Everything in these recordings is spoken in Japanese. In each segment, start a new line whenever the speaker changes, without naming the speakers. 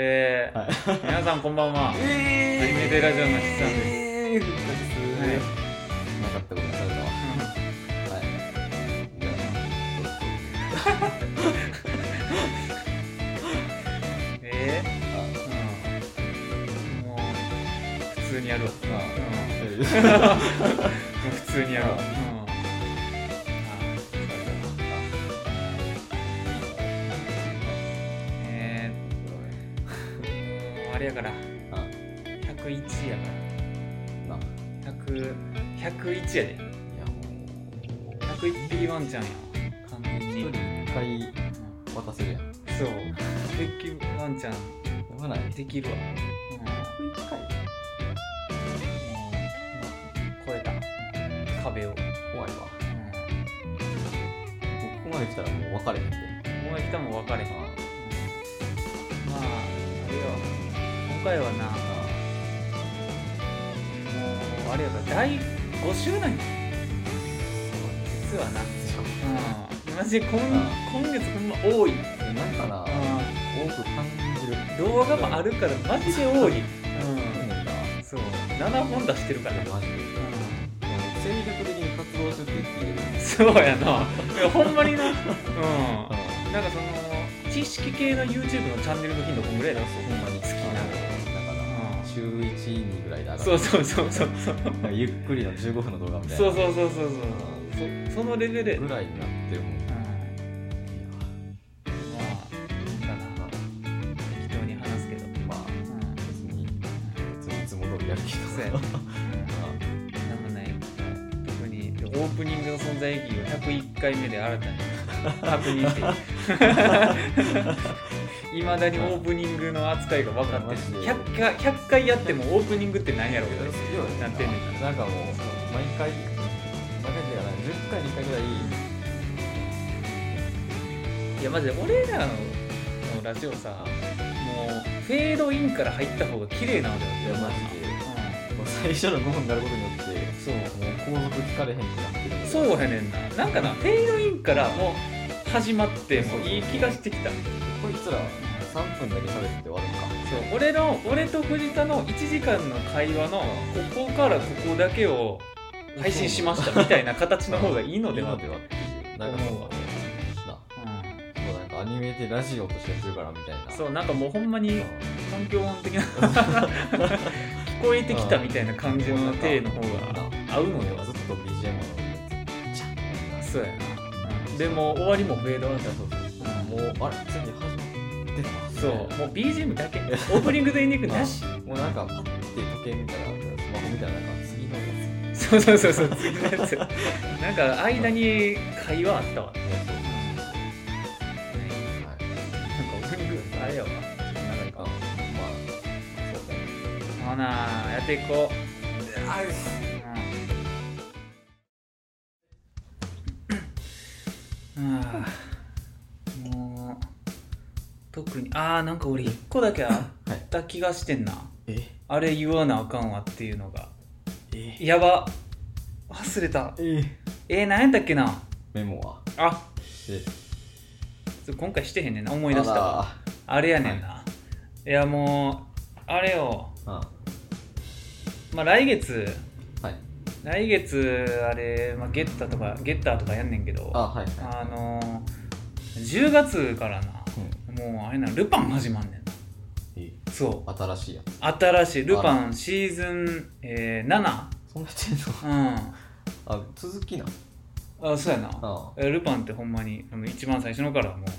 えー
はい
皆さんこんばん は。
え
アニメテラジオの筆算です
えー、復活
はいう
まかったことにされたわはいじゃ
え
あ
ーうんもう、普通にやるわ。
あ
うんも
あ大丈夫ですあ
う普通にやるわ。
うん
うんえーもうあれやから、
あ
101やか
な
ら。100 101やで。
いやもう
101P1 ちゃんやわ。完全に。
一人一回渡せるやん
そう。できるワンちゃん
やばない
できるわ。うん
一回
超えた壁を。うん
怖いわもうここまで来たらもう分かれへんで
お前来たもん分かれへん。ま
あ
あ、あれよ。今回はな、も
あ
う、あれやから、第5週なんや。実はな。うん。マジで今今月ほんま多い。
えなんかな
う
多く感じる
ん。動画があるから、マジで多い。う。
そうねんなん
そう。7本出してるから。
マジで
う
精力的に活動するって言っていいけど
ん。そうやな。いや、ほんまにな。うん。なんかその知識系の YouTube のチャンネルの頻度こんぐらいだろ
ほんまに好きなだから週1にぐらいだ
そうそうそうそうそうそう
ゆっくりの15分の動画みたいな
そうそうそうそう
う
そそのレベルで、うん、
ぐらいになってるもんい
まあなんかな適当に話すけど、うん、
やまあ別に別にいつも通りやるけど
そうやななんもない特にオープニングの存在意義を101回目で新たに確認 していまだにオープニングの扱いが分かってる
マジで
100回 ,100 回やってもオープニングって何やろう
うん
け
なんてんねんからなんかもう毎回毎回っていうかな10回2回ぐらい
いやマジで俺らのラジオさもうフェードインから入った方が綺麗なのだよ
いやマジでもう最初の5分になることによって
ジで、うん、
もう後続聞かれへんくなってるもん
そうそうやねんななんかなフェードインからもう始まってもういい気がしてきたそ
こいつら3分だけ喋って終わるのか
う俺の俺と藤田の1時間の会話のここからここだけを配信しましたみたいな形の方がいいのでは
っていうなんかそう
思うわ
なそうなんかアニメでラジオとしてやってるからみたいな
そううなんかもうほんま
ん
に環境音的な聞こえてきたみたいな感じの体の方が合うのでは
ずっと BGM のチャッ
そうやなでも終わりもフェードアウト
そうそうもうあれついに始まってた
そうもう BGM だ けオープニングとエンディングなし
もうなんかパッて時計見たらスマホみたいななんか次のやつ
そうそうそうそう次のやつなんか間に会話あったわ
そうは
な
い
んかオープニングあれやわ長い
あ
か
まあそうね
ほなやっていこ
あ
ううんあーもう特にあーなんか俺一個だけあった気がしてんな、
え
あれ言わなあかんわっていうのが
え
やば忘れた
え
えー、何やったっけな
メモは
あ
え
ちょ今回してへんねんな思
思
い出したわあれやねんな、い、やもうあれよ
あ
まあ来月
はい
来月あれ、まあ、ゲッタとかゲッターとかやんねんけど
あはいはい
あのー、10月からな
うん
もうあれなルパン始まんねんな
え
そう
新しいやつ
新しいルパンシーズン、えー、7
そんなやってんの
う
あ続きなん
あそうやな
あ
えールパンってほんまにあの一番最初のからもうも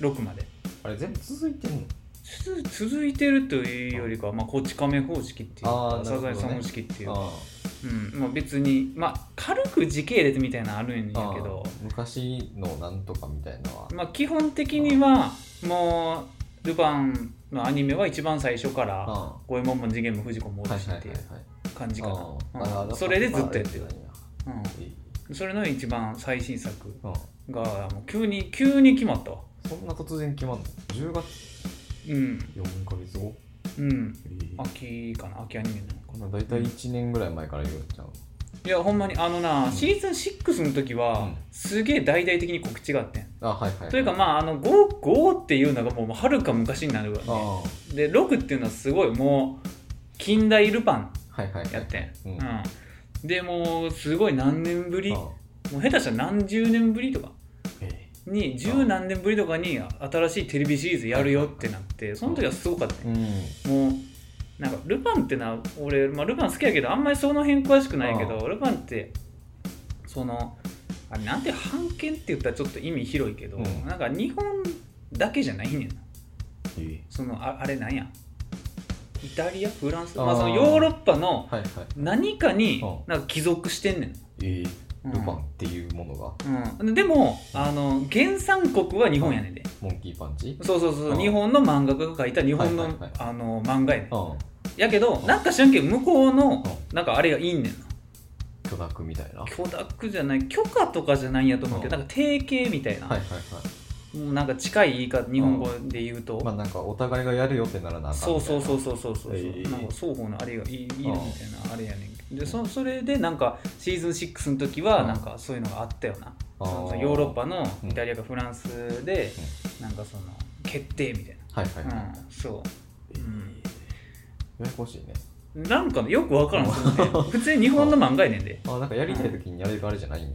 う6まで
あれ全部続いてんの
つ続いてるというよりかは、まあ、こち亀方式っていう
あ
か
ーな
サ
るほ
ザ
ど
エ
ね
さん方式っていう、
あ
うんまあ、別に、まあ、軽く時系列みたいなのあるんやけ
あ
ど
ああ昔のなんとかみたいなのは
まあ、基本的にはもうルパンのアニメは一番最初から
あ
五右衛門も次元も藤子もお
あは
る
い
し
はい
っ
は
て
い
い
は
う
い
感じか
ああ
な、
あ
う
あ
ん、それでずっとやってる
まあ、あれや
うん、それの一番最新作
うん
がもう急に急に決まったわ
そんな突然決まんの10月
うん
4ヶ月後
うん
ええ
秋かな秋アニメなのか
まあ大体1年ぐらい前から言われちゃう
いやほんまにあのなシーズン6の時は、
うん
すげえ大々的に告知があってん
あはいはい
というかまああの 5, 5っていうのがもうはるか昔になるわ
ああは
で6っていうのはすごいもう近代ルパン
いはいはい
やってん、
う
うんんでもうすごい何年ぶり
あ
もう下手したら何十年ぶりとか
え
に十何年ぶりとかに新しいテレビシリーズやるよってなってその時はすごかった
えうん
もうなんかルパンってな俺、まあ、ルパン好きやけどあんまりその辺詳しくないけどルパンってそのあれなんて版権って言ったらちょっと意味広いけど、
うん
なんか日本だけじゃないねんな
え
そのああれなんやイタリアフランス
あー
まあ、そのヨーロッパの
えはいはい
何かに
う
なんか帰属してんねん、
ええ
うん
ルパンっていうものが
うん、でもあの原産国は日本やねんで
モンキーパンチ
そうそうそう、
うん
日本の漫画家が描いた日本の,、
はいはいはい
あの漫画やねん
あ
やけどなんか知らんけど向こうの
う
なんかあれがいいんねんな
あ許諾みたいなはい
許諾じゃない許可とかじゃないんやと思うけど
う
なんか提携みたいな、
はいはい
もうなんか近い言い方日本語で言うと、
まあなんかお互いがやるよってならなあかんみたい
そう
な
そうそうそうそうそう、
えー
なんか双方のあれがいいいいなみたい
うん
なあれやねんけどでそそれでなんかシーズン6の時は
うん
なんかそういうのがあったよな、
あ
そのヨーロッパの
うん
イタリアかフランスでなんかその決定みたい
はいはいはい
な、うん、そう
ええ
うん
ややこしいね
なんかよくわからんそのね普通に日本の漫画やねんで、
あなんかやりたい時にやれるあれじゃないんや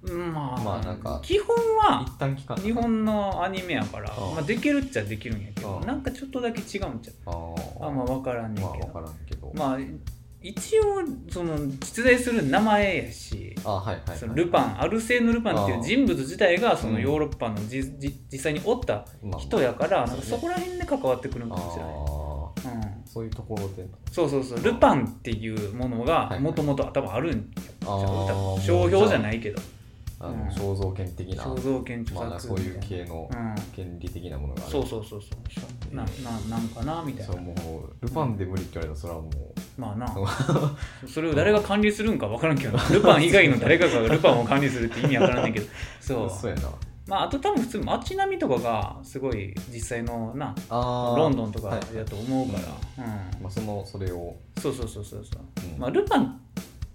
うんまあ、
まあなんか
基本は
一旦期間
日本のアニメやから、
うん
まあ、できるっちゃできるんやけど
うん
なんかちょっとだけ違うんちゃ
あー
うあんま分からんねん
まあ
け
分
ど
からんけど
まあ一応その実在する名前やし
あはいはいはい
そのルパンアルセーヌ・ルパンっていう人物自体がその
うん
ヨーロッパのじじ実際におった人やからなんかそこら辺で関わってくるん
あ
か
あ
もしれない。
ー
うん
そういうところで
そうそうそうルパンっていうものが
はい
もともと頭あるんや
あー
多分
もう
商標じゃないけど
あ
うん
の肖像権的な
肖像権著
まあ
作
な
み
ん
たいな
かそういう系の
うん
権利的なものがある
そうそうそうそうなななんかなみたい
そ
な
うもうルパンで無理って言われたらそれはも
まあな
う
それを誰が管理するんか分からんけどなルパン以外の誰かがルパンを管理するって意味分からんねんけどそう
そうやな
まああと多分普通街並みとかがすごい実際のな
あー
ロンドンとか
はい
やと思うから、うん
まあそのそれを
そうそうそうそうそう、
うん
まあルパンっ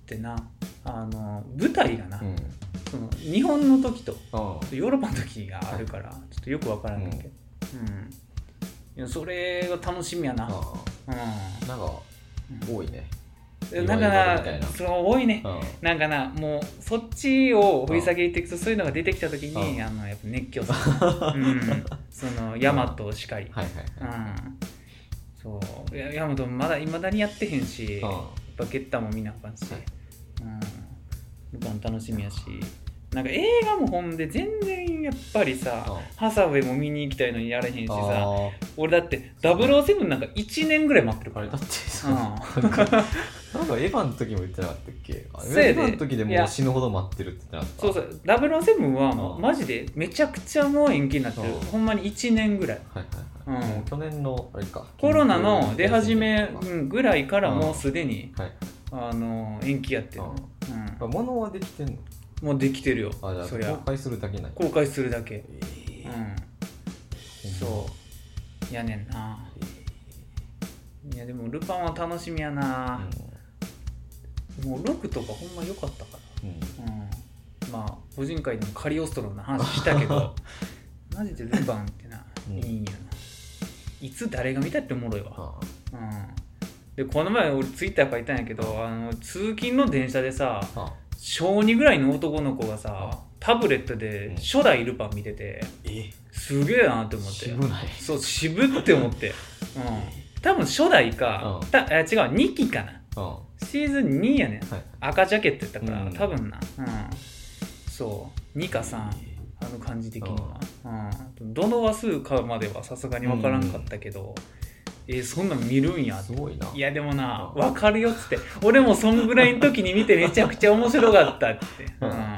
てなあの舞台がな、
うん
その日本の時と
あ
ヨーロッパの時があるからちょっとよく分からんねんけど、うんいやそれが楽しみやな、うん
あーなんか多いね
え
い
だ
わゆる
か
みた
ら
いな
すごいね
うん
なんかなもうそっちを掘り下げていくとそういうのが出てきた時にあのやっぱ熱狂す る、うん、そのヤマトしかり、
はいはいうはい
ん、そういやヤマトもまだいまだにやってへんし
う
やっぱゲッターも見なあかんし、
はい
うん、ルパン楽しみやしなんか映画も本で全然やっぱりさハサウェイも見に行きたいのにやれへんし
あ
さ
ー
俺だって007なんか1年ぐらい待ってるか
あ
ら
れだってさ、
うん
なんかなんかエヴァの時も言ってなかったっけあ
そうやで
エヴァの時で
い
も
や
う死ぬほど待ってるって言ってなか
そ
っ
う
た
そう007はもう
うん
マジでめちゃくちゃもう延期になってる
うん
ほんまに1年ぐらい
はいはいはい、
うん
もう去年のあれか
コロナの出始め
は
うんぐらいからもうすでに
い、はい
あの延期やってる
う
う
ん物はできてんの
んもうできてるよ
あ
そ
じ
り
ゃあ
ゃ
公開するだけない
公開するだけ
え
う
え
んそうやねんないやでもルパンは楽しみやなもう6とかほんま良かったか
うんうん
らうんまあ個人会でもカリオストロの話したけ どマジでルパンってな
うん
いいんやないつ誰が見たっておもろいわ
あ
うんでこの前俺ツイッター書いたんやけどあの通勤の電車でさ
ああ
小2ぐらいの男の子がさタブレット
う
で
ん
初代ルパン見てて
え
すげえなって思って
渋ない
そう渋って思ってうん多分初代か
うん
たえ違う2期かな
うんは
シーズン2やねん
い
赤ジャケットやったから
うん
多分なうんそう2か3あの感じ的には、うん、どの話数かまではさすがに分からんかったけど、えーそんなん見るんやって
すごいない
やでもな
うん
分かるよっつって俺もそんぐらいの時に見てめちゃくちゃ面白かったって、う
うん
ん、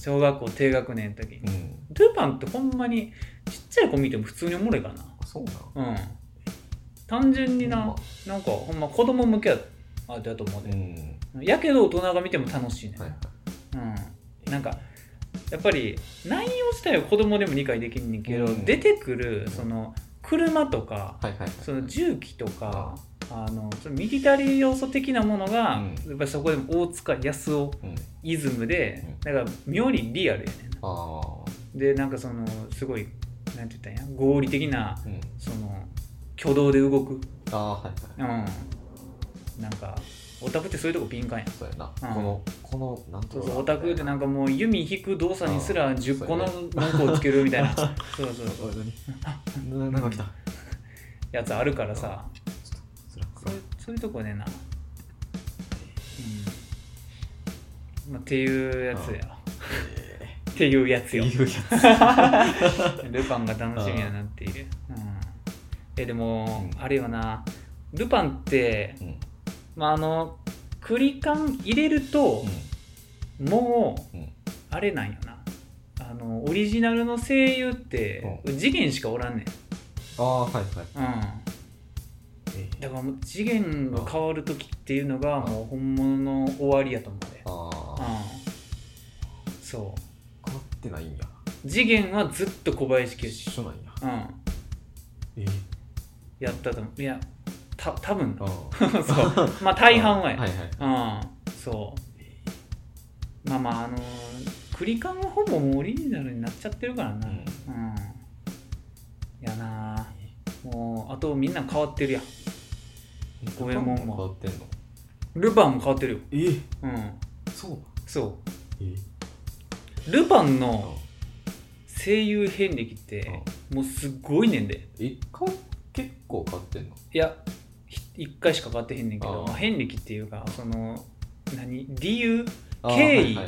小学校低学年の時に
うん
ルパンってほんまにちっちゃい子見ても普通におもろいからな
あそうなん
うん単純にな
ま
なんかほんま子供向けやあだと思うで、
うん
やけど大人が見ても楽しいね、
はいはい
うん、なんかやっぱり内容自体は子供でも理解できんねんけど、
うん
出てくるその車とか
はいはいはい
その重機とか、あのそのミリタリー要素的なものが、
うん
やっぱりそこでも大塚康夫
うん、
イズムで、だから妙にリアルやねんな
あ
でなんかそのすごいなんて言ったんや合理的な
ー、うん、
その挙動で動く
あーはいはい
うんなんかオタクってそういうとこ敏感やん
そうやな、
うん
このこのなん
そ
と
う
か
そうオタクってなんかもう弓引く動作にすら
うん
10個の
そ
文句をつけるみ たいなそうそうそう
おい何ななんか来たちょ
やつあるからさ
っとスラッ
そ
ク
ういうそういうとこねな、うんまあ、っていうやつや っていうやつよ
いうや
ルパンが楽しみやなっていう、うん、えでも、
うん
あれよなルパンって
つ、う、ん
まあ、あのクリカン入れると、もう
うん、
あれなんよなあのオリジナルの声優って次元しかおらんねん、
ああはいは
う
い、
ん、
えー、
だからもう次元が変わる時っていうのがもう本物の終わりやと思うで、
ああ
うん、そ
変わってないんや
う次元はずっと小林清
一
志、
緒なんや
うん、
えー、
やったと思ういやた多分
あ
そうまあ大半はや、
あはいはい
うんそうまあまああのークリカンはほぼもうオリジナルになっちゃってるからな
う
うんん、いやなあもうあとみんな変わってるやん五右衛門も
変わってんの
ルパンも変わってるよ
えー、
うん
そうなん
そ
えー、
うルパン
あ
の声優遍歴ってもうすっごいねんで
一回結構変わってんの
いやひ一回しか変わってへんねんけど
ああ
遍歴っていうかその何理由
あー
経
はい
緯
はいはいはい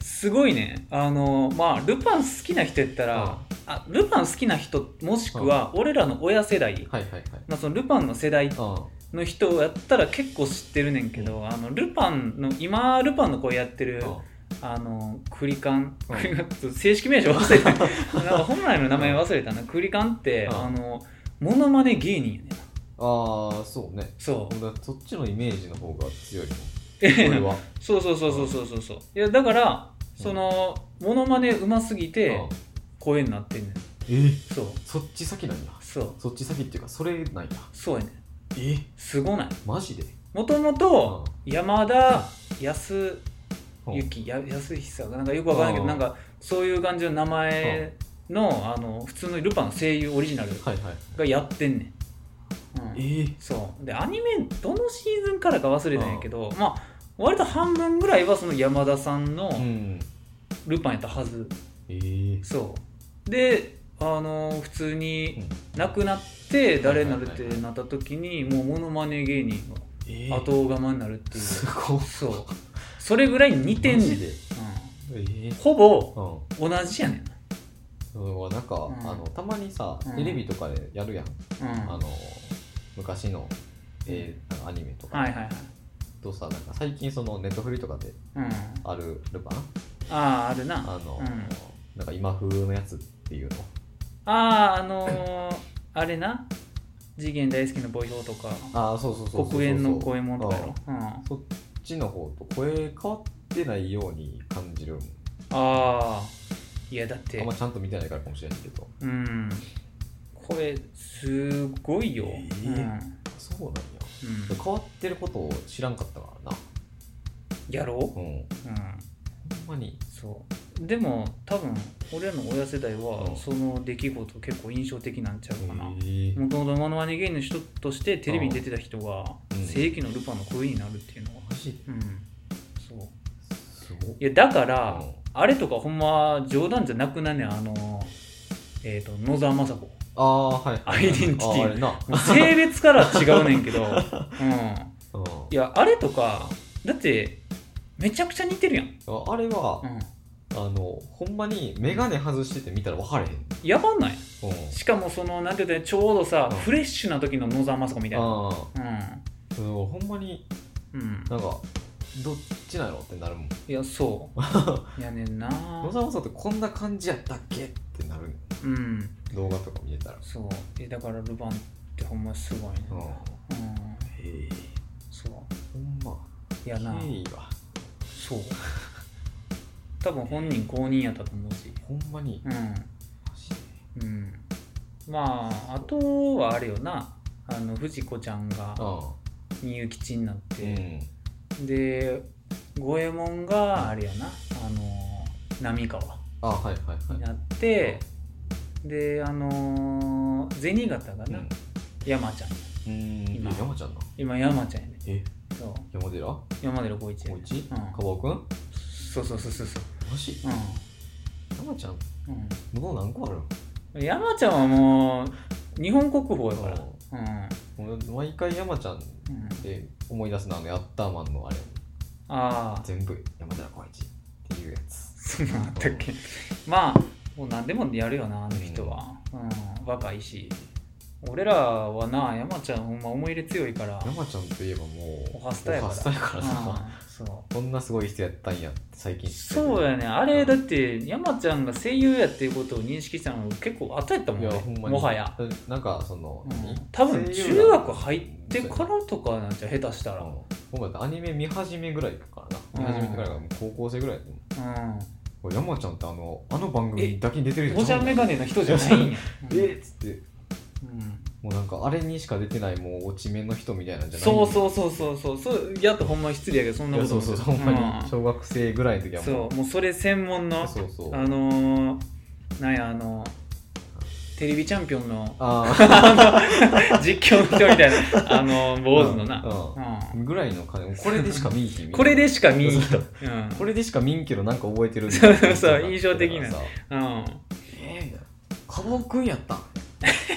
すごいねあのまあルパン好きな人やったら、あルパン好きな人もしくは俺らの親世代、
はいはいはい
まあ、そのルパンの世代
あ
の人やったら結構知ってるねんけどあのルパンの今ルパンの声やってる
ーあ
あのクリカン
うん
クリカンちょっと正式名称忘れたなんか本来の名前忘れたなクリカンって
うん
あのモノマネ芸人やねんな
あーそうね
そ
ほんだらそっちのイメージの方が強いもん
う
俺は
そうそうそうそうそうそうそういやだから
うん
そのモノマネうますぎて
あー
声になってんねん
えー、
そう
そっち先なんや
そう
そっち先っていうかそれなんや
そうやねん
え
すごない
マジで
もともと山田康之や安久がなんかよくわからないけ
う
ど
ん
なんかそういう感じの名前のあの普通のルパンの声優オリジナル
はいはい
がやってんねん、うん、
え
そうでアニメどのシーズンからか忘れたんやけどまあ割と半分ぐらいはその山田さんの
ー、うん
ルパンやったはず
えー、
そうであの普通に
うん
亡くなって誰になるってなった時にもうモノマネ芸人が
え
後釜になるっていう
すごい
そうそれぐらい似てんねん、
マ
う
ジ
ん
でえー、
ほぼ
うん
同じやねん
うん、なんか、
うん
あのたまにさ
うん
テレビとかでやるやん、
な、うん、
あの昔の、えーなんかアニメとか、
はいはいはい、
とさなんか最近そのネットフリとかで
うん、
あるルパン
あああるな
あの、
うん
なんか今風のやつっていうの
あああの ー、あれな次元大好きのボイ表とか
ああそうそうそうそうそう
黒煙の声もとかやろ、うん、あ
そっちの方と声変わってないように感じるもん
あーいやだっ
あ
て
んまちゃんと見てないからかもしれないけど
うん声すごいよ、
えーそうなんや
うんうん、
変わってることを知らんかったからな
やろ
う
う、
んほん
うん
まに
そうでも多分俺らの親世代
う
は
ん
その出来事結構印象的なんちゃうかな
へ
も
え
ともとモノマネ芸人の人としてテレビに出てた人が
うん
正規のルパンの声になるっていうのは
マジ
うんそう
すごっ
いやだか
う
ら
ん
あれとかほんま冗談じゃなくなんねんあのえっ、と野沢雅子も
ああはいはい
アイデンティティ
あーあれな
う性別からは違うねんけ ど、うん、
うん
いやあれとかだってめちゃくちゃ似てるやん、
ああれは、
うん、
あのほんまに眼鏡外してて見たら分かれへん、うん、
やばんないしかもそのなんて言うたらいいちょうどさ、
うん
フレッシュな時の野沢雅子みたいな
ああ
う
うんほんまに
ん、うん、
なんかどっちなのってなるもん
いやそう やねんな
野沢さんってこんな感じやったっけってなるん
うん
動画とか見てたら
そうえだからルパンってほんますごいね
うんへ
うん
え
そう
ほんま
いやな
経緯が
そう多分本人公認やったと思うし
ほんまに
う
マジで
んうんまああとはあれよなあの藤子ちゃんが
あ
みゆきちになっ
う
て、
ん
で五右衛門があれやなあの浪川
あはいはい
に
はい
なって、であのー銭形がな、山ちゃ
う
ん
ん
今
え山ちゃんな
今山ちゃんやね
え
そう
山寺も
山寺宏一や
う
ね
一
うん
カバオくん
そうそうそうそうそう
マジ山ちゃん
うん、うん
物何個あるん
山ちゃんはもう日本国宝やからうん、
俺毎回山ちゃん
うん、
で思い出すのはあのヤッターマンのあれ
ああ
全部山寺宏一っていうやつ
そんなんあったっけまあもう何でもやるよなあの人は、うん、若いし俺らはな山ちゃんほんま思い入れ強いから
山ちゃんといえばもう
おはスタやから
おはスタやからさ
うんそう
こんなすごい人やったんやって最近知って
そうやねあれだって山ちゃんが声優やっていうことを認識したの結構後やったもん
い
ね
やほんまに
もはや、
なんかその、
うん
何
多分中学入ってからとかなんちゃう下手したら、
うん僕だってアニメ見始めぐらいからな
うん
見始めてからがもう高校生ぐらいだと思う
うん、
これ山ちゃんってあのあの番組だけに出てる
おじゃメガネの人じゃないんや。
えっつって
うん
もうなんかあれにしか出てないもう落ち目の人みたいなんじゃない
そうそううそうそうそうそうやっとほんまに失礼やけどそん
い
な
や
こと
そう
思っ
そ
てた
うそうほんま
うん
に小学生ぐらいの時はも
そうもうそれ専門の
うそうそう
あのー、なんやあのテレビチャンピオンの
ああ
実況の人みたいな あの坊主のな、
う
うん
んぐらいの金これでしか見んひん
これでしか見ん人、うん、
これでしか見んけどなんか覚えてる
そうそうそう印象的な
さ
うん、
えーみたいなカバオくんやった
い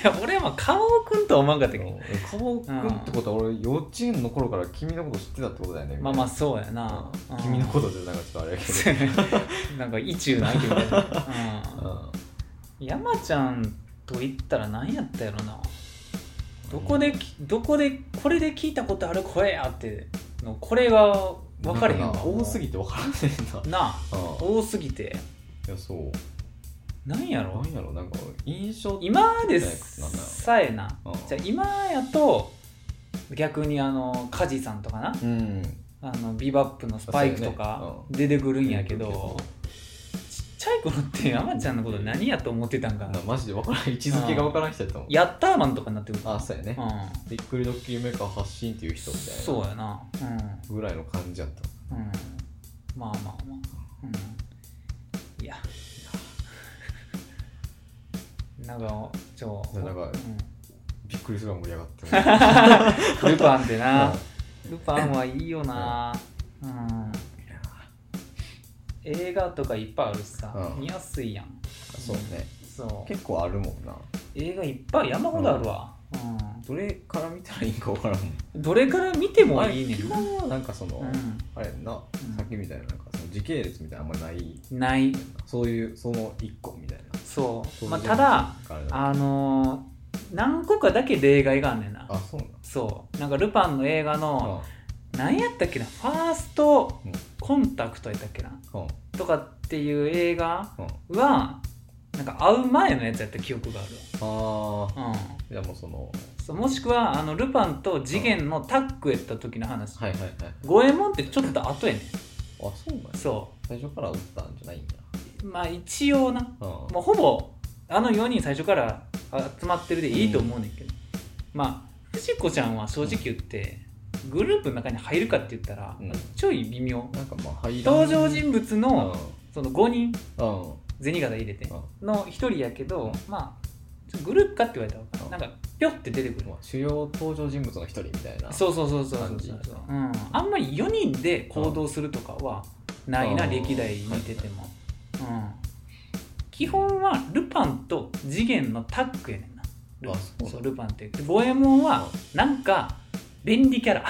や俺はまあ顔くんとは思わんかったけど
カバオくんってことは俺幼稚園の頃から君のこと知ってたってことだよね
まあまあそうやな、
うん君のこととってなんかちょっとあれやけ
なんか意中な相手みたいな、うん
ど、うん
山ちゃんと言ったら何やったやろなどこできどこでこれで聞いたことある声やってのこれが分かれへん
な
わ
んかな多すぎて分からんねえ
な
な
あ
うん
多すぎて
いやそう
なんやろ
なんやろなんか印象
今ですさえな
うん
じゃあ今やと逆にあのカジさんとかな
うん
あのビバップのスパイクと
そうや
か
ね
出てくるんやけどちっちゃい頃って山ちゃんのこと何やと思ってたんかな
なマジで分からん位置づけが分からん人やったもん
ヤッターマンとかになってくる
あそうやね
うん
びっくりドッキリメーカー発信っていう人みたいな
そうやなうん
ぐらいの感じやった
うん、まあまあまあ、うん、いや なんかちょ
いやなんか
う
びっくりするが盛り上がっても
ん、ルパンって な
うん
ルパンはいいよな、うん、映画とかいっぱいあるしさ、
うん
見やすいやん
そうね
そう
結構あるもんな
映画いっぱい山ほどあるわ、うん
どれから見たらいいんか分からんもん
どれから見てもいいねん
基本はなんかその、
うん
あれやんな、
ん
さっきみたいななんかその時系列みたいなのあんまない
ない
そういうその一個みたいな
そう、まあ、
そういう
ただ
あれだ
あのー何個かだけ例外があんねんな
あそうな
そうなんかルパンの映画の
の
何やったっけなファースト
うん
コンタクトやったっけな
うんうん
とかっていう映画
うん
はなんか会う前のやつやった記憶があ
ああ
るわ、う
じゃあもうその
ん、そうもしくはあのルパンと次元のタッグやった時の話
はいはいはい
五右衛門ってちょっと後やねん
あそうなんや
そ
最初から打ったんじゃないんだ
うまあ一応な
うん
もうほぼあの4人最初から集まってるでいいと思うねんけど、まあ藤子ちゃんは正直言ってグループの中に入るかって言ったら、
うん
ちょい微妙
なんかまあ入らん
登場人物のその5人
うんうん
銭形入れて
うん
の1人やけどまあちょっとグループかって言われたら分からんなんかぴょって出てくる
まあ主要登場人物の一人みたいな
そうそうそうそうそう
感じ
そううんあんまり4人で行動するとかはないな
うん
歴代見ててもうん基本はルパンと次元のタッグやねんなル
あそう
そうルパンってで五右衛門はなんか便利キ ャラ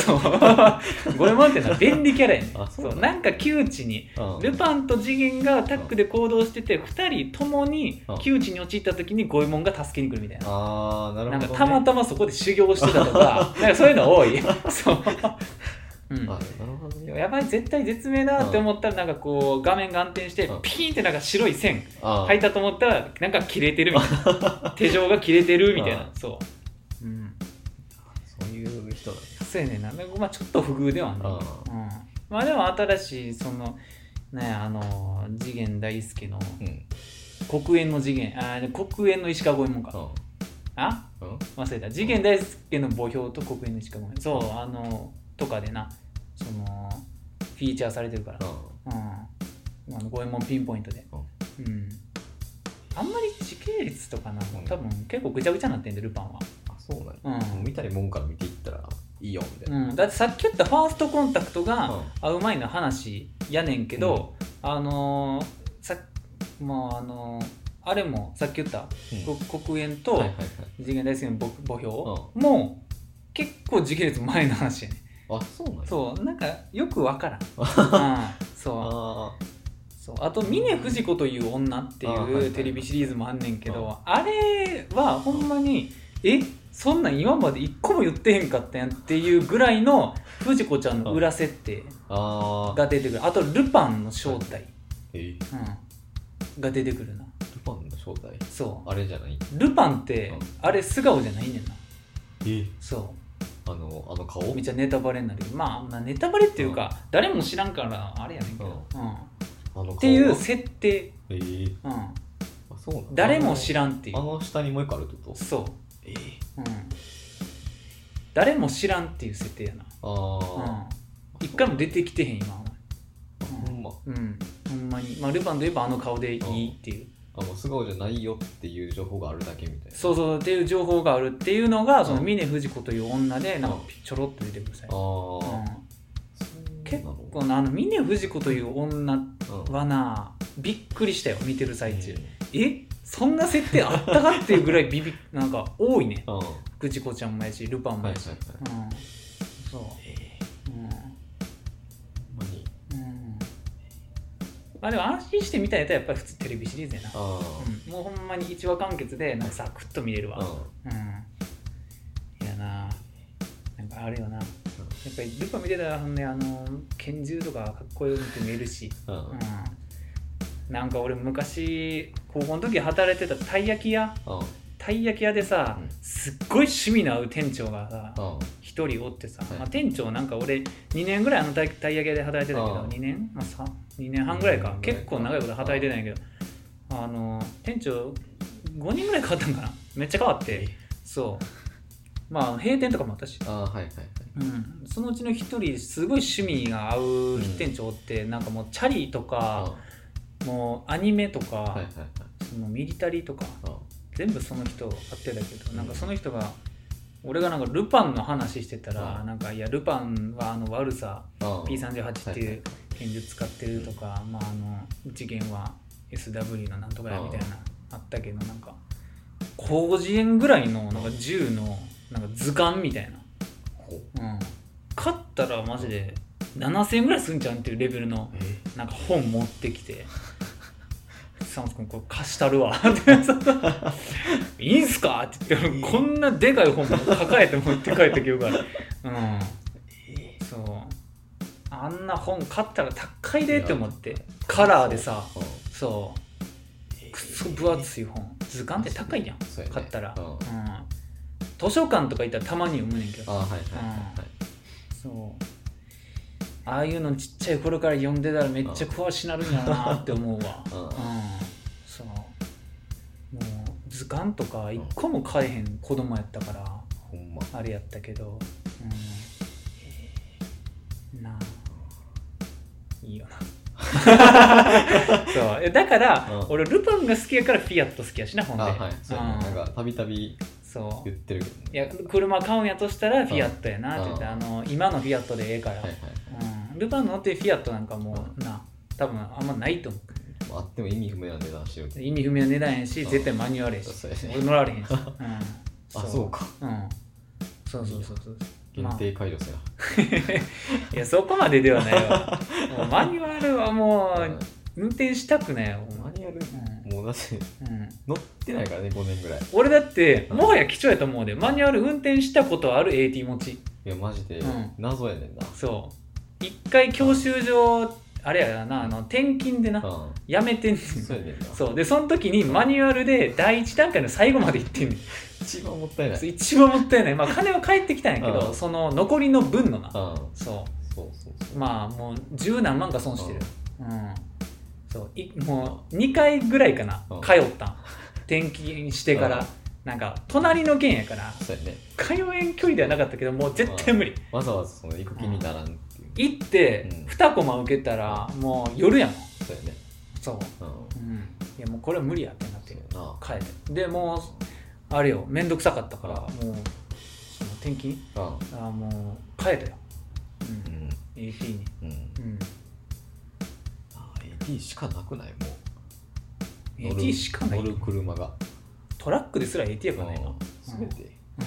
そう 五右衛門ってのは便利キャラやねん
あそう
そう
な
なんか窮地に
うん
ルパンと次元がタッグで行動してて2人ともに
うん
窮地に陥った時に五右衛門が助けに来るみたいな。
ああなる
な
ほ
ん
ど、
か
ね、
たまたまそこで修行してたと かなんかそういうの多いそう、うん
あ、なるほどね
やばい絶対絶命だって思ったらなんかこう画面が暗転して
うん
ピーンってなんか白い線
あ
入ったと思ったらなんか切れてるみたいな 手錠が切れてるみたいな
う
そう、うん、
そういう人だね
そうやねんななんかまあちょっと不遇ではあんねん
あ
うん、まあでも新しいそのねあの次元大輔の
うん
黒煙の次元あー黒煙の石川五右衛門か
うん
あ
うん
忘れた次元大介の墓標と国民の近くそうあのとかでなそのフィーチャーされてるからうんあの五右衛門ピンポイントでうんあんまり時系列とかな
うん
多分結構ぐちゃぐちゃになってんでルパンは
あそうなんや
うん
もう見たいもんから見ていったらいいよみたいな、
うん、だってさっき言ったファーストコンタクト
う
が
ん
会う前の話やねんけど、あのーさまああのーあれもさっき言ったこ黒煙
うん
と
はいはいはい
次元大好きの墓墓標も結構時系列前の話やね
あそうなんや
そうなんかよくわ からん、うん、そう
あ
そうあと峰不二子という女って
あはいはい
い
は
う
い
テレビシリーズもあんねんけどあれはほんまにえそんなん今まで一個も言ってへんかったやんっていうぐらいの藤子ちゃんの裏設定
ーあー
が出てくるあとルパンの正体、
えー
うん、が出てくるな
ルパンの正体
そ
あれじゃないう
ルパンって
うん
あれ素顔じゃないねんな
え
そ
あのあの顔
うめっちゃネタバレになるけどまあまあネタバレっていうか誰も知らんからあれやねんけど、うん、っ
あの顔
ていう設定、
えー
うん、
あそうなん
誰も知らんってい
あ
う
の下にもう一個あるってこと
そう
えー
うん、誰も知らんっていう設定やな、
あ
うん、一回も出てきてへん今
あほんま
うんほんまに、まあ、ルパンといえばあの顔でいいっていう
あもう素顔じゃないよっていう情報があるだけみたいな
そううそうっていう情報があるっていうのがその
うん
峰不二子という女でなんか
うん
ちょろっと出てくる際、
ああ、
う
そう
結
なの
ん、このあの峰不二子という女
うん
はなびっくりしたよ見てる最中
え
えそんな設定あったかっていうぐらいビビなんか多いね
ーうんは
不二子ちゃんもやしルパン
い
も
はいは
や
い
し、うんそ
え
ううん
ーほんまに
うんまあでも安心して見たやつはやっぱり普通テレビシリーズやな、
あ
うん、もうほんまに一話完結でなんかサクッと見れる
あ
わ
うん
うんいやななんかあるよなやっぱりルパ見てたらほんであの拳銃とかかっこよく見えるし、
うんうん
うん、なんか俺昔高校の時働いてたたい焼き屋たい焼き屋でさ、
うん
すっごい趣味の合う店長がさ
うん
一人おってさ、
はい
まあ、店長なんか俺2年ぐらいあのたいたい焼き屋で働いてたけど
ああ
2年、まあ、さ2年半ぐらいか
うん
結構長いこと働いてたんやけどあの店長5人ぐらい変わったんかなめっちゃ変わってそうまあ閉店とかもあったし、
ああはいはいはい
うん、そのうちの1人すごい趣味が合う店長おって、なんかもうチャリとか、もうアニメとか、
うんはいはいはい
そのミリタリーとか
うん
全部その人会ってたけどなんかその人が俺がなんかルパンの話してたら、
うん
なんかいやルパンはあの悪さ
ああ
P38 っていう拳銃使ってるとか、まあ、あの次元は SW のなんとかやみたいなあったけどなんか広辞苑ぐらいのなんか銃のなんか図鑑みたい
ほう
な、うん、買ったらマジで7000円ぐらいすんじゃんっていうレベルの
え
なんか本持ってきて「サムス君これ貸したるわ」って「いいんすか?」って言ってこんなでかい本抱えて持って帰った記憶があるうんそうあんな本買ったら高いでって思ってカラーでさ
うん
そうくっそ分厚い本図鑑って高いやん
そうやね
買ったら
う
うんん図書館とか行ったらたまに読むねんけど
ああはいはいはいはい
そうああいうのちっちゃい頃から読んでたらめっちゃ詳しなるんやなって思うわ
うん
うんそうもう図鑑とか一個も買えへん子供やったから
ほんま
あれやったけどうんなあいい よなそうえだから、
うん
俺ルパンが好きやからフィアット好きやしなほんで
ああはいそうやね
うん
なんかたびたび
そう
言ってるけどね
いや車買うんやとしたらフィアットやなって言って
うん
あの今のフィアットでええから、
はいはいはい
うん、ルパンの乗ってるフィアットなんかもうな多分あんまないと思
あっても意味不明な値段してるけ
う意味不明な値段やし
うん
絶対マニュアルや
ど
し
そうやね
俺乗られへ んし、うん、
あそうか
うん、そうそうそうそう
限
まあ
定解除せな、
いやそこまでではない わもうマニュアルはも
うん
う運転したくないよほんま
マ
に
ニュアル、もうだって
うん、
乗ってないからね5年ぐらい
俺だって
うん
もはや貴重やと思うでマニュアル運転したことある AT 持ち
いやマジで、
うん
謎やねんな
そう一回教習所あれやなあの転勤でな、
うん
やめてんねん
そうやねんな
そうでその時にマニュアルで第一段階の最後まで行ってんねん
一番もったいない
そうう一番もったいないまあ金は返ってきたんやけ
う
ど
ん
その残りの分のなんそ
そうそうそう
まあもう十何万か損
う
してるうんそういも
あ
う2回ぐらいかな
うん
通ったん転勤してからなんか隣の県やから
そうやね
通えん距離ではなかったけどもう絶対無理
わざわざその行く気にならんっていう、
行って
うん
2コマ受けたらもう夜やもん
そうやね
そう、
うん
うん、いやもうこれは無理やってなって
そうやな
帰ってでもうあれよ面倒くさかったからもう
あ
その転勤
あ
あもう変えたよ、
う
うん AP に、
うん
うん、
あ AT しかなくないもう乗る
AT しかない
乗る車が
トラックですら AT やからね、今
すべ
う
て
ん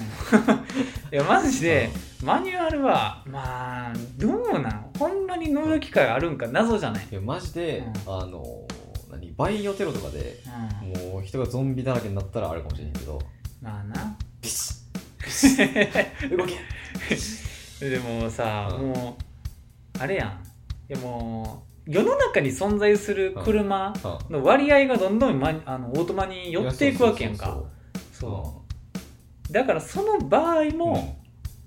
いやマジでマニュアルはまあどうなんほんまに乗る機会あるんか謎じゃない、
いやマジで、
う
あの何バイオテロとかで
うん、
もう人がゾンビだらけになったらあるかもしれんけど
まあな
ビシッ動け
でもさ、
うん
もうあれやんいやもう世の中に存在する車
うん
の割合がどんどんマニあのオートマに寄っていくわけやん
い
か
そうそうそう
そうだからその場合
そう
も、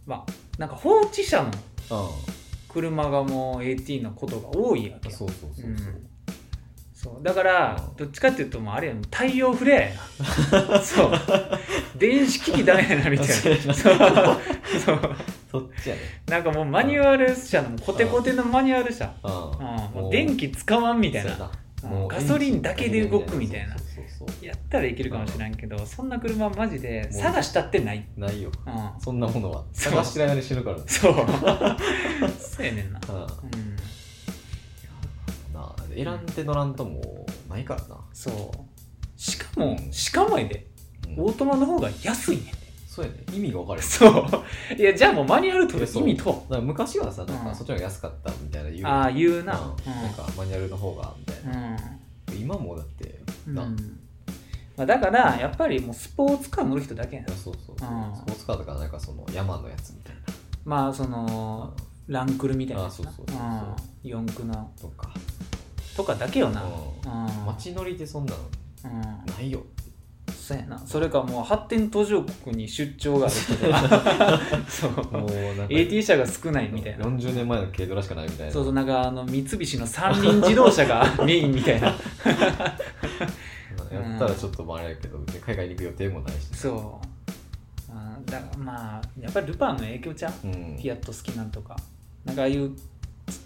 まあなんか放置者の
うんうん
車がもう AT のことが多いわけよ
そうそうそうそう、
うんそうだから
うん
どっちかっていうともうあれやん太陽フレアや なそう電子機器だやなみたいなそうそう
そっちやね
なんかもうマニュアル車のコテコテのマニュアル車
う
う
ん
んもう電気使わんみたいな
そうや
うんガソリンだけで動くみたいな
そうそうそうそ
やったらいけるかもしれんけどそんな車マジで
もう
探したってない、
うないよ
うん、
そんなものは
そう
探してない間に死ぬからね
そうそうやねんな
うん
うん
なあ選んで乗らんともうないからな、
そうしかもしかもやで
うん
オートマの方が安いねん
そうやね意味が分かる
そういやじゃあもうマニュアル取る意味と
だから昔はさなん
う
か
ん
そっちの方が安かったみたいな言う
ああ言う
うん
な
なんかマニュアルの方がみたい
うん、
な、
うん
今もうだってな、
う
い
んまあ、だからやっぱりもうスポーツカー乗る人だけやな
やそうそうそう、
うん
スポーツカーとかなんかその山のやつみたいな
まあそのランクルみたいなやつな
あそうそうそう
うん四駆の
とか、
とかだけよな
うん
うん
街乗りでそんなの
うん
ないよ
そうやなそれかもう発展途上国に出張がある人 とかそう
もうなんか
AT 車が少ないみたいな
40年前の軽トラしかないみたいな
そうそうなんかあの三菱の三輪自動車 がメインみたいな
やったらちょっとまああれやけど、で海外に行く予定もないし
そうあーだからまあやっぱりルパンの影響じゃん
う、
フ
ん、
ィアット好きなんとかなんかああいうちっ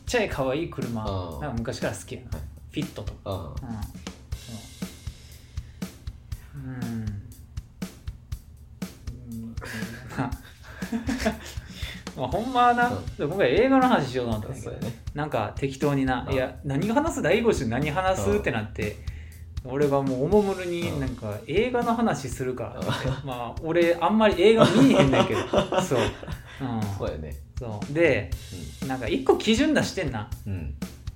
ちゃい可愛い車
あー
なんか昔から好きやな
はい
フィットとか
あ
うんそううんうんな まあほんまはな、
うん
で今回映画の話しようと思ったん
あ
だけど
そうやね
なんか適当にな、
うん
いや何が話す第5週何話す
うん
ってなって俺がもうおもむろに
うん
なんか映画の話するからってまあ俺あんまり映画見えへんねんけど そう,、うん、
そうやね
そうでなんか1個基準出してんな
うんうん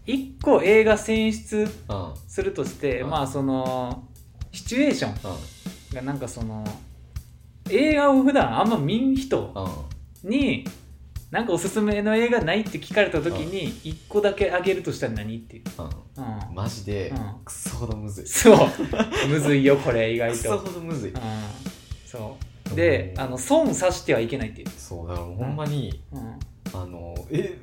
1個映画選出
うん
するとして、
うん
まあそのシチュエーション
うん
がなんかその映画を普段あんま見ん人
う
になんかおすすめの映画ないって聞かれた時に1個だけあげるとしたら何っていう、
ん
うん、
うんマジで
うん
クソほどむずい
そうむずいよこれ意外
クソ
と、
ほどむずい
うん、そうであの損さしてはいけないっていう、
そうだからほんまに
うん、
あのえ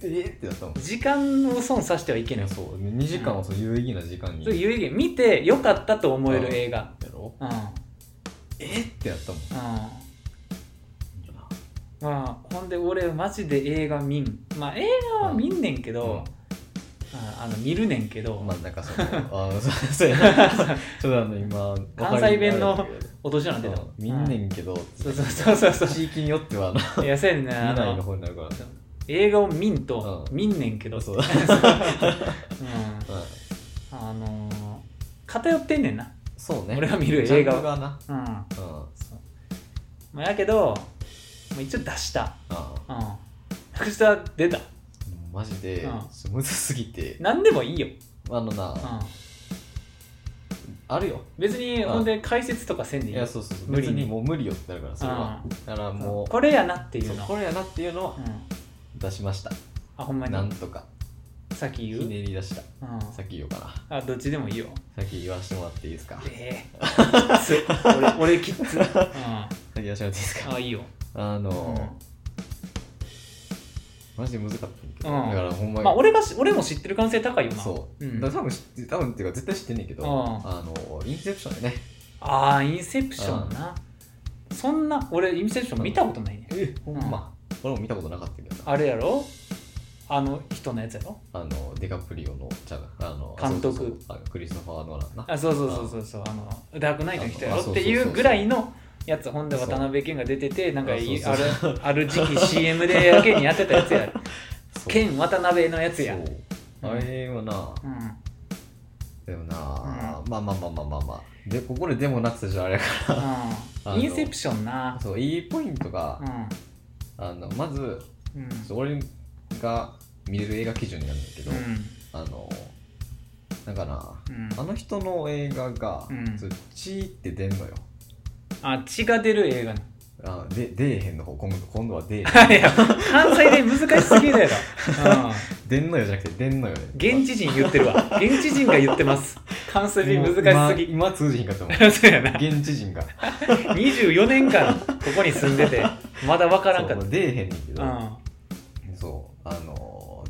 えってなったもん
時間を損さしてはいけ
い
ない
や
そ
そう2時間はそう有意義な時間に
う有意義見てよかったと思える映画
やろ
うんうん
えってやったもん
まあほんで俺マジで映画見んまあ映画は見んねんけど、うんあの見るねんけど、
まあなんかそのあのそうそうやなちょっとあの今
関西弁の
わかりにくい
お年なんで
け
た
ど見んねんけど
そうそうそうそうそう
地域によってはな見
いやそうやねんなあ
ないの
の
方になるからね
映画を見んと、
うん
見んねんけど
そうう
ん
うん
あのー偏ってんねんな。
そうね
俺が見る映画は
ジャンルがな
うん。
うんあ
そうまあ、やけど、まあ、一応出した。
あ
うん。出した出た。
マジで
うん
ちょむずすぎて
何でもいいよ。
あの
う。
なんあるよ
別に、
うん
ほんで解説とかせんでい
い
いよ。
やそうそうそう
無理
別
に
にもう無理よってなるからそれは
うん
だからも
そううこれやなっていう
そう
の。
これやなっていうのは
うん。
出しました
あ、ほんま
なん
に。
とか
さっき
ひ
言う、
ねり出した
うん。
さっき言おうかな
あ、どっちでもいいよ。
さっき言わせてもらっていいですか
ええきつ俺、俺きつ。うん。あ、
言わせてもらっていいですか
いいよ。
あの
うん
マジで難かったんやけど
うん
だからほんまに
まあ、俺がし、俺も知ってる可能性高いよな。
そう
うん
だから多分知って多分っていうか絶対知ってんねんけど
うん
あのインセプションやね
ああインセプションなそんな俺インセプション見たことないね
えほんま、俺も見たことなかったけどな
あれやろあの人のやつやろ
あのデカプリオのちゃうあの
監督
そうそうそうあクリストファー・ノーランな
あそうそうそうそうそうあのダークナイトの人や
あ
ろ
そう
っ
そ
て
うそうそう
いうぐらいのやつほんで渡辺謙が出ててなんかい
あ
あ
そうそう
るある時期 CM でやけにやってたや つや
そう
剣渡辺のやつやう
そうあれはな、
ん
でもな、まあまあまあまあまあまあでここででもなってたじゃんあれやか
う
あ
ん
の
インセプションな
らそういいポイントが、
う
あのまず
んうん
俺が見れる映画基準になるんだけど、
うん
あのなんかな
うん
あの人の映画が、
うん
そうチーって出んのよ
あ血が出る映画な
あで出えへんの方今度今度は出えへん
いや関西で難しすぎるやろ、
出んのよじゃなくて出んのよね
うん、現地人言ってるわ現地人が言ってます 関西人難しすぎ、
もう今今通じひんかったもん
そうやな
現地人が
24年間ここに住んでてまだ分からんかっ
そう出えへんねんけど、
たうん
そうあの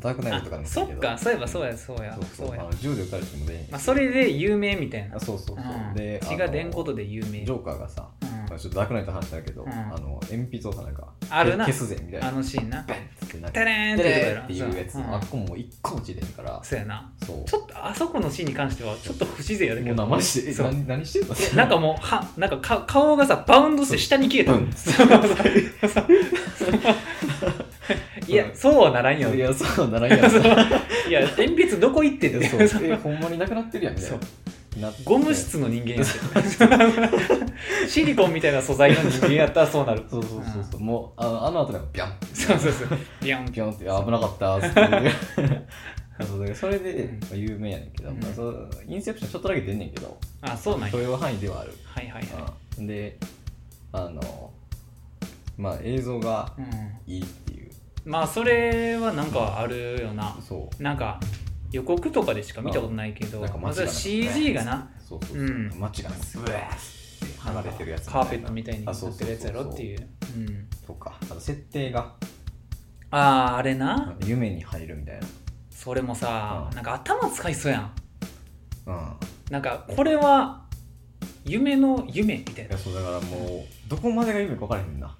ダークナイトとか
あ
の
そっかそういえばそうやそうや
そうそう
そうや
あの銃で撃たれても出えへんし
まあそれで有名みたいな
あそうそうそう、
うん
で
血が出んこと
で
で有名
ジョーカーがさ
うん
まあちょっとダークナイトの話だけど、
うん
あの鉛筆をさなんか
あるな
消すぜみたいな
あのシーンな
バンってなんか
テレーンって
テ
とこや
レーン
ろ
っていうやつ、
うん
あっこも一個落ちてるから
そうやな
そう
ちょっとあそこのシーンに関してはちょっと不自然やだけ
もう
ど
なマジでえ
そう
何何してんの
なんかもうはなんかか顔がさバウンドして下に消えた、
うん
いやそうはならんよ
い
いや
やそうならんや ろ
そう鉛筆どこ行ってんねん
そうえほんまになくなってるやんみたい
そ
な
う
なって
ゴム質の人間やってシリコンみた いな素材の人間やったらそうなる
そうそうそうそうもうあのあの後でもビャン
そうそうそうビャン
ビャンってあ危なかっ たーってそうだからそれで
うん
まあ有名やねんけど、
うん
まあ、そうインセプションちょっとだけ出んねんけど
あそうなんや
許容範囲ではある
はいはいは
うんであのまあ映像が
い、うん、
いいっていう
まあそれはなんかあるよな
そう
なんか予告とかでしか見たことないけど、
なんか
ま
街
ず
がな
CG がな
そうそうそう、
うん
街がスワーって離れてるやつ
カーペットみたいにな
あ
っ
そう
て
そう
る
そう
やつやろっていううん
とかあと設定が
あああれな
夢に入るみたい
それもさ
うん
なんか頭使いそうやん
なうん
なんかこれは夢の夢みたい
い
なっ
やそうだからもうどこまでが夢か分からへんな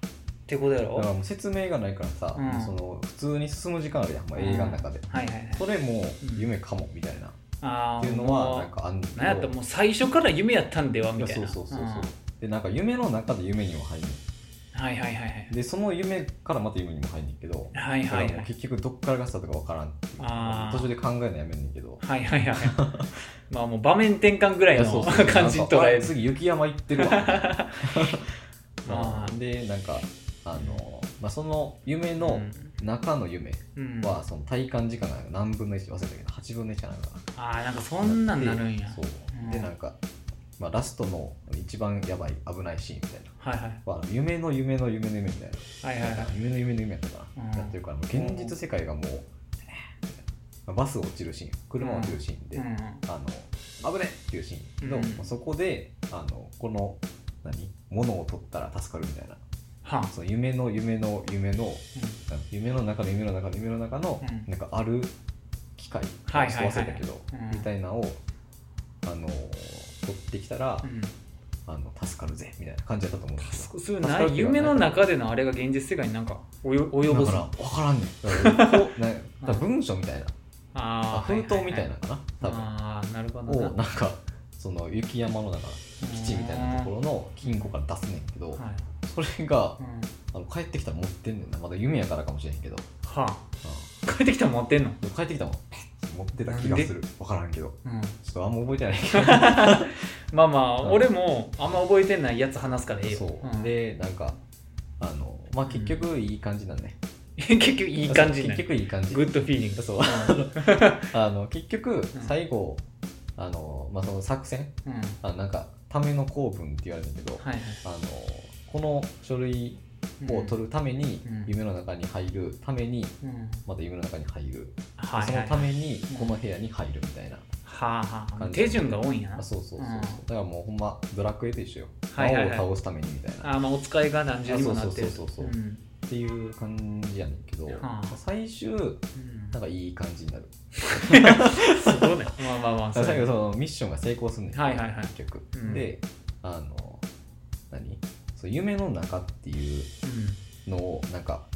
てことやろ
だか
は
らもう説明がないからさ、
うん
その普通に進む時間あるやん、まあ、映画の中で、
いはいはい
それも夢かもみたいな、
ああ
っていうのはなんかあんねんけど
なんやったらもう最初から夢やったんではみたい
そう
な
そうそうそう、
ん
でなんか夢の中で夢にも入んねん
はいはいはいはい
でその夢からまた夢にも入んねんけど、
はいはいは
だからもう
い
結局どっからがスタートかわからんっていう
あー
途中で考えるのやめんねんけど
はいはいはいまあもう場面転換ぐらい
いやそ
の
うそ う
感じに捉
な
え
んかあ
る
次雪山行っ てるわ
あー
でなんかあの、まあ、その夢
う
の
ん
中の夢
うん
はその体感時間が何分の1忘れたけど8分の1かなんか
ああなんかそんなんなるんや
そう
うん
でなんか、まあ、ラストの一番やばい危ないシーンみたい
はい
な
はい
は夢の夢の夢の夢みたいな
はいはいはい
夢の夢の夢やったかな、
うん
やってるからもう現実世界がもう、まあバス落ちるシーン車落ちるシーンで、
うん
あの危ねっていうシーンの、
うん
まあそこであのこの何物を取ったら助かるみたいな
はん
その夢の夢の夢のなんか夢の中の夢の中の夢の中の、
うん
なんかある機械
はいはいはい
忘れたけど、
うん
みたいなのをあの取ってきたら、
うん
あの助かるぜみたいな感じだったと思うんですよ
そういう
助
な
かるっていうか
夢の中でのあれが現実世界になんかおよ及ぼ
だ
す
か
あ
ら分からんねんだからこうなんかだから文章みたいな
あー
封筒みたいなのかな、
ああなるほ
多分
ど
を
な
なんかその雪山の中基地みたいなところの金庫から出すねんけど、
はい
それが
うん
あの帰ってきたら持ってんねんなまだ夢やからかもしれへんけど、
はあ
う
帰ってきたら持ってんの
ん帰ってきたもん持ってた気がする分からんけど
うん
ちょっとあんま覚えてないけど
まあまあ
うん
俺もあんま覚えてないやつ話すからええよ
そう、
ん
でなんかあのまあ結局いい感じなんね、
結局いい感じにな
結
る
局いい感じ
グッドフィーリング
そうあの結局最後、あのまあその作戦
うんうん
あなんかための構文って言われるんだけど、
はいはい
あのこの書類を取るために
うん
夢の中に入るために
うんうん
また夢の中に入る、
はい
そ
は
の
い
ために
うん
この部屋に入るみたいな、
はあはあ手順が多いんやな
あそうそうそうそう、
うん
だからもうほんまドラクエと一緒よ、
はいはいはい
魔王を倒すためにみたいな
あーまあお使いが何重にもなってる
あそうそうそうそ
ん
っていう感じやねんけど、
はあ
最終
うん
なんかいい感じになる
すごいね。まあまあまあ、
最後
う
そのミッションが成功するねん
はいはいはい
結局、
うん
であの何そう夢の中っていうのをなんか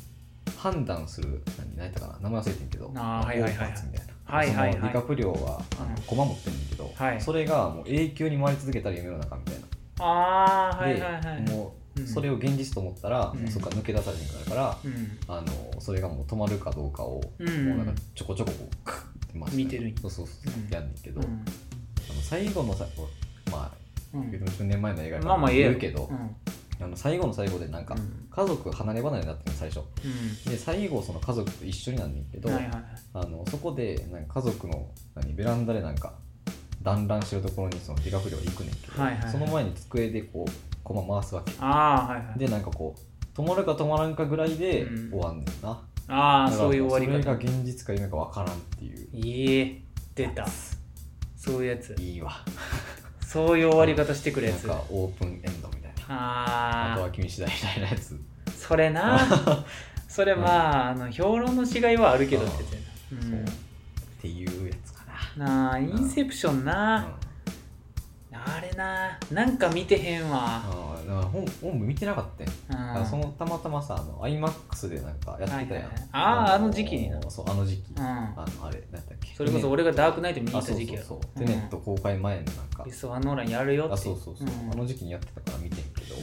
判断する何何やったかな名前忘れてんけど
あーはいはいはいはい
オーパーツみたいな、
はいはいはい
そのディカプリオはあの
うん
駒持ってんだけど、
はい
それがもう永久に回り続けたら夢の中みたいな
ああはい
で、
はいはい
もうそれ
を
を現実と思ったら、
うん
もうそこから抜け出されへんくなるから、
うん
あのそれがもう止まるかどうかを、
うん
もうなんかちょこちょここうクッて回して
見てるんや
そうそうそう、
うん
やんねんけど、
う
あの
ん
最後のさこうまあ
う
言うんても10年前の映画やか
まあ
ら
まあ言えよ
言うけど、
うん
あの最後の最後でなんか、
うん
家族離れ離れになってるの最初で最後その家族と一緒になんねんけ
う
ど、
んはいはい
あのそこでなんか家族の何ベランダでなんか団らんしてるところにその理学寮行くねんけど、
はいはいはい
その前に机でこう駒回すわけ
ああはいはい
でなんかこう止まるか止まらんかぐらいで
うん
終わんねんな、
ああ
だから
そういう終わり
そ
方
れが現実か夢か分からんっていう
いえ出たそういうやつ
いいわ
そういう終わり方してくるやつ
なんかオープンエンドみたいなあと
あ
は君次第みたいなやつ
あそれ なそれまああの評論の違いはあるけど
う
っ
ん
て言ってた
そう
よな
っていうやつか
うんなあインセプション
な、
なあれななんか見てへんわ
あーだから本本部見てなかったよ、
うん
だからそのたまたまさあの iMAX でなんかやってた
はい
やん、
はいはいあーあの時期にな
そうあの時期、
うん
あのあれ何やったっけ
それこそ俺がダークナイト見に行った時期や
あそう
ろ
そうそうテネット公開前のなんか、
リスワノーランやるよって
あそうそうそう、
ん
あの時期にやってたから見てんけど、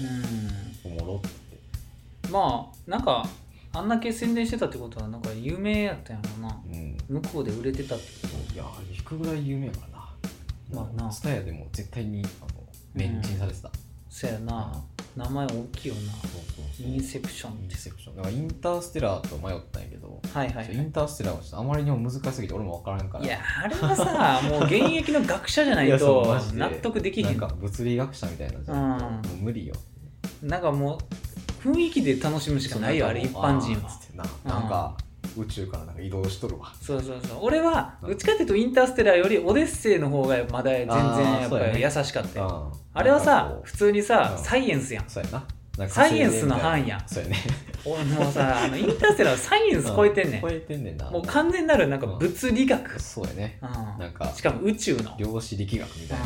う
おもろって
んまあなんかあんだけ宣伝してたってことはなんか有名やったんやろな
うん
向こうで売れてたってこ
いやー行くぐらい有名やからな
まあな
スタヤでも絶対にあのメンチンされてた、
とそやな名前大きいよな
そうそうそう
インセプション
イ
っ
ン
て
セプションだからインターステラーと迷ったんやけど、
はいはい、
インターステラーはちょっとあまりにも難しすぎて俺も分からんから
いやあれはさもう現役の学者じゃない
そう
と
マジで
納得できへん
なんか物理学者みたいなじゃん
うん
もう無理よ
なんかもう雰囲気で楽しむしかないよあれ一般人
あー
は
っつってななんか宇宙からなんか移動しとるわ
そうそうそう俺はどっちかっていうとインターステラーよりオデッセイの方がまだ全然やっぱり優しかったよ
うん
あれは
なん
さ
かこ
普通にさ
うん
サイエンスやん
うそうやななんか
サイエンスの範囲やん
そうやね
俺もうさあのインターステラーはサイエンス 超えてんねん
超えてんねんな
もう完全なるなんか物理学、
そうやね
うん
なんか
しかも宇宙の、うん、
量子力学みたいな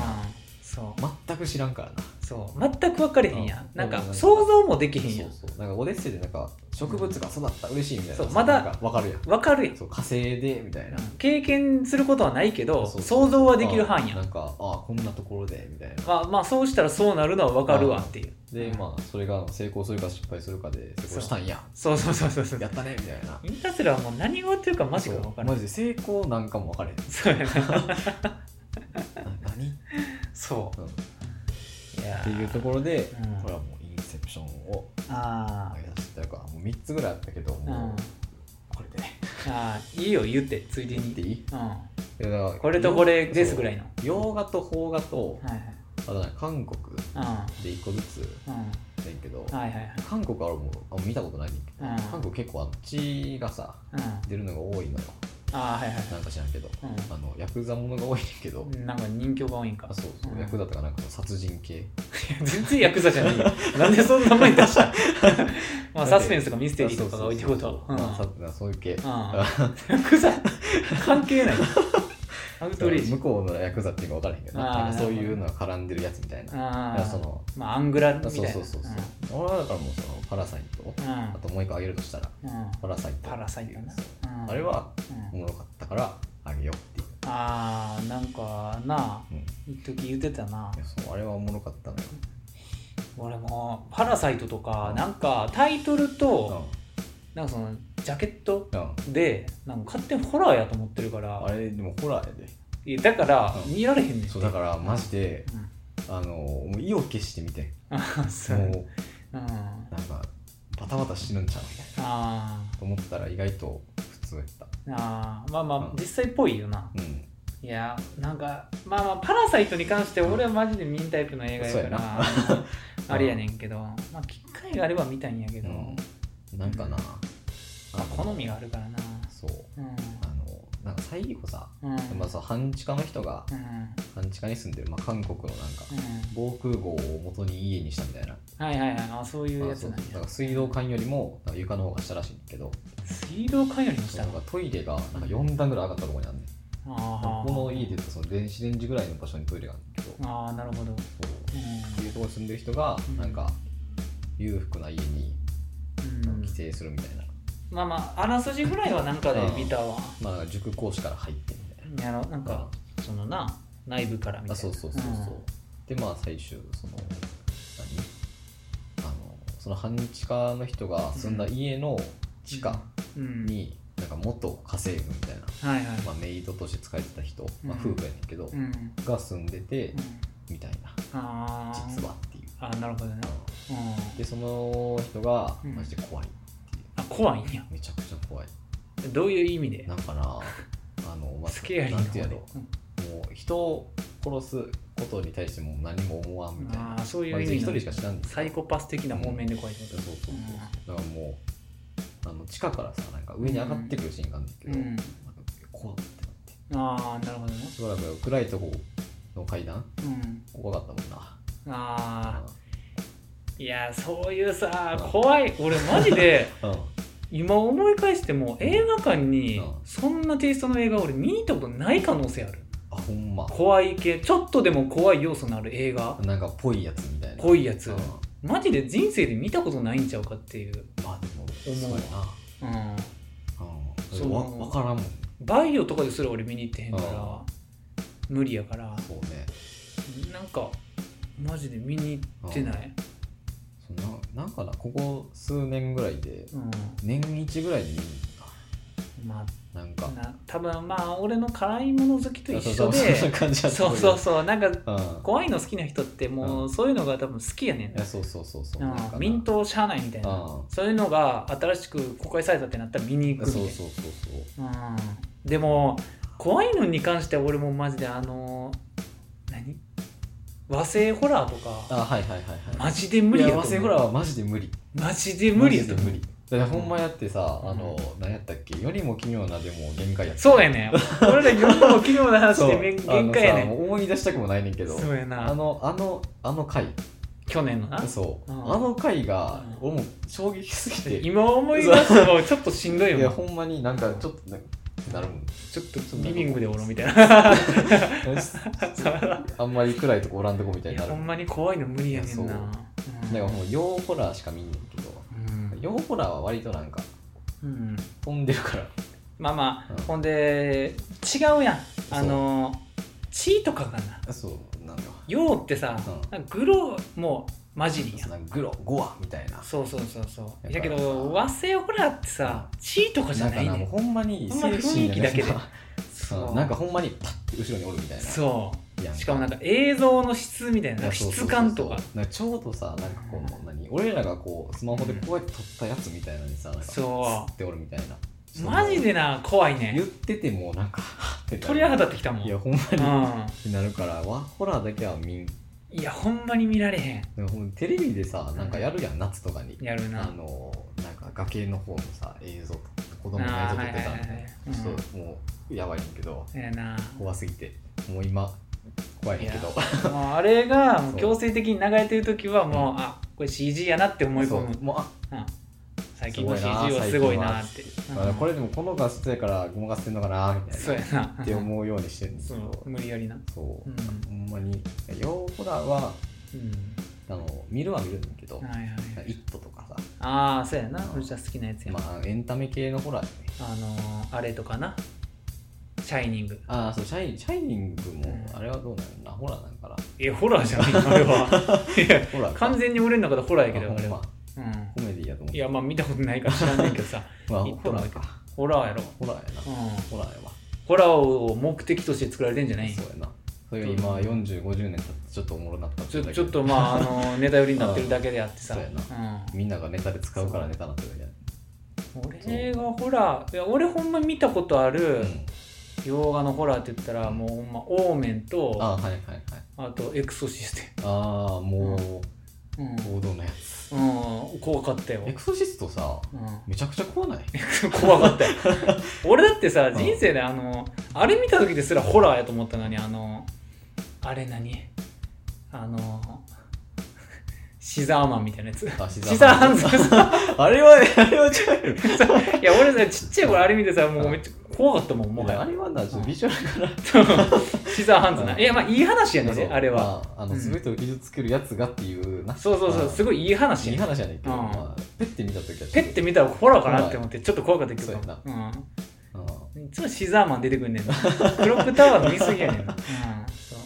そう
全く知らんからな
そう全く分かれへんやん、
うん
なんか
うん
想像もできへん
そ
やん
うそうなんかオデッセイでなんか植物が育った嬉しいみたいな
そうまだ
なんかわかるやん
分かるやん
そう火星でみたいな
経験することはないけど
そう
想像はできる範囲や
なんんかああこんなところでみたいな
まあまあそうしたらそうなるのは分かるわっていう
でまあそれが成功するか失敗するかで成功したんや
そうそうそうそうそう
やったねみたいな
インターセラーはもう何語っていうかマジか分か
そう
らな
マ
い
ジで成功なんかも分かれへん
そうやな
な何、
そ
うんっ
ういや
ていうところで、
うん
これはもうインセプションを
あ
上げさせていただくからもう3つぐらいあったけど
ー、うん
も、うこれで
あーいいよ言ってついで
言っ
に
ていい
うん、
いやだから
これとこれですぐらいの
そう洋画と邦画と
はい
あとなんか韓国
はい
で1個ずつ
うんうん
やんけど、
はいはいはい
韓国は俺もあ見たことないねんけど、
うん
韓国結構あの血がさ
うん
出るのが多いのよ
ああはいはいは
なんか知らんけど、
うん
あのヤクザものが多いねんけど、
いなんか人気が多いんか
あそうそう、
うん
ヤクザとかなんか殺人系
全然ヤクザじゃ ないよなんでそんな名前出したまあサスペンスとかミス
ス
テリーとかが多いってことうん
まあ、さそういう系、
うんヤクザ関係ないアウトレイジ
向こうのヤクザっていうのか分からへんけどな
あー
なんかそういうのが絡んでるやつみたいなだ
あ
から
あ
その
まあアングラみた
そう
いな
そうそうそう、俺はだからもうそのパラサイト、
うんうん
あともう一個あげるとしたら
うん
パラサイト
パラサイトな
そう
うん
あれは
うん
おもろかったからあげようっていう、
ああなんかな
うん、い
一時言ってたな
やそうあれはおもろかったのよ、
俺も「パラサイト」とかなんかタイトルとなんかそのジャケット
うんうん
でなんか勝手にホラーやと思ってるから
あれでもホラーや
いやだから
うん
見られへんね
で
ん
そうだからマジで
うん
あのもう意を決して見て
あそううん
もうなんかバタバタ死ぬんちゃうみたいな
あ
と思ったら意外と普通やった
ーあーまあまあ
うん
実際っぽいよな
うん
いやなんかまあまあ「パラサイト」に関して俺はマジで見んタイプの映画やから
そうや
あれやねんけどまあ機会があれば見たいんやけど、
うん、なんかな、あの
好みがあるからな
そう
うん
あのなんか最後さ、
うんうん
まあ、そう半地下の人が
うん
半地下に住んでる、まあ、韓国のなんか防空壕を元に家にしたみたいな、
はいはいはいあそういう
ま
や
あ、
つ
そう
な
だ
ん
か
や
ら水道管よりもなんか床の方が下らしいんだけど
水道管よりも
そう
下
なん
の
かトイレがなんか4段ぐらい上がったところにあるねん
あ
この家で言うとその電子レンジぐらいの場所にトイレがあるんだけど
ーあーなるほど
そうっていうところに住んでる人が
うん
なんか裕福な家に
うん
帰省するみたいな、
まあまああらすじぐらいはなんかで見たわ
まあなんか塾講師から入ってみたい
やろなん
な、
かそのな内部からみたいな
あそうそうそうそう、でまあ最終その何あのその半日家の人が住んだ家の地下
うん、うん
になんか元家政婦みたいな、
はいはい、
まあ、メイドとして使えてた人、まあ、
うん
夫婦やねんけど、
うんうん、
が住んでてみたいな
あー
実はっていう、
あなるほどね、うん、
でその人が
うん
マジで怖い、
あ怖いんや
めちゃくちゃ怖い
どういう意味で
なんかなあの、まあ、
スケアリー
な
なん
ていうやろ
うん
もう人を殺すことに対してもう何も思わんみたいな
あーそういう
まあ
意
別に
味
一
の
人しか知らんねん
サイコパス的な方面で怖いって
そ
こ
うそうそうだからもうあの地下からさなんか上に上がってくるシーンがあるんだけど、
うん
なんか怖ってなって
と、ああなるほどね、
しばらく暗いとこの階段
うん、
怖かったもんな
あ
あ
あいやそういうさ
うん
怖い俺マジ で
うん
今思い返しても映画館に
うん
そんなテイストの映画俺見に行ったことない可能性ある
あほんま
怖い系ちょっとでも怖い要素のある映画
なんかぽいやつみたいな
濃いやつ
うん
マジで人生で見たことないんちゃうかっていう、
まあでも
思う
そうやな
うん、
うん
そう
わわからんもん
バイオとかですら俺見に行ってへんから無理やから
そうね
なんかマジで見に行ってない、
そんななんかなここ数年ぐらいで
うん、
年一ぐらいで見る
ま
ななん
あ
か
な多分まあ俺の辛いもの好きと一緒
そうそうそん
で
な感じやった
そうそうそうなんか
うんい
怖いの好きな人ってもうそういうのが多分好きやねん
やそうそうそうそうなんか
う
なん
ミントしゃあないみたいな
うん
そういうのが新しく公開されたってなったら見に行くみたい
そう
な
そうそうそ
う
う
んでも怖いのに関しては俺もマジであの何和製ホラーとか
あはいはいはいはい
マジで無理や
い
と
や
思う
和製ホラーはマジで無理
マジで無理やと
マジ
思
で
う
無理だってほんまやってさ、
うん
あの何やったっけよりも奇妙なでも限界やった
そうやねん俺ら世の奇妙な 話
そう
でめん限界や
あのさ
ね
もう思い出したくもないねんけ
ん
ど
そうや
あ
な
のあのあの回
去年のな
そう、
うん
あの回が、
う
俺も衝撃すぎて
今思い出すのちょっとしんどい
い
よ
やほんまになんかちょっとなんかってなるも ん
ちょっとリビングでおろうみ たいな
あんまり暗いとこおらんとこみたい
い
に
や
なる
ほんまに怖いの無理やねん
い
な
や
うん
なんかもう洋ホラーしか見んねんけど
うん
洋ホラーは割となんか
うん
飛んでるから
まあまあ、
うん
ほんで違うやんあの血とかがな
あそうなんか
陽ってさ、
うん
なんかグロも混じりやん
なんかグロゴアみたいな
そうそうそうそう
や
だ
っぱ
けど和製ホラーってさ血とかじゃ
なん
な
か
い
なもう
ね
ほんまに
ほんま雰囲気だ けでそう
うんなんかほんまにパッて後ろにおるみたいな
そ
や
うんしかもなんか映像の質みたい
い
な
やそうそうそうそう
質感とか
なんかちょうどさなんかこの何俺らがこうスマホでこうやって撮ったやつみたいなのにさなんか
そう
吸っておるみたいな
マジでな怖い
言
ね
っててもなんかはぁってなる
鳥肌立ってきたもん
いうや
ん
ほんまにってなるからわホラーだけは見ん
いやほんまに見られへん
でもほんテレビでさなんかやるやん夏とかに
やる
あ
な
のなんか崖の方のさ映像子供の映像撮っ
あ
てたん
ーはいはいはいは
で
い
ちょっともうやばいねんけど
ええ な
怖すぎてもう今怖いねんけど
もうあれがもう
そう
強制的に流れてる時はもう、
う
あこれ CG やなって思い込む
そうもうあ
うん最近の CG はすごいなって
まあこ
れ
れでもこの画質やからごまかしてんのかなみたい
そうや
な
な
って思うようにしてるんです
そ
けど
う無理やりな
そう
うん
ほんまに洋ホラーは
うん
あの見るは見るんだけど
はいはい
「イット!」とかさ
ああそうやな
うん
俺じゃ好きなやつや、
まあエンタメ系のホラーよね
あのー、あれとかなシャイニング
ああそうシャイシャイニング
う
も
ん
あれはどうなのなホラーなんかな
えホラーじゃないあれ はいや
ホラーか
完全に俺の中でホラーやけど
あ
あ
ほ
れ
ん
は
ま
うん
コメディやと思っ
い
て
やまあ見たことないから知らないけど さ
まあ
一本
ホ
だ
ラ
け
ーか
ホラーやろ
ホラーやな
うん
ホラーやわ
ホラーを目的として作られてんじゃない
そうやなそれが今4050年経ってちょっとおもろなった
ちょ
だけ
ちょっとまあ、あの ネタ寄りになってるだけであってさ
そうやなみんながネタで使うからネタなってるだけや
うん、俺がホラーいや俺ほんま見たことある
うん
洋画のホラーって言ったら、
うん
もうほんまオーメンと
あ
あ
あはいはいはい
とエクソシステ
ああも
ム、
う王道のやつ
うん、怖かったよ、
エクソシストさ
う
めちゃくちゃ 怖ない
ん、怖かった よ俺だってさ
ん
人生であのあれ見た時ですらホラーやと思ったのにあのあれ何あのシザーマンみたいなやつ
あシ
シザーハンズ
あれはあれは違うよ
いや俺さちっちゃい頃あれ見てさもうめっちゃ怖かったもんもは
あ
や
れはなちょっとビジュアルから
シザーハンズな。いや、まあ、いい話やねん
そう
で、あれは。、
まあ、あの
うん
全てを傷つけるやつがっていうな、
そうそうそう、すごいいい話
いい
やね
話やねんけど、
うん
まあ、ペッて見た時は
ペッて見たらホラーかなって思って、ちょっと怖かったけど
そうやな。
う。
うん、うん
いつもシザーマン出てくんねんな。クロックタワーの見過ぎやねんな。 うん。そう。
ん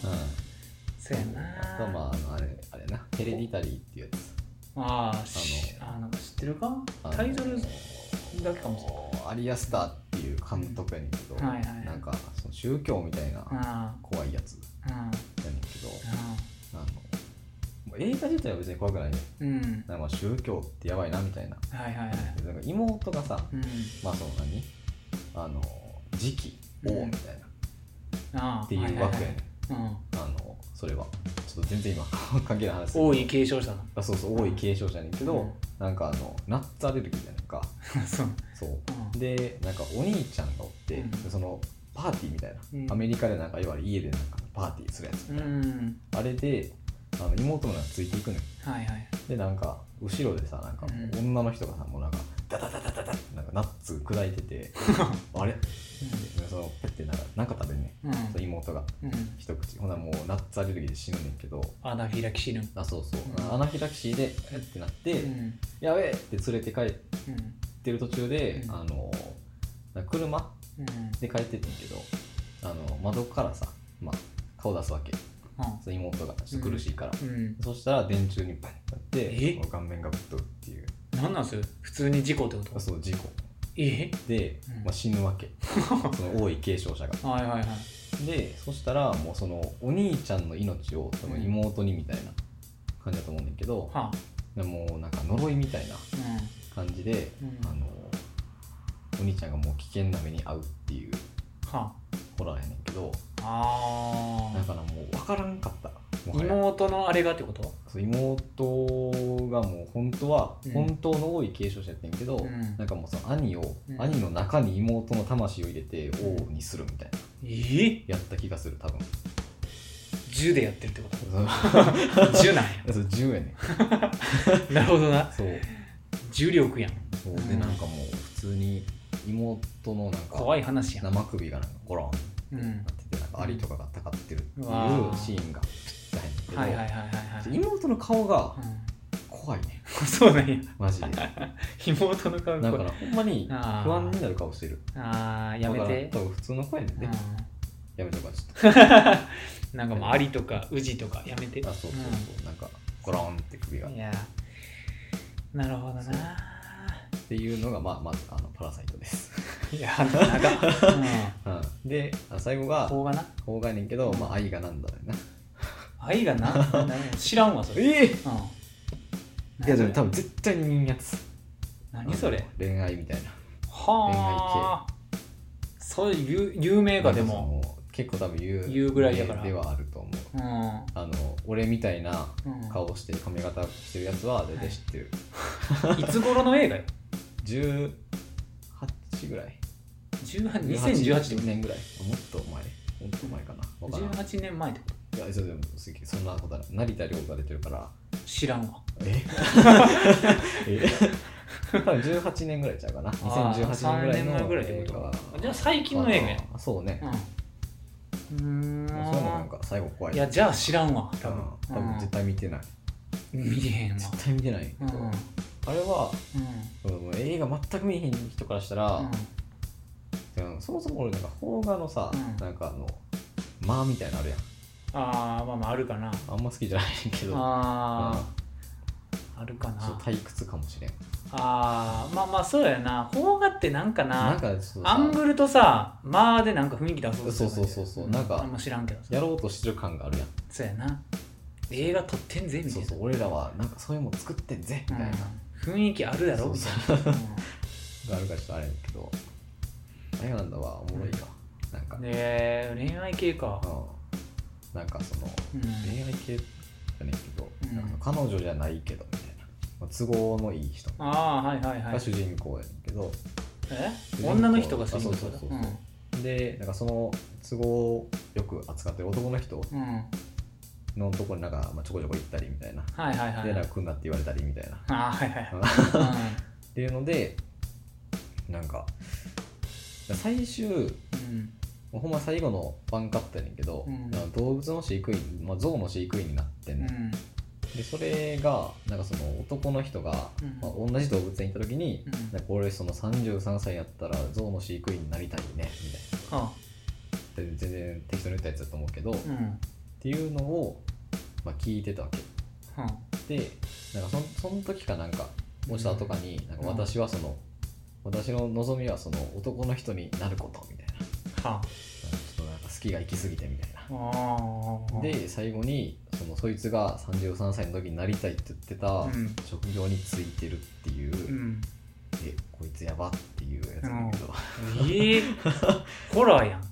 そうや
あ
な。
とはまああのあれあれなヘレディタリーっていうやつ
ああ、しあの、知ってるか
あの
タイトルだけかもしれない。
アリアスターっていう監督やねんけど、
はいはい
なんかその宗教みたいな
あ
怖いやつ
あ、あ
やねんけど、
あ、
あのもう映画自体は別に怖くないね
うん。
なんかまあ宗教ってやばいなみたいな
はいはいはい。
なんか妹がさ
うん。
まあその何あの時期王みたいな、
ああ、
っていう枠やねん、
はいはいはい。うん。
あのそれはちょっと全然今関係ない話する
多い継承者な。
あそうそう多い継承者やねんけど、
うん
なんかあのナッツアレルギーやねんか
そう。
そう
うん
でなんかお兄ちゃんがおって、
うん
でそのパーティーみたいな、
うん
アメリカでなんかいわゆる家でなんかパーティーするやつ、
うん。
あれであの妹もなんかついていくのよ
はい はい。
でなんか後ろでさなんかもう女の人がさもうなんかダダダダダダってなんかナッツ砕いててあれってそのペッてなんかなんか食べんね
うん。
んその妹が
うん。
一口ほなもうナッツアレルギーで死ぬねんけど
アナフィラキシーの。
あそうそう、
うん
アナフィラキシーでえってなって、
うん。
やべえって連れて帰っ
うん。
てる途中で、
うん
あのなんか車
うん。
で帰ってってんけどあの窓からさ、まあ、顔出すわけその妹がちょっと苦しいから、
うん。
そしたら電柱にバンってなっ
え
てもう顔面がぶっ飛ぶっていう
なんなんす普通に事故ってこと
そう事故
え
で、
うん
まあ、死 ぬわけその多い軽傷者が
はいはいはい。
でそしたらもうそのお兄ちゃんの命を多分妹にみたいな感じだと思うねんだけど、
はあ。
でもうなんか呪いみたいな
う
感じで、
ん。うん。
あのお兄ちゃんがもう危険な目に遭うっていう
は
ホラーやねんけど
あ。あ
だ
あ。
からもう分からんかったもはや
妹のあれがってこと
そう妹がもう本当は、
うん
本当の王位継承者やってんけど、
うん
なんかもうその兄を、
うん
兄の中に妹の魂を入れて王にするみたいな
え
やった気がする多分
銃でやってるってこと
そ
銃なんや。
う10やね
なるほどな。
そう
重力やん。
そう
うん
でなんかもう普通に妹のなんか
怖い話やん。
生首がなんかゴロンって
うん
な。っててなんかアリとかがたかってるっていう
うわー
シーンがプッて入ってんけど、
はいはいはいはいはい。
妹の顔が
う
怖いね
んそうなんや。
マ ジでだか
妹の顔
ら
これ
ほんまに不
あー
安になる顔してる
あーやめ
だ
て
から多分普通の声やねんね、
う
やめとこうちょっ
んなんかもうありとか宇治とかやめて
とあそうそうそう、なんかゴロンって首が
う
っ
んいやなるほど
そ
な
うていうのがまあまずあのパラサイトです、
いや長っ、うん
うん、であ最後 が
こうがな
方がやねんけど、まあ、愛がなんだろうな
愛がな何知らんわそれ、
ええ
うん、
いやでも多
分
分絶対に見んやつ
何そ
あ
れ
の恋愛みたいな
はあそういう有有名かでも
なんかその結構多分言う
言うぐらいだから
ではあると思う
うん、うん、
あの俺みたいな顔して髪型してるやつは大体知ってる、
いつ頃の映画よ
18ぐらい
18 2018年
年ぐらいもっと前もっと前かなわからん
18年前ってこ
いや、そうでも、すげえそんなことない。成田凌が出てるから。
と知らんわ
え え多分18年ぐらいちゃうかな。2018年ぐらいの
あー3年前ぐらいって
映
こ
画
と
は
じゃあ最近の映画や。
あそうね。
うんう
そう
ーん
いうのなんか最後怖い。
いやじゃあ知らんわ
多
多
分
分、
多分絶対見てない。
うん見えへんわ
絶対見てないけ
うん
ど。あれは、
う
もう映画全く見えへん人からしたら、うんそもそも俺なんか邦画のさ
うん、
なんかあの、まあみたいなのあるやん。
ああまあまああるかな
あんま好きじゃないけど、
あああるか
うんちょっ
な
と退屈かもしれん。
ああまあまあそうやな邦画ってなんか
なん
な
かちょっとさ
アングルとさまあでなんか雰囲気出そう
そうそうそうそうなんか
あんま知らんけどさ
やろうとしてる感があるやん。
そうやな映画撮ってんぜみた
そ
いうな
そう俺らはなんかそういうもん作ってんぜみたいな、
うん雰囲気あるやろみたいな
があるからちょっとあれだけどあれなんだわおもろいわなんか、
うんで恋愛系か
うん、なんかその
うん
恋愛系じゃねえけど、
うん
なんか彼女じゃないけどみたいな、まあ都合のいい人
ああはいはいは
が
い
主人公やねんけど、
え
主人公
女の人が主人公
あそうそうそう
だ
でなんかその都合よく扱ってる男の人
うんうん
のとこになんか、まあ、ちょこちょこ行ったりみたいな、
はいはいはい
でなんか来んなって言われたりみたいな、
ああはいはいはい
うんっていうのでなんか最終
うん
ほんま最後のパンカットやねんけど、
うん
なんか動物の飼育員、まあ、象の飼育員になってん
う
ねん、
ん
でそれがなんかその男の人が、
うん
まあ、同じ動物園行った時に、
うん
なんか俺その33歳やったら象の飼育員になりたいねみたいな
はあ
で全然適当に言ったやつだと思うけど、
う
っ
ん
ていうのを、まあ、聞いてたわけ
はあ
でなんかそんその時かなんか落ちたとかに、なんか私はその、私の望みはその男の人になることみたいななんか
は
ちょっとなんか好きが行き過ぎてみたいな
あああ
で最後にそのそいつが33歳の時になりたいって言ってた
うん
職業についてるっていう、
うん
えこいつやばっていうやつなんだけど、
ええホラー やん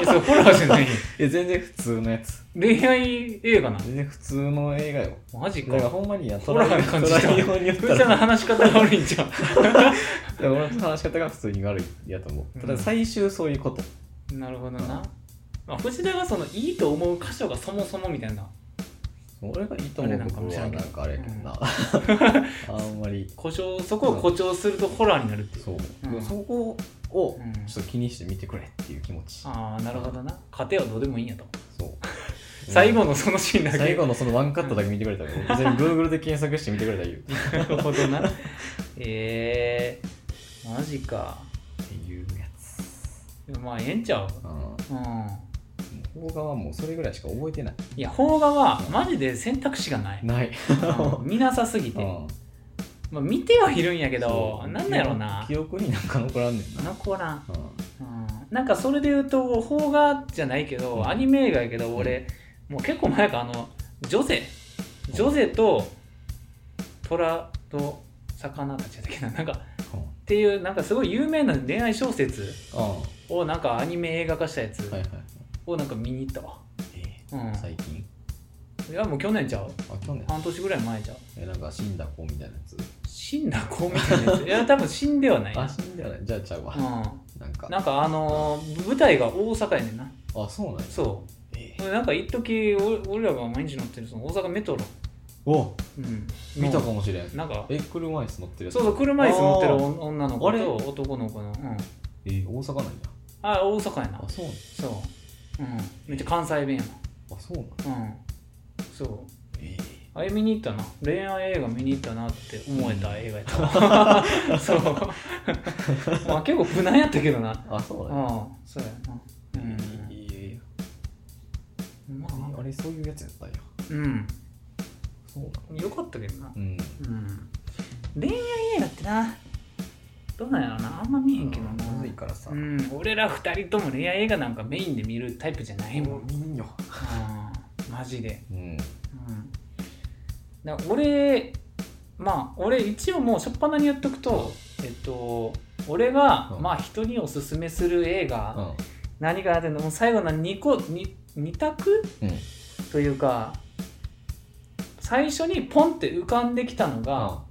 えそれホラーじゃないよ
え全然普通のやつ
恋愛映画な
全然普通の映画よ
マジ
だから
か
ほんまにや
ホラーな感じだ
捉えようによっ
ふうち
た
ゃんの
ら
話し方が悪いんじゃん
いや俺の話し方が普通に悪いやと思うた
う
だ
ん
最終そういうこと
なるほどな、まあ、藤田がそのいいと思う箇所がそもそもみたいな
俺がいいと思うところはなんかあれやけどな、 あんまり
故障そこを誇張するとホラーになるっていう、
そう、
うん
そこを
うん
ちょっと気にして見てくれっていう気持ち、
ああなるほどな家庭はどうでもいいんやと、
そう
最後のそのシーンだけ
最後のそのワンカットだけ見てく れたら別に Google で検索して見てくれたらいいよっ
なるほどなええマジか
ていうやつ
でもまあええんちゃう
うん
うん
もう邦画はもうそれぐらいしか覚えてない
いや邦画はマジで選択肢がない、
ない
うん見なさすぎ
う
て、
ん
まあ、見てはいるんやけど
そう
なんだやろうな
記憶になんか残らんねんな
残らん
うん
うんなんかそれで言うと邦画じゃないけど、
うん
アニメ映画やけど俺、もう結構前からあのジョゼジョゼと虎と魚たちやったっけななんかっ
うん
ていうなんかすごい有名な恋愛小説
は
をなんかアニメ映画化したやつ
いはい
をなんか見に行ったわ、
え
うん
ー最近
いやもう去年ちゃう
あ去年
半年ぐらい前ちゃう
えなんか死んだ子みたいなやつ
死んだ子みたいなやついや多分死んではない
あ死んだよねじゃあちゃうわ
う
なんか
ん、なんかあのー舞台が大阪やねんな
あそうなんや
そう
えー
俺なんか一時お俺らが毎日乗ってるその大阪メトロ、
お
うん、
見たか
も
もしれん
なんか
え車椅子乗ってるやつ
そうそう車椅子乗ってる
あ
お女の
あ
子
れ
と男の子のうん
えー大阪なんや
あ大阪やな
あそうなん
そう、うん、めっちゃ関西弁や
あそうなん
なうんそう
えー
あれ見に行ったな恋愛映画見に行ったなって思えた映画や った、そうまあ結構無難やったけどなうん
あそうだね
そうやなうん
いやいや
ま
あ
あ
れそういうやつやったんや
うん
そうなの
よかったけどな
うん
うん恋愛映画ってなどうなんやろなあんま見えへんけどな
むずいからさ
うん俺ら二人とも恋愛映画なんかメインで見るタイプじゃないもん、
見んよ
うんマジで、
うん
うん、だから俺まあ俺一応もう初っ端に言っとくとえっと俺が、
うん
まあ人におすすめする映画、
うん
何があるのもう最後の2個 2, 二択
うん
というか最初にポンって浮かんできたのが、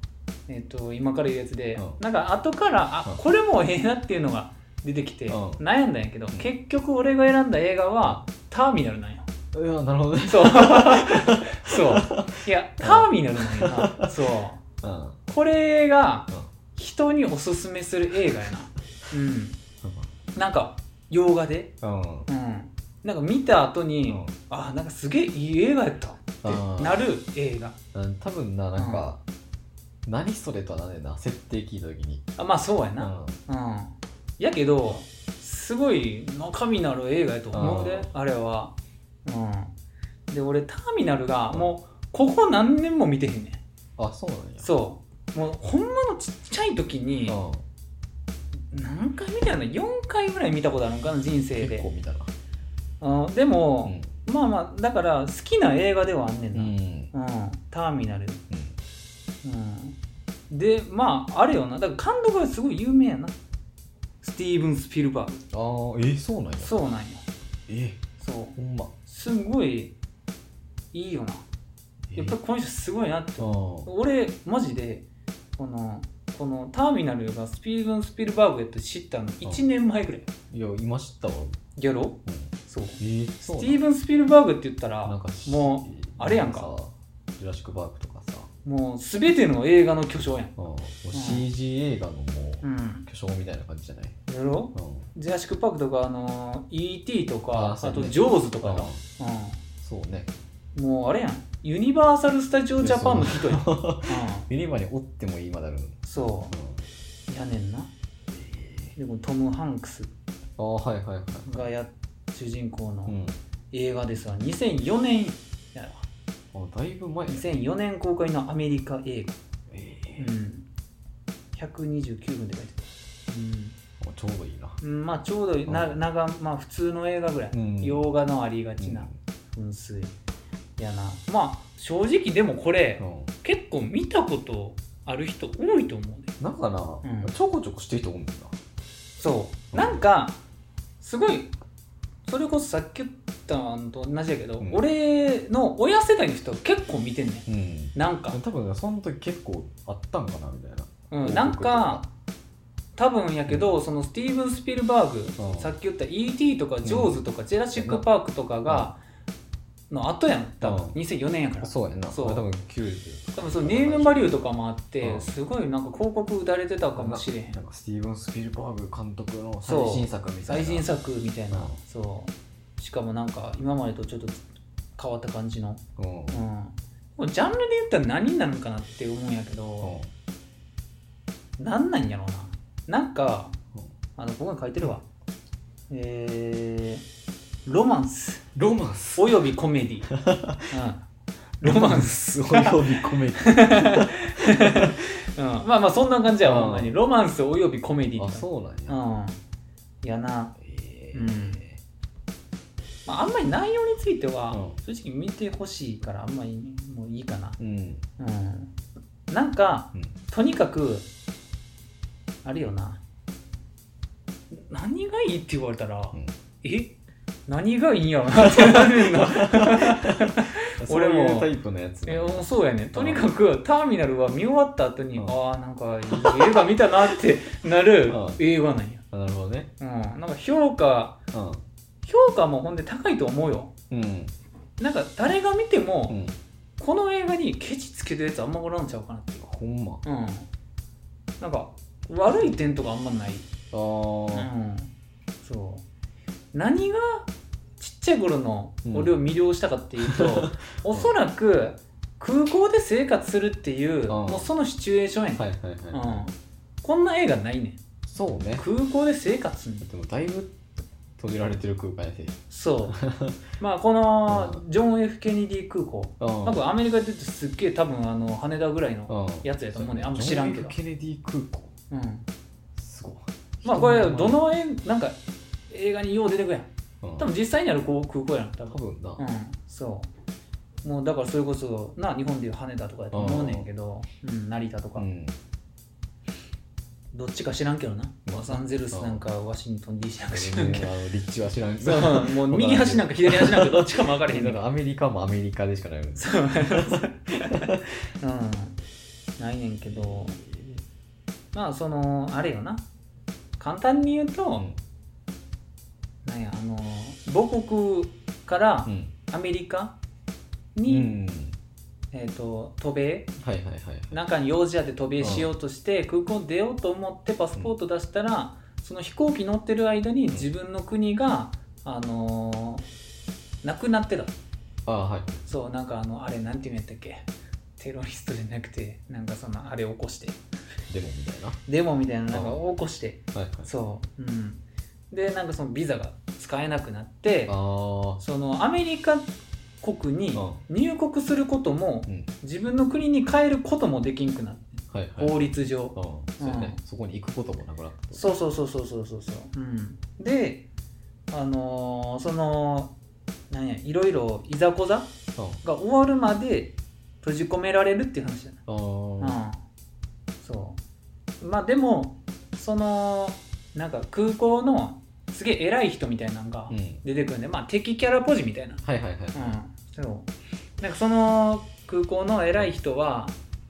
えっと今から言うやつで、
うん
なんか後からあ、
うん
これもええなっていうのが出てきて、
うん
悩んだんやけど、
ん
結局俺が選んだ映画は「ターミナル」なんよ
うんいやなるほどね
そうそういやターミナルなんやなそう
うんうん
これが
うん
人におすすめする映画やなうんなんか洋画で
う
う
ん
んなんか見た後に、
うん
あなんかすげえいい映画やったってなる映画
うん多分ななんか何それとはなんだよな設定聞いた時に
あまあそうや
う
な、
ん
うん、やけどすごい中身のある映画やと思うであれは、うん、で俺ターミナルがもうここ何年も見てへんねん
あそうなんや
そうもうほんまのちっちゃい時に
うん
何回見たの4回ぐらい見たことあるんかな人生
結
で
構見たな
うんで
う
も
ん、
まあまあだから好きな映画ではあんねん
う
な、うん
ん
ターミナル、うん、でまああれよなだから監督がすごい有名やなスティーブン・スピルバーグ
あーえそうなんや
そうなんよ
え
そう
ほんます
ごいいいよなやっぱりこの人すごいなって
うん
俺マジでこのこのターミナルがスピーブン・スピルバーグやって知ったの1年前ぐらい
いや今知ったわ
やろ
うん
そうス
えそうなん
テ
や
ィーブン・スピルバーグって言った
なん
ら
かし
もあれやんか
さジュラシック・パークとかさ、
もう全ての映画の巨匠やん
もう CG 映画のもう
うん
巨匠みたいな感じじゃない
やろ
うん
ジュラシック・パークとか、あのー ET とか
あー
あ,、
そうね
とジョーズとか
あ
だ、
ー
う
そうね
ん、もうあれやんユニバーサル・スタジオ・ジャパンの人やん、うん、
ユニバにおってもいいまだるうん
そ
あ
うやねんなでもトム・ハンクス
ーはいはいはい
がや主人公
う
の
ん
映画ですわ2004年やろ
あだいぶ前
2004年公開のアメリカ映画、
え
う
え
ん、129分で書いてた、うん
あちょうどいいな
うんまあちょうどいいな
うん
長まあ普通の映画ぐらい、
うん
洋画のありがちな
う
分数やな、まあ正直でもこれ、
んうん
結構見たことある人多いと思うね
なんかな、
うん
ちょこちょこしてる人おんねんな
そう
うん
なんかすごいそれこそさっき言ったのと同じやけど、
うん
俺の親世代の人結構見てんねん
うん
なんか、
多分その時結構あったんかなみたいな
うん、なんか多分やけど、そのスティーブン・スピルバーグ、
うん
さっき言った E.T. とかジョーズとかジェラシック・パークとかが、の後やん多分、
うん
2004年やから
そうやんな
そう
これ多分90
多分そのネームバリューとかもあって、
うん
すごいなんか広告打たれてたかもしれへん
なんかスティーブン・スピルバーグ監督の最
そう
新作みたい
最
な
新作みたいな、
うん
そうしかもなんか今までとちょっと変わった感じの、
うん、うん
うん、これジャンルで言ったら何になるんかなって思うんやけど、なんなんやろうななんかあのここに書いてるわえー、ロマンス
ロマンス
およびコメ ディ、うん、ロマンス
およびコメディ
うん、まあまあそんな感じやわ、
うん
ほんまにロマンスおよびコメディ
あ
って感じ
そうなん
う
や、
んやな、
えー
うんまあ、あんまり内容については、
う
正直見てほしいからあんまりもういいかな、
うん
うん、なんか
うん
とにかくあれよな何がいいって言われたら、
うん
え何がいいんやろなってな るんだ
俺
俺も
もタイプのやつ
えそうやねとにかくターミナルは見終わった後に、
うん
ああなんかいい映画見たな ってなる
うん
映画なんや、
あなるほどね
うん、なんか評価評価もほんで高いと思うよ
うんうん
なんか誰が見ても、
うん
この映画にケチつけてるやつあんまおらんちゃうかなっていう
ほんま
うんなんか悪い点とかあんまない、
あ
う
ー
ん、そう何がちっちゃい頃の俺を魅了したかっていうと、 おそらく空港で生活するっていう、
ん
もうそのシチュエーションやねん、
はいはいはい、
うん、こんな映画ないねん
そうね
空港で生活すんねん
でもだいぶ閉じられてる空間やし、
そうまあこのジョン・ F ・ケネディ空港
うん
多分アメリカで言うとすっげえ多分あの羽田ぐらいのやつやと思うねあんま知らんけど
ジョン F ケネディ空港
うん、
すごい
まあこれどの映なんか映画によう出てくやん
うん
多分実際にある航空港やん多
多
分
分な、
うんそうもうだからそれこそな日本でいう羽田とかやと思うねんけど、うん、成田とか、
うん
どっちか知らんけどな
うん
ロサンゼルスなんかワシントン DC なんか知らんけ
全
ど
然あの立地は知らんけ
そ
ど
うもう右端なんか左端なんかどっちかも分からへんけ
なん
ど
かアメリカもアメリカでしかないよね
そううんないねんけどまあそのあれよな簡単に言うと、
うん
なんやあの母国から
うん
アメリカ
う
に、
ん
えー、と渡米
はいはいはい
中に用事あって渡米しようとして、空港出ようと思ってパスポート出したら、その飛行機乗ってる間に自分の国が、あのーなくなってた
ああはい
そうなんかあのあれなんていうんやったっけテロリストじゃなくてなんかそのあれ起こして
でもみたいな
デモみたいななんか
あ
起こして
はいはい
そううんでなんかそのビザが使えなくなって
ああ
そのアメリカ国に入国することも
うん
自分の国に帰ることもできんくなって
はいはい
法律上
うんそうやねそこに行くこともなくなった
そうそうそうそうそうそうそう、うん、であのーそのなんやいろいろいざこざ
うんあ
が終わるまで閉じ込められるっていう話だ
あ
な、
ー
うん、そうまあでもそのなんか空港のすげえ偉い人みたいなのが
うん
出てくるんで、まあ敵キャラポジみたいな
はいはいはい
うん、そうなんかその空港の偉い人は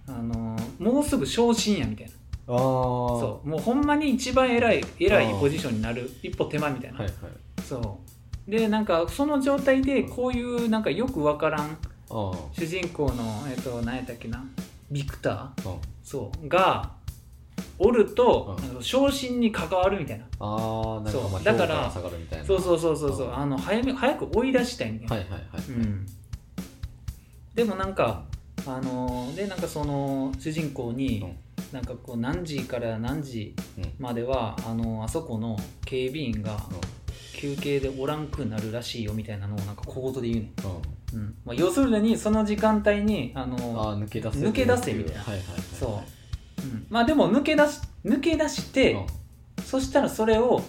あのもうすぐ昇進やみたいな
ああそ
そうもうほんまに一番偉い偉
あ
い
ー
ポジションになる一歩手間みたいな、
はいはい
そうでなんかその状態でこういうなんかよくわからん
あ
主人公のえっと何やったっけなビクター
あうん
そうがおると、
うん
なんか昇進に関わるみたいな、
ああなんか
そう
まあ
だ
評
か
価
ら
が下がるみたいな
そうそうそうそうそう、
うん
あの早め早く追い出したいみたいな、
はいはいはい
うん、でもなんかあのーでなんかその主人公に、
うん
なんかこう何時から何時
うん
まではあのーあそこの警備員が休憩でおらんくなるらしいよみたいなのをなんか小言で言うね
うんうん
ん、うんまあ、要するにその時間帯にあのー
ああ抜け出せ
抜け出せみたいな
はいはいはいはい
そううんまあでも抜け出し抜け出して、
うん
そしたらそれを、
ん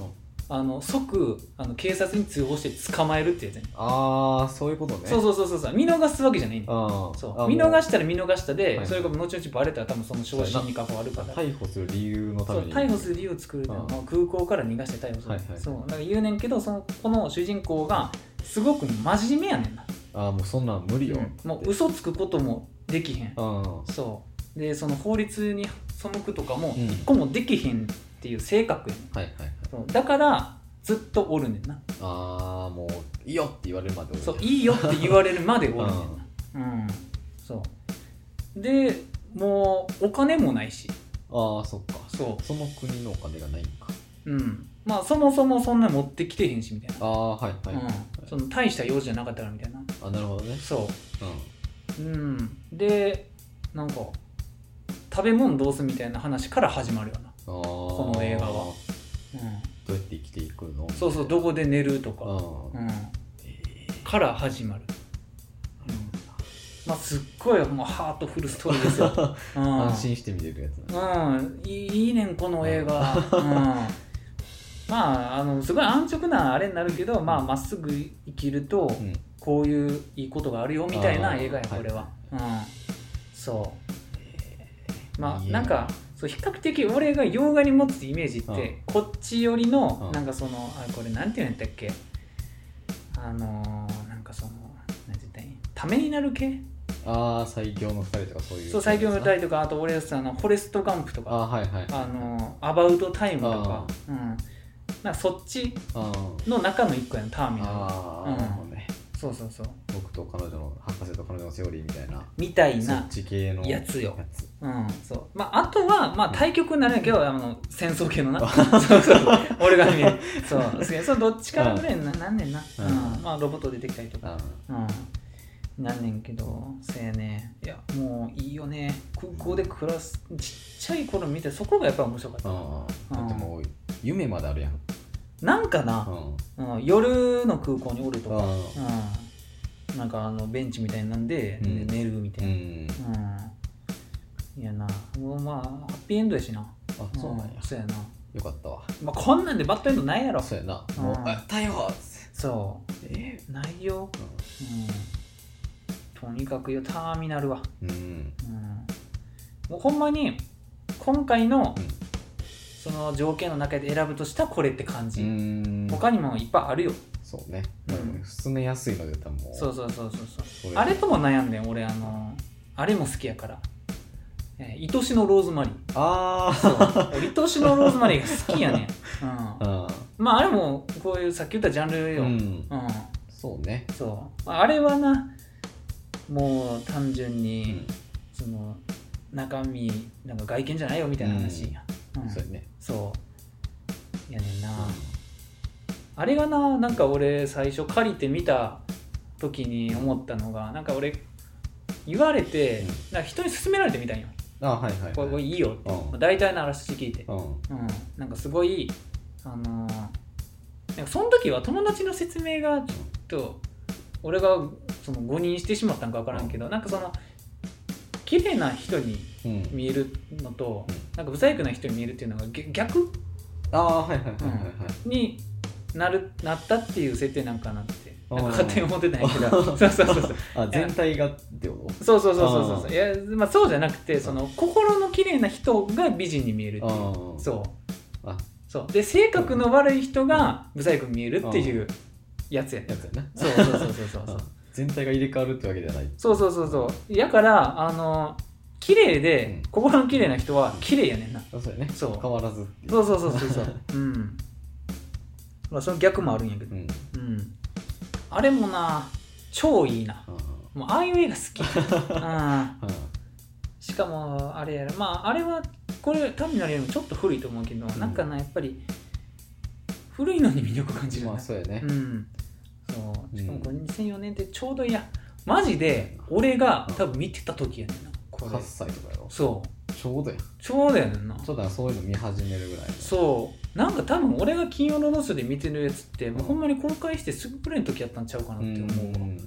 あの即あの警察に通報して捕まえるっていうやつね
ああそういうことね
そうそうそうそうそう見逃すわけじゃないんだよ
あー
そう
あ
見逃
し
したら見逃したで、
はい
それが後々バレたら多分その昇進に関わるから
逮捕する理由のた
そう
めに
逮捕する理由を作るっていうのは
うん
もう空港から逃がして逮捕する、
はいはい
そうだから言うねんけどそのこの主人公がすごく真面目やねんな、
ああもうそんなん無理よ
うんもう嘘つくこともできへん
うん
そうでその法律に背くとかも
うん
一個もできへんっていう性格やねん
はいはいはい
そうだからずっとおるねんな
ああもういいよって言われるまで俺
そういいよって言われるまでおるねんなうんそうでもうお金もないし
ああそっか
そ
その国のお金がないんか
ううんまあそもそもそんな持ってきてへんしみたい
ああはい
な、
はい、
うん、その大した用事じゃなかったらみたいな
あなるほどね
そ
うん
ううんでなんか食べ物どうすみたいな話から始まるよな、
あこ
この映画はうん、
どうやって生きていくの
そうそうどこで寝るとか、
うん
うん、
え
から始まる、うんまあ、すっごいもうハートフルストーリーですよ、 う
ー
ん、
安心して見れるやつな
うん、いいいいねんこの映画、うん、まああのすごい安直なあれになるけどまあまっすぐ生きると
うん
こういういいことがあるよみたいな映画や
あー
これは、うんそうま
いい
あ
ね
なんかそう比較的俺が洋画に持つイメージってこっち寄り
う
の
ん
なんかそのあこれなんていうんやったっけあのーなんかそのなんて言ったらいいためになる系
ああ最強の二人とかそういう
そう最強の歌
人
いとかあと俺はさあのフォレスト・ガンプとか
ああはいはい
あのアバウトタイムとか,、うん、なんかそっち
あ
の中の一個やんターミ
ー
ナル
あーなるほどね
そうそうそう
僕と彼女の博士と彼女のセオリーみたいな
みたい
そ
な
っ、ち系の
やつよ
やつ
うんそうまあ、あとは、まあ、対局になるんやけど、あの戦争系のなそうそうそう俺が見るそうすげえそのどっちからぐらいにななんねんな、う
うんん
まあ、ロボット出てきたりとか、
あ
うん、なんねんけどせやねいやもういいよね空港で暮らすちっちゃい頃見てそこがやっぱ面白かった
あだってもう夢まであるやん
なんか
う
な、
ん
うん、夜の空港におるとか
あ
うん、なんかあのベンチみたいなんで、
うん
寝るみた
う
いな、
ん
うん、いやなもうまあハッピーエンドやしな
あそうなんや
そうやな、
よかったわ
まあ、こんなんでバッドエンドないやろ
そうやな
うん
もうあ逮捕っつって
そ
え
うないよ、うん、とにかくよターミナルは、
うんうん
うん、もうほんまに今回の
うん
その条件の中で選ぶとしたらこれって感じ、
うん
他にもいっぱいあるよ
そうね
うん
まあでも普通の安いので多分も
そうそうそうそうそう
こ
あれとも悩んでん俺あのあれも好きやから、えー愛しのローズマリー
あ
そう 俺愛しのローズマリーが好きやねん、うん、
あ
まああれもこういうさっき言ったジャンル
う
よ、うん
んそうね
そうまああれはなもう単純
う
に
ん、
その中身なんか外見じゃないよみたいな話や、うん
そうやね
そうやねんな、
う
あれがななんか俺最初借りて見た時に思ったのがなんか俺言われて、
うん
なんか人に勧められてみたんよ
んあはいはい
これこ
は
れ
い
いいよって、
うん
まあ大体のあらすじ聞いて、
うん
うん、なんかすごいあのーなんかその時は友達の説明がちょっと俺がその誤認してしまったんか分からんけど、なんかその綺麗な人に
うん
見えるのと、
うん
なんか不細工な人に見えるっていうのが逆逆
ああはいはいはいはいはい
になるなったっていう設定なんかなって
あー
なんか勝手に思ってたんやけ ど
あ
そうそうそうそう
あ全体がってこ
そうそうそうそうそう
あ
いや、まあ、そうじゃなくてその心の綺麗な人が美人に見えるっていう
とああ
そう
あ
そうで性格の悪い人が不細工に見えるっていうやつやね
やつやな
そうそうそうそうそう
あ全体が入れ替わるってわけじゃない
そうそうそうそうやからあの綺麗で、
うん
心の綺麗な人は綺麗やねんな
あそうやね
そう
変わらずってい
そうそうそうそう そううんまあその逆もあるんやけど
うん
うんあれもな超いいな
あ
もう ああいう映画好き、うん、
あああ
しかもあれやろまああれはこれターミナルよりもちょっと古いと思うけど、
ん
なんかなやっぱり古いのに魅力感じるな、
まあそうやね、
うんそうしかもこれ2004年ってちょうどいやマジで俺が多分見てた時やねんなこれ
8歳とかやろ
そう
ちょうどやち
ちょうどやねんな
ょっとだからそういうの見始めるぐらいの
そうなんか多分俺が金曜ロードショーで見てるやつって、もうほんまに公開してすぐくらいの時やったんちゃうかなっ
う
て思うわ
ん
うんな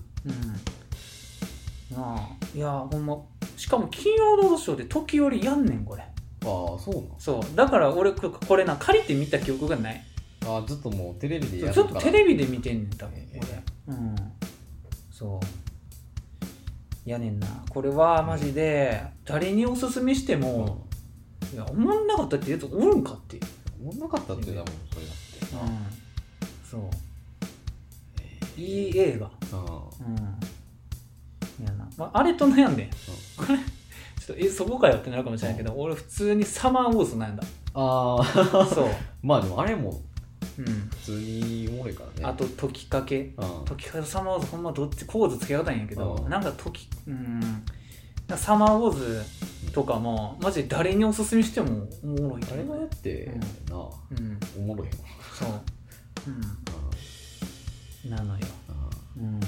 あいやほんましかも金曜ロードショーで時折やんねんこれ
ああそうなん
そうだから俺ここれな借りて見た記憶がない
あーずっともうテレビで
そう
や
ちょっとテ
ビ
レビで見てんねん多分
ええ
俺うんそうやねんなこれはマジで誰におすすめしても、いや思んなかったってやつおるんかっていう、
思んなかったってだもんそれだって
そういい映画
あ
うんいやな、まあ、あれと悩んでんこれちょっとえそこかよってなるかもしれないけど、俺普通にサマーウォーズ 悩んだ
あー
そう、
まあでもあれも
う
普通におもろいからね
ん、あと時かけ
うん
時かけとサマーウォーズほんまどっち構図つけがたいんやけど
うん
なんか時うんなんかサマーウォーズとかもマジで誰におすすめしてもおもろいと
あれ
思
は
う
だって
うん
なあ
うん
おもろいよ
そうう
うん
んなのよ
うん
うん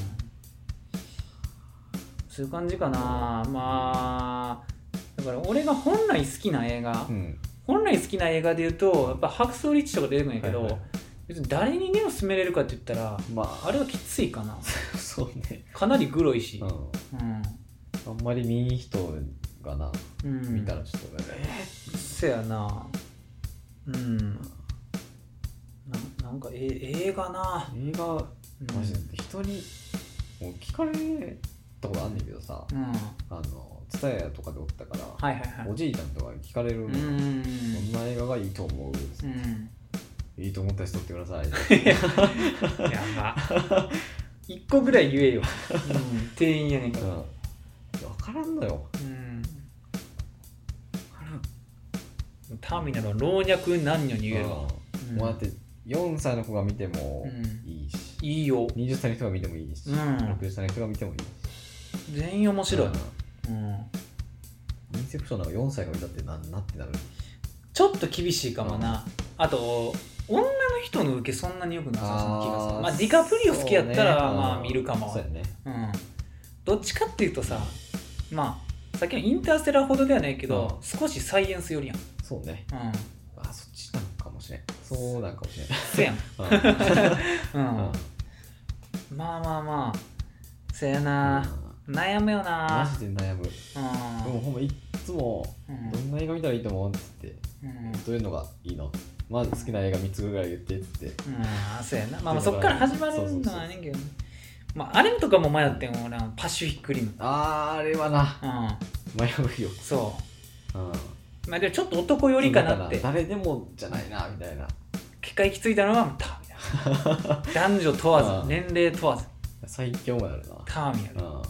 そういう感じかなまあだから俺が本来好きな映画、
うん
本来好きな映画で言うとやっぱ「白装リッチ」とか出てくるんやけど、
はいはい
別に誰に目を勧めれるかって言ったら
ま
あれは きついかな
あそうね
かなりグロいし
うん
うん、
あんまり見ん人がな
うん、
見たらちょっとね
せやなうんななんかえ映画な、
映画
うん、
マジで人にもう聞かれたことあんねんけどさ
うんはい
あの蔦屋とかでおったから
はいはい
おじいちゃんとかに聞かれる
う
の
ん
こんな映画がいいと思う、
うん
いいと思った人撮ってください
やば一個ぐらい言えよ、うん、店員やねん
うん
から
分からんのよ
うんターミナルは老若男女に言えるわ、
うんもうだって4歳の子が見ても
うん
いいし、
いいよ
20歳の人が見てもいいし、
うん
60歳の人が見てもいいし
全員面白い、
う
うん
んインセプションなんか4歳が見たってなんなってなる
ちょっと厳しいかもな、あと女の人の受けそんなによくなさそうな気がするまあ、ディカプリオ好きやったら、
そうね
まあ
うん
見るかも
そうやね
うん、どっちかっていうとさまあさっきのインターステラーほどではないけど、
うん
少しサイエンス寄りやん、
そうね
うん、
あそっちなんかもしれんそうなんかもしれん
せやん、う
うんん
まあまあまあせやな、悩むよ
マ
な
ジで悩むで
うん
もほんまいっつも
うん
どんな映画見たらいいと思うって言って
うん
どういうのがいいのまず好きな映画3つぐらい言ってって
うん、あそうやな、まあ、まあそっから始まるのはねんけどねまああれとかも迷ってん俺はパシフィックリム
あーあれはな
うん
迷うよ、
そ
うん、
うまあでもちょっと男寄りかなって
誰でもじゃないなみたいな
結果行き着いたのはターミ ナル男女問わ
う
ず
ん
年齢問わず
最強もなるな、
ターミ
う
ナル
ん、
う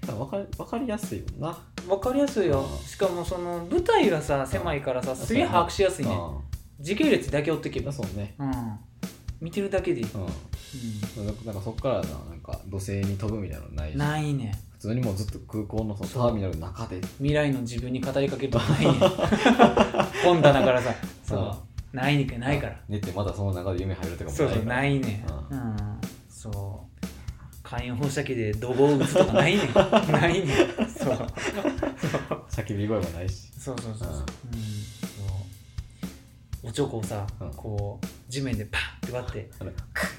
ただ分かり分かりやすいもんな、
んわかりやすいよ
うん
しかもその舞台がさ狭いからさすげえ把握しやすいね時系列だけ追ってけ
うん、
ば
そうね
うん見てるだけでいい、
うんなんかなんかそっからななんか土星に飛ぶみたいなのない
うん、
し
ないね
普通にもうずっと空港のそのタ
そう
ーミナルの中で
未来の自分に語りかけるとか ないね本棚からさそうないにかないから
寝てまだその中で夢入るとかも
そうそう
から
ないね
う
うんそう火炎放射器で土棒打つとかないね ないねそう
叫び声もないし
そうそうそうそう
うん
うんそうおちょこをさ
うん
こう地面でパンって割って
あれ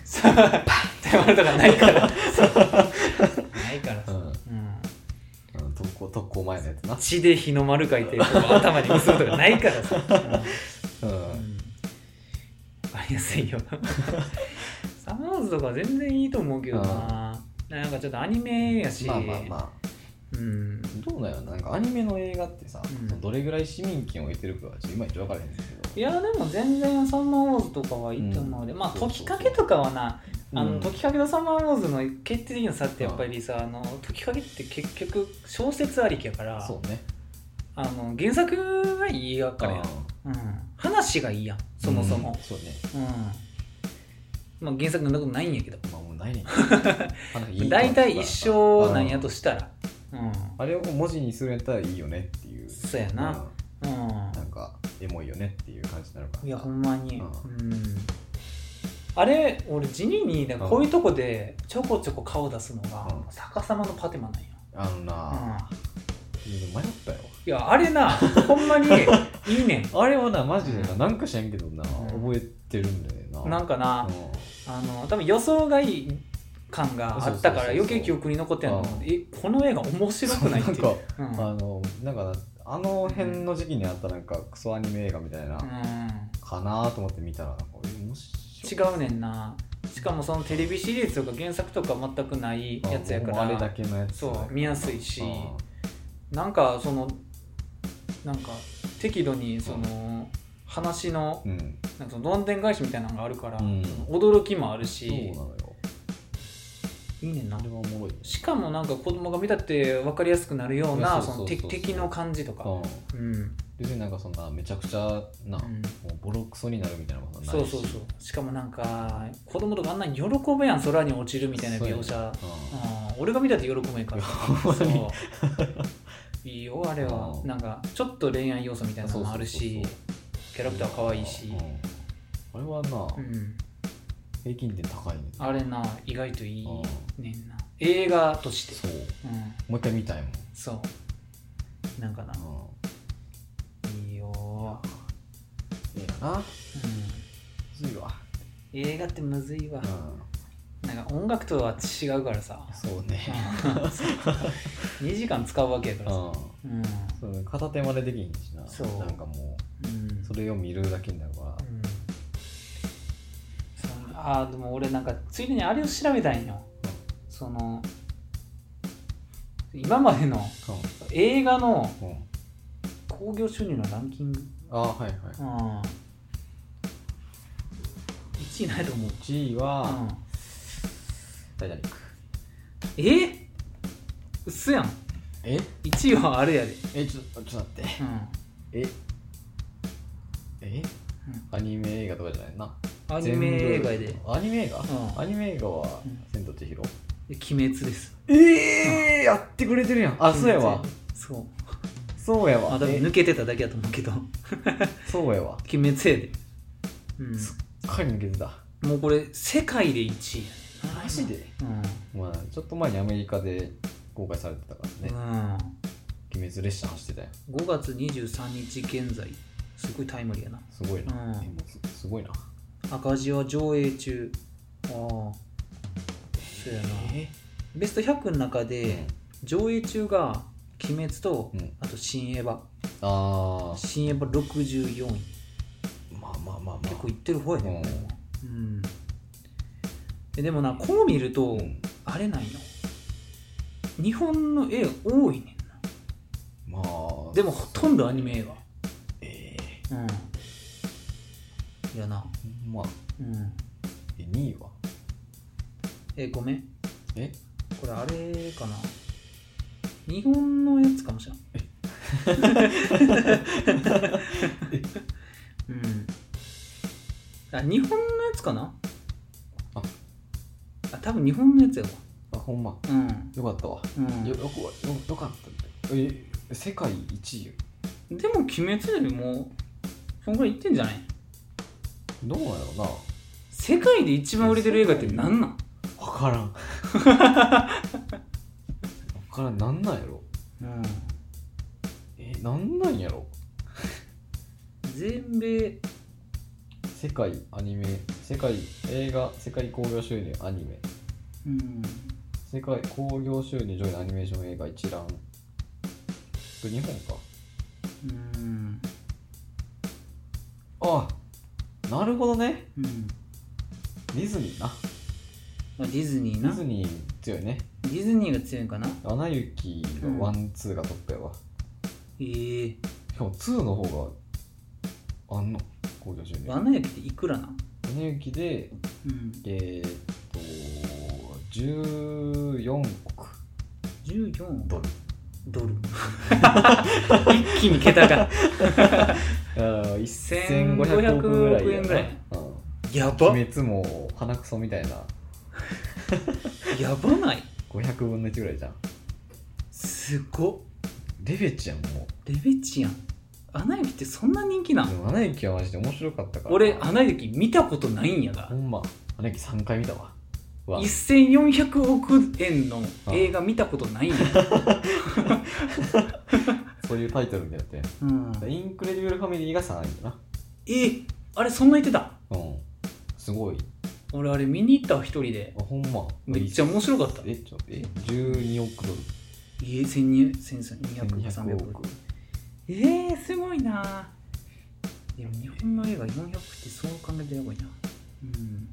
さパンって割るとかないからそうないから
う
さ
ん
うん
うん特攻特攻前のやつな
血で日の丸書いてこう頭に結ぶとかないからさうん
うん
わかりやす いよサマーズとか全然いいと思うけどななんかちょっとアニメやし
まあまあまあ
うん
どうなんやろなんかアニメの映画ってさ、
うん
そのどれぐらい市民権を得てるかはちょっといまいち分からへんねんけ
い
ど
やでも全然サマーウォーズとかはいいと思うで、
うん
まあ
そうそう
時かけとかはなあ
う
の
ん
時かけとサマーウォーズの決定的な差ってやっぱりさ、あの時かけって結局小説ありきやから
そうね
あの原作がいいやからやん、
う
うん、話がいいやん
ん
そもそも
うん、そうね
うんまあ原作のことないんやけど
まあもうな いねん
大体一生なんや
と
としたらうん
あれを文字にするんやったらいいよねっていう
そうやな、うん
エモいよねっていう感じになるから
いやほんまに
う
うんんあれ俺地味になんかこういうとこでちょこちょこ顔出すのが
うん
逆さまのパテマなんよ、
あのな、
うん
いやでも迷ったよ
いやあれなほんまにいいねん
あれはなマジでな
うん
なんか知らんけどな、
うん
覚えてるんだよな
なんかな、
うん
あの多分予想外感があったから
そうそうそうそう
余計記憶に残ってんの
うん
えこの映画面白くないって
なん
いう
か、
うん
あのなんかあの辺の時期にあったなんかクソアニメ映画みたいな、
うん
かなと思って見たらなんかえ面白い
違うねんなしかもそのテレビシリーズとか原作とか全くないやつやか
あもうあれだ
ら
けのやつ
そう見やすいし
うん
なんかそのなんか適度にその話の
うん
なんかそのどんでん返しみたいなのがあるから、
うん
驚きもある
そうな
し
のよ
いいねんな
あれはおもろいよね
しかもなんか子供が見たって分かりやすくなるよう
いや
な
そう
そ
そ
の
うそう
敵
そう
敵の感じとか、
うん
うん
別になんかそんなめちゃくちゃな、
うん
もうボロクソになるみたいなことはな
そ
いうし
そうそうしかもなんか子供とかあんなに喜べやん空に落ちるみたいな描
そうや
写
ね
うん俺が見たって喜べ んから
うん
そういいよあれは
うん
なんかちょっと恋愛要素みたいなのもあるし
そうそうそう
キャラクター可愛いし
うんあれはな、
うん
平均点高いね
あれな意外といい
うん
ねんな映画として
そう
うん
もう一回見たいもん
そうなんかな
う
いいよ
んええな
うん
むずいわ
映画ってむずいわ
う
なんか音楽とは違うからさ
んそうね
2時間使うわけやか
うん
らさうん
そうね片手までできひんしな
そう
なんかも
うん
うそれを見るだけになるから
うんそのああでも俺なんかついでにあれを調べたいんよその今までの映画の
うんうん
興行収入のランキング
あはいはい
うん1位ないと思う、
1位
う
は
ん、
「タイタニック
えー、うっすやん」
え
1位はあれやで
えちょちょっと待って
うん、
ええ
うん
アニメ映画とかじゃないな
アニメ映画やで
全部アニメ映画、
ん
アニメ映画は
うん
「千と千
「
尋」
鬼滅」です
ええやってくれてるやんあそうやわ
そう
そうや
ま
わ
あ多分
え
抜けてただけやと思うけど「
そうやわ
鬼滅」やでうん
すっかり抜けてた
もうこれ世界で1位やね
マジで
うん、
まあちょっと前にアメリカで公開されてたからね
う、
鬼滅列車走ってたよ
ん、5月23日現在すごいタイムリーやな
すごいな、
うん
えもうすすごいな
赤字は上映中ああそうやな
え
ベスト100の中
え
で上映中が「鬼滅」と
うん
あと「新エヴァ」
あ
「新エヴァ」64位
ーまあまあまあまあ
結構いってる方やね
うん
うん、うんえでもなこう見ると、
うん
あれなんよ日本の絵多いねんな
まあ
でもほとんどアニメ映画
え
うん。いやな。
えまあ
うん。
え2位は
え、ごめん。
え
これあれかな。日本のやつかもしれん。 うん。あ、日本のやつかな
あ
あ、多分日本のやつやわ。
あほんま
うん。
よかったわ、
うん
よよくわよよかったえ世界1位
でも、鬼滅よりも、そんぐらいいってんじゃない
どうなのな
世界で一番売れてる映画って何なん
分 からん分からんなんなんやろ
うん。
えなんなんやろ
全米、
世界アニメ世界映画世界興行収入アニメ
うん。
世界興行収入上位のアニメーション映画一覧これ日本か
うん。
あなるほどね
うん。
ディズニーな
まあ、ディズニー
デ
な
ィズニー強いね
ディズニーが強いんかな
アナ雪がワンツーがトップやわ、
えー、
しかもツーの方があんの興行収入
アナ雪っていくらな
アナ雪で
うん
えー、っと14億
14
ドル
ド ル一気に桁が
あー
1500
1500億ぐらいや
ぐ
な
らい
うん
やば
鬼滅も鼻くそみたいな
やばない
500分の1ぐらいじゃん
すごっ
レベチやんもう
レベチやんアナ雪ってそんな人気な
で
ん
も、アナ雪はマジで面白かったから。
俺アナ雪見たことないんやが
ほんま、アナ雪3回見たわ。うわ、
1400億円の映画見たことないんや、
そういうタイトルみたいになって。
うん、
インクレディブルファミリーが3位だな。
えあれそんな言ってた
うん。すごい。
俺あれ見に行ったわ一人で
あ、ほんま。
めっちゃ面白かった
え、ちょっと、え、12億ドル。
え1200 300
1200
億えー、すごいなでも日本の映画400ってそう考えるとやばいなうん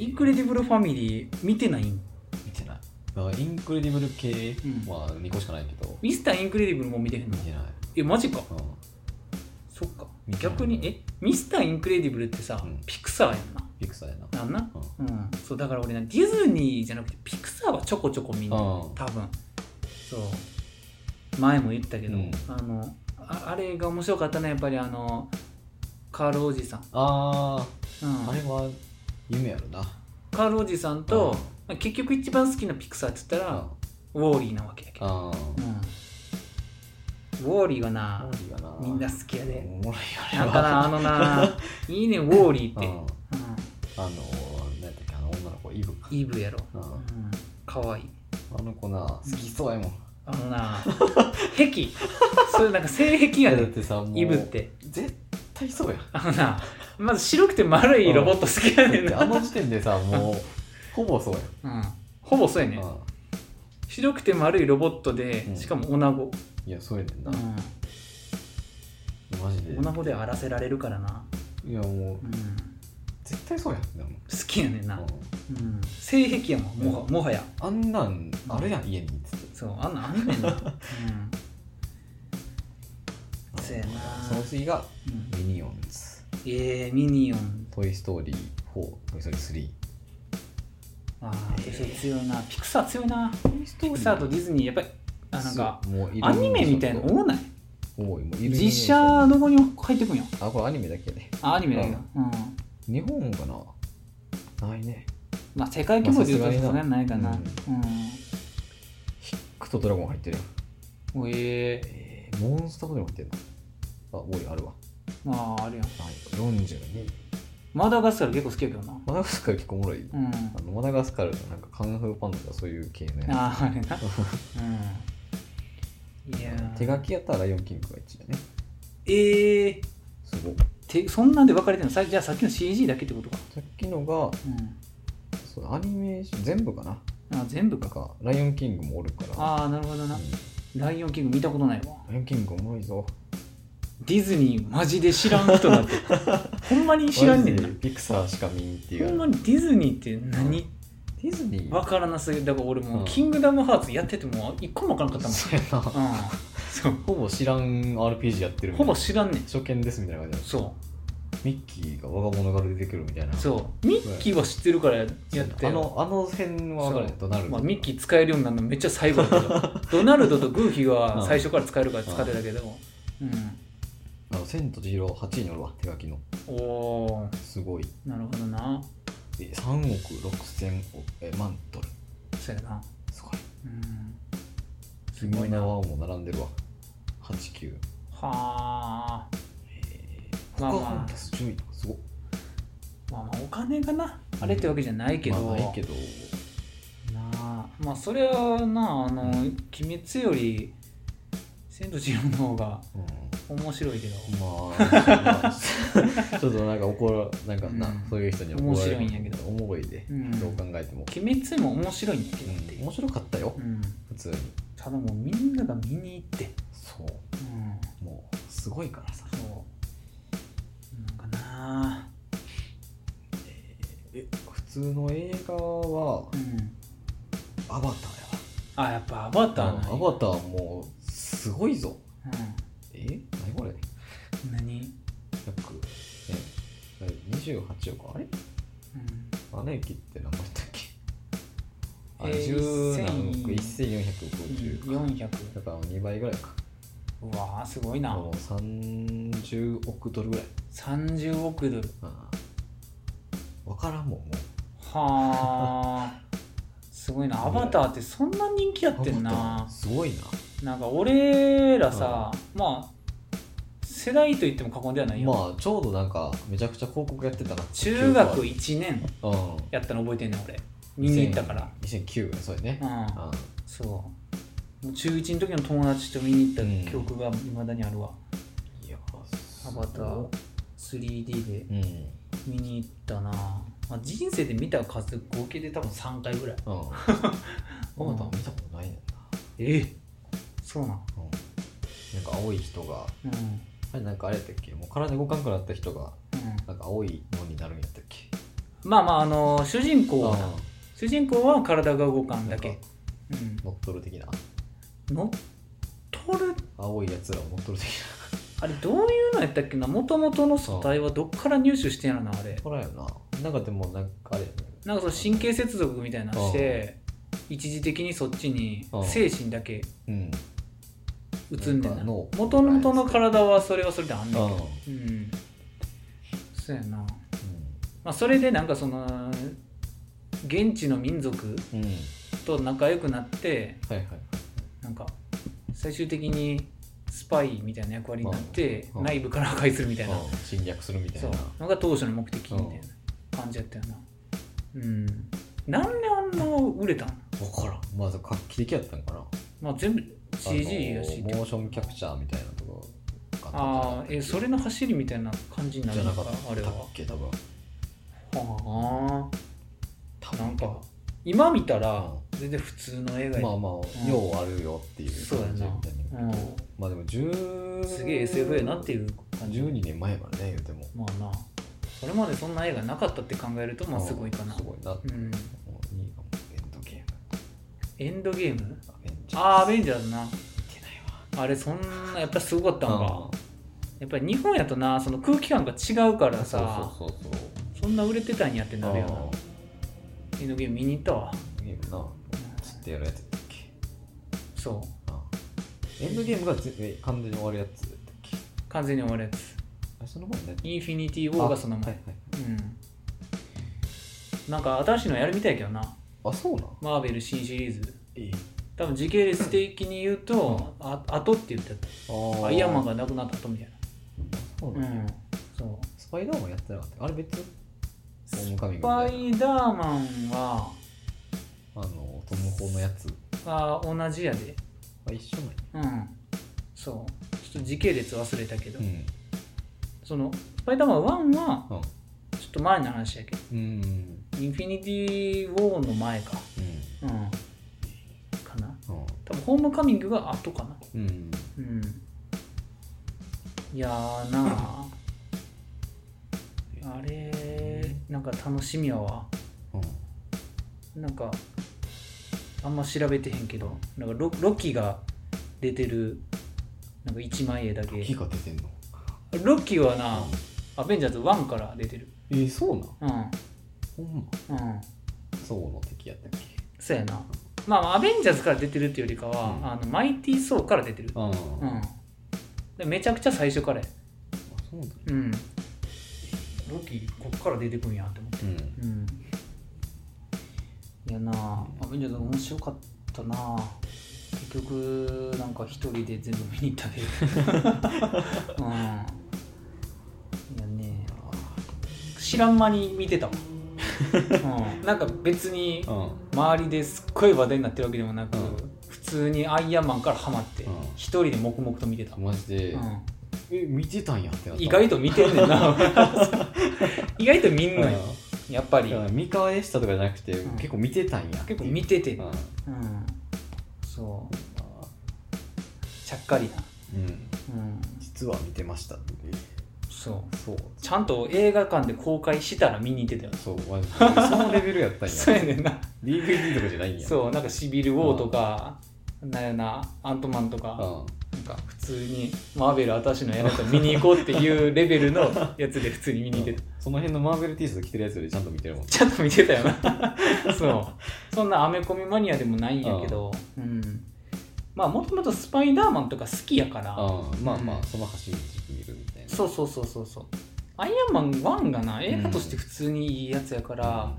インクレディブルファミリー見てないん
見てない。だからインクレディブル系
うん
は2個しかないけど、
ミスターインクレディブルも見てへんの
見てない。
えマジか
うん。
そっか
見てない
逆にえミスターインクレディブルってさ、
うん
ピクサーやんな
ピクサーやな。
なんな
うん。
うんそうだから俺なディズニーじゃなくてピクサーはちょこちょこ見んねん
うん
多分そう前も言ったけど、
うん
あのああれが面白かったねやっぱりあのカールおじさん、
あ
うん
ー、あれは夢やろな。
カールおじさん
うん
と、まあ結局一番好きなピクサーって言ったら、ウォーリーなわけやけど、
あー。
うん、ウォーリーは
ウォ
な
ーリーがな
みんな好きやで
おもろいよね
なんかなあの ないいねウォーリーっ
うん
て、
あ
う
の何だっけあの女の子イブか
ん、イブやろ、
うん
うん、かわいい
あの子な好きそうやもん
あのな壁それなんか性癖
い
やね
だっ
ん
てさもう
イブって
絶対そうや
あのなまず白くて丸いロボット好きやねん
だって
な、
あの時点でさ もうほぼそうや
うん、ほぼそうやね
うん
白くて丸いロボットで
うん
しかも女子、
んいやそうやねんな
う
マジで
ん、女子で荒らせられるからな、
いやもう
うん、
絶対そうやんでも
好きやねんな、
うん
うん、性癖やもんもはもはや
あんなんあるやん家にっつって
そうあんなんあんねん な、うんそうやな
その次が
うん、
ミニオンズ
えー、ミニオン
トイ・ストーリー4トイ・ストーリー
ああ強いなピクサー強いな
3トイ・スト
ピクサーとディズニーやっぱりあなんか
もうイルミネー
ア
ション
ニメみたいなの多ない
多いもうイルミネーション
実写どこに入ってくんや
あこれアニメだけね
あアニメだけど、うん
日本かなないね
まあ世界規模で言うとさすがにないかな、
まあ
う
さ
ん
すクとドラゴン入ってるやん
おえー、
えー、モンスタードラゴン入ってるのあ多いあるわ
まああれやん
はい42
マダガスカル結構好きやけどな
マダガスカル結構おもろい、
うん
あのマダガスカルのなんかカンフーパンダとかそういう系ね
あああれ なうんいやー
手書きやったらライオンキングが1位だね
ええー、
すごい
てそんなんで分かれてんのさじゃあさっきの CG だけってことか
さっきのが
うん
そうアニメーション全部かな
あ全部
なん
か
かライオンキングもおるから
ああなるほどな
うん
ライオンキング見たことないわ
ライオンキングおもろいぞ
ディズニーマジで知らん人にな ってるほんまに知らんねんな
マジでピクサーしか見んっていう
ほんまにディズニーって何、
ディズニー
わからなすぎるだから俺も
うん
う「キングダムハーツ」やってても一個もわからんかったもん、
そうやな
うん、そう
ほぼ知らん RPG やってるみた
ほぼ
いな
知らんねん
初見ですみたいな感じだ
そ
ミッキーが我が物から出てくるみたいな
うそうミッキーは知ってるからやって
あ
よ
のあの辺は分かるね
そう
ドナルド
まあ、ミッキー使えるようになるのめっちゃ最後だけ どドナルドとグーフィーは最初から使えるから使ってたけど、うん
あの千と千尋8位におるわ手書きの
お
すごい
ーなるほどな
え3億6千億え万ドル
そうやな
すごい
うんすご
君
いな
の名
は
はもう並んでるわ89
あ
えー、
まあまあ
ポカホンタス10位すごい
まあまあお金がなあれってわけじゃないけど、
まあないけ ど
なあまあそれはなあの「鬼滅」より「千と千尋」の方が
うん
面白いけど
まあちょっとなんか怒らなんかな、
うん
そういう人に怒られ
面
る
白いんやけど
おもろいで、
うん
どう考えても
「鬼滅」も面白いんだけどって
うん
いう、
面白かったよ、
うん
普通に
ただもうみんなが見に行って
そう
うん
もうすごいからさ
そうなんかなあ
え普通の映画は
うん
アバターやわ
あやっぱアバターな
ア
んや
バターもうすごいぞ
う
え何これ
ん何、
約え28億あれ
うん、
アナ雪って何本だったっけあ
えー
十何億
1000
1450か
400
だから2倍ぐらいか
うわあすごいな
もう30億ドルぐらい
30億ドル
うんわからんもんもう
はあすごいなアバターってそんな人気やってん
アバタ
な
ーすごいな
なんか俺らさ、まあ世代と言っても過言ではないよ、
まあちょうどなんかめちゃくちゃ広告やってたなって
中学1年
記憶は
やったの覚えてんねん俺
うん
見に行ったから
2009年そうやね
う、ん
うん
そうもう中1の時の友達と見に行った記憶がいまだにあるわ、
いや
アバター 3D で
うん、うん、
見に行ったな、まあ、人生で見た数合計で多分3回ぐらい
アバター見たことないねん
ええそうなん
な、うん、なんか青い人が
うん
あれなんかあれやったっけもう体動かんくなった人が
うん
なんか青いのになるんやったっけ
まあまああの主人公はな
あ
主人公は体が動かんだ
な
け
んか
うん
乗っ取る的な
乗っ取る
青いやつらを乗っ取る的
あれどういうのやったっけなもともとの素体はどっから入手してんやろなあれ
なほらやななんかでもなんかあれやね
なんかその神経接続みたいなのして一時的にそっちに
うん
精神だけ
うん
移んでんな
なんか脳
もともとの体はそれはそれであんねん
あ
けどうんそうやな、まあ、それでなんかその現地の民族
うん、うん、はい
と仲良くなって
はいはい
なんか最終的にスパイみたいな役割になって
うん
内部から破壊するみたいな
うん侵略するみたい
そう
な
のが当初の目的みたいな感じやったよなうんなんであんな売れたん
分からんまず画期的やったんかな
まあ全部 CG
あの
やし
モーションキャプチャーみたいなとこが
ああえそれの走りみたいな感じにな
じゃ
るの
な
か
かった
あれは
っけ多分
はあ
多
なん
分
か今見たら
う
全然普通の映画
まあ
や
まあ、
ん
ようあるよっていう
そうや
感じみ
な
たいな、
うん
まあでも10
すげえ SF やなって
いう
いう感じ
12年前からね言うても
まあなそれまでそんな映画なかったって考えるとまあすごいかな
すごいなも
うん
ういいかもエンドゲー
エンドゲ
ム
ーム
アベンジャ
ああアベンジャー
ーズ
ズな
見てないわ
あれそんなやっぱすごかったんか
うん
やっぱり日本やとなその空気感が違うからさ
そうそうそうそう
そんな売れてたんやってなるよ
うん
なエンドゲーム見に行ったわ
ゲームな釣ってやるやつやったっけ
そう
うんエンドゲームがぜえ完全に終わるやつやったっけ
完全に終わるやつ
あれその前にやった
インフィニティ・ウォーがその前、
あ,、はいはい、
うんなんか新しいのやるみたいやけどな
あそうなん
マーベル新シリーズ
え
多分時系列的に言うと、あ後って言ってた
あ
アイアンマンがなくなった後みたい
そう
な
な
うん
や
んそう
スパイダーマンやってなかったあれ別ホームカミン
ス
グみた
パ
いな
イダーマンは
あのトム・ホーのやつ
あ同じやで
あ一緒なんや
うんそうちょっと時系列忘れたけど、
うん
そのスパイダーマン1は
うん
ちょっと前の話やけど
うん
インフィニティ・ウォーの前か
う
うんかなん多分ホームカミングが後かな
うんうん
うんいやーなああれなんか楽しみやわなんかあんま調べてへんけどなんかロロキが出てるなんか一枚絵だけ
火が出てんの
ロキはな、アベンジャーズ1から出てる
えー、そうなん
うん
ほんま
うん
そうの敵やったっけ
そうやなまあアベンジャーズから出てるっていうよりかは、
うん
あのマイティー・ソーから出てる
ああ、
う
あ
んでめちゃくちゃ最初からや
そうなんや
うんロキこっから出てくんやって思って
うん
うんいやなあアベンジャーズ面白かったなあ結局なんか一人で全部見に行ったけ どうんいやね知らん間に見てたもん、うん、なんか別に
うん
周りですっごい話題になってるわけでもなく、
うん
普通にアイアンマンからハマって
うん
一人で黙々と見てた、
マジで、
うん
え見てたんやってなった
意外と見てんねんな 意外と見ん
うん
のよやっぱり
だから見返したとかじゃなくて、
うん
結構見てたんやっていう
結構見てて
うんあ
うんそうちゃっかりな
ーう
う
ん
ん
実は見てました
そう
そう
ちゃんと映画館で公開したら見に行ってたよ
そうマジで そのレベルやったん
そう
や
やねんな
DVD とかじゃないんや
そうなんかシビル・ウォーとかなんやなアントマンとか
うん
なんか普通にマーベル私のやらと見に行こうっていうレベルのやつで普通に見に行ってた
その辺のマーベル T シャツ着てるやつよりちゃんと見てるもん
ちゃんと見てたよな そうそんなアメコミマニアでもないんやけどうんまあもともとスパイダーマンとか好きやから
ああまあまあその走り見るみたいな
そうそうそうそうそうアイアンマン1がな映画として普通にいいやつやから、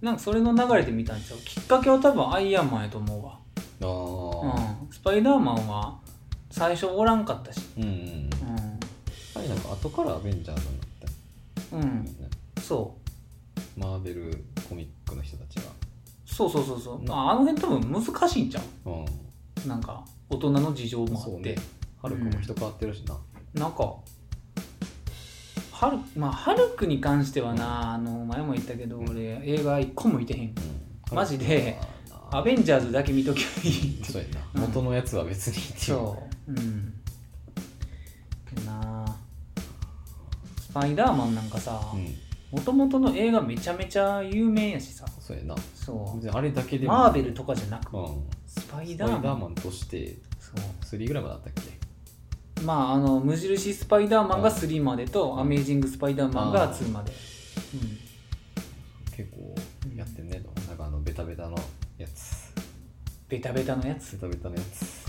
なんかそれの流れで見たんちゃうきっかけは多分アイアンマンやと思うわ、
ああ
うん、スパイダーマンは最初おらんかったし、
うんうん
うん、
後からアベンジャーズになった
う
み
ん
んな
そう
マーベルコミックの人たちが
そうそうそうそうああの辺多分難しいんじゃ
うん
んなんか大人の事情も
そ
あ
う
って、
ねハルクも人変わってるしな、
なんかハル,、まあ、ハルクに関してはなあの前も言ったけど
うん
俺映画一個も見てへん
うん
マジでア
ン
ベンジャーズだけ見ときゃいい
そうや
うん
な元のやつは別にっていう
そううんなあスパイダーマンなんかさ
うん
もともとの映画めちゃめちゃ有名やしさ
そうやな
そ
別にあれだけ
う
でも
マーベルとかじゃなく
うん
スパイ
ス
ダ
パイ
ーマ
ダー
ン
マンとして
そう
3ぐらいまであったっけ
まああの無印スパイダーマンが3までと、
うん
アメージングスパイダーマンが2まで
結構やってんねと、なんかあのベタベタのやつ
ベタベタのやつ
ベタベタのやつ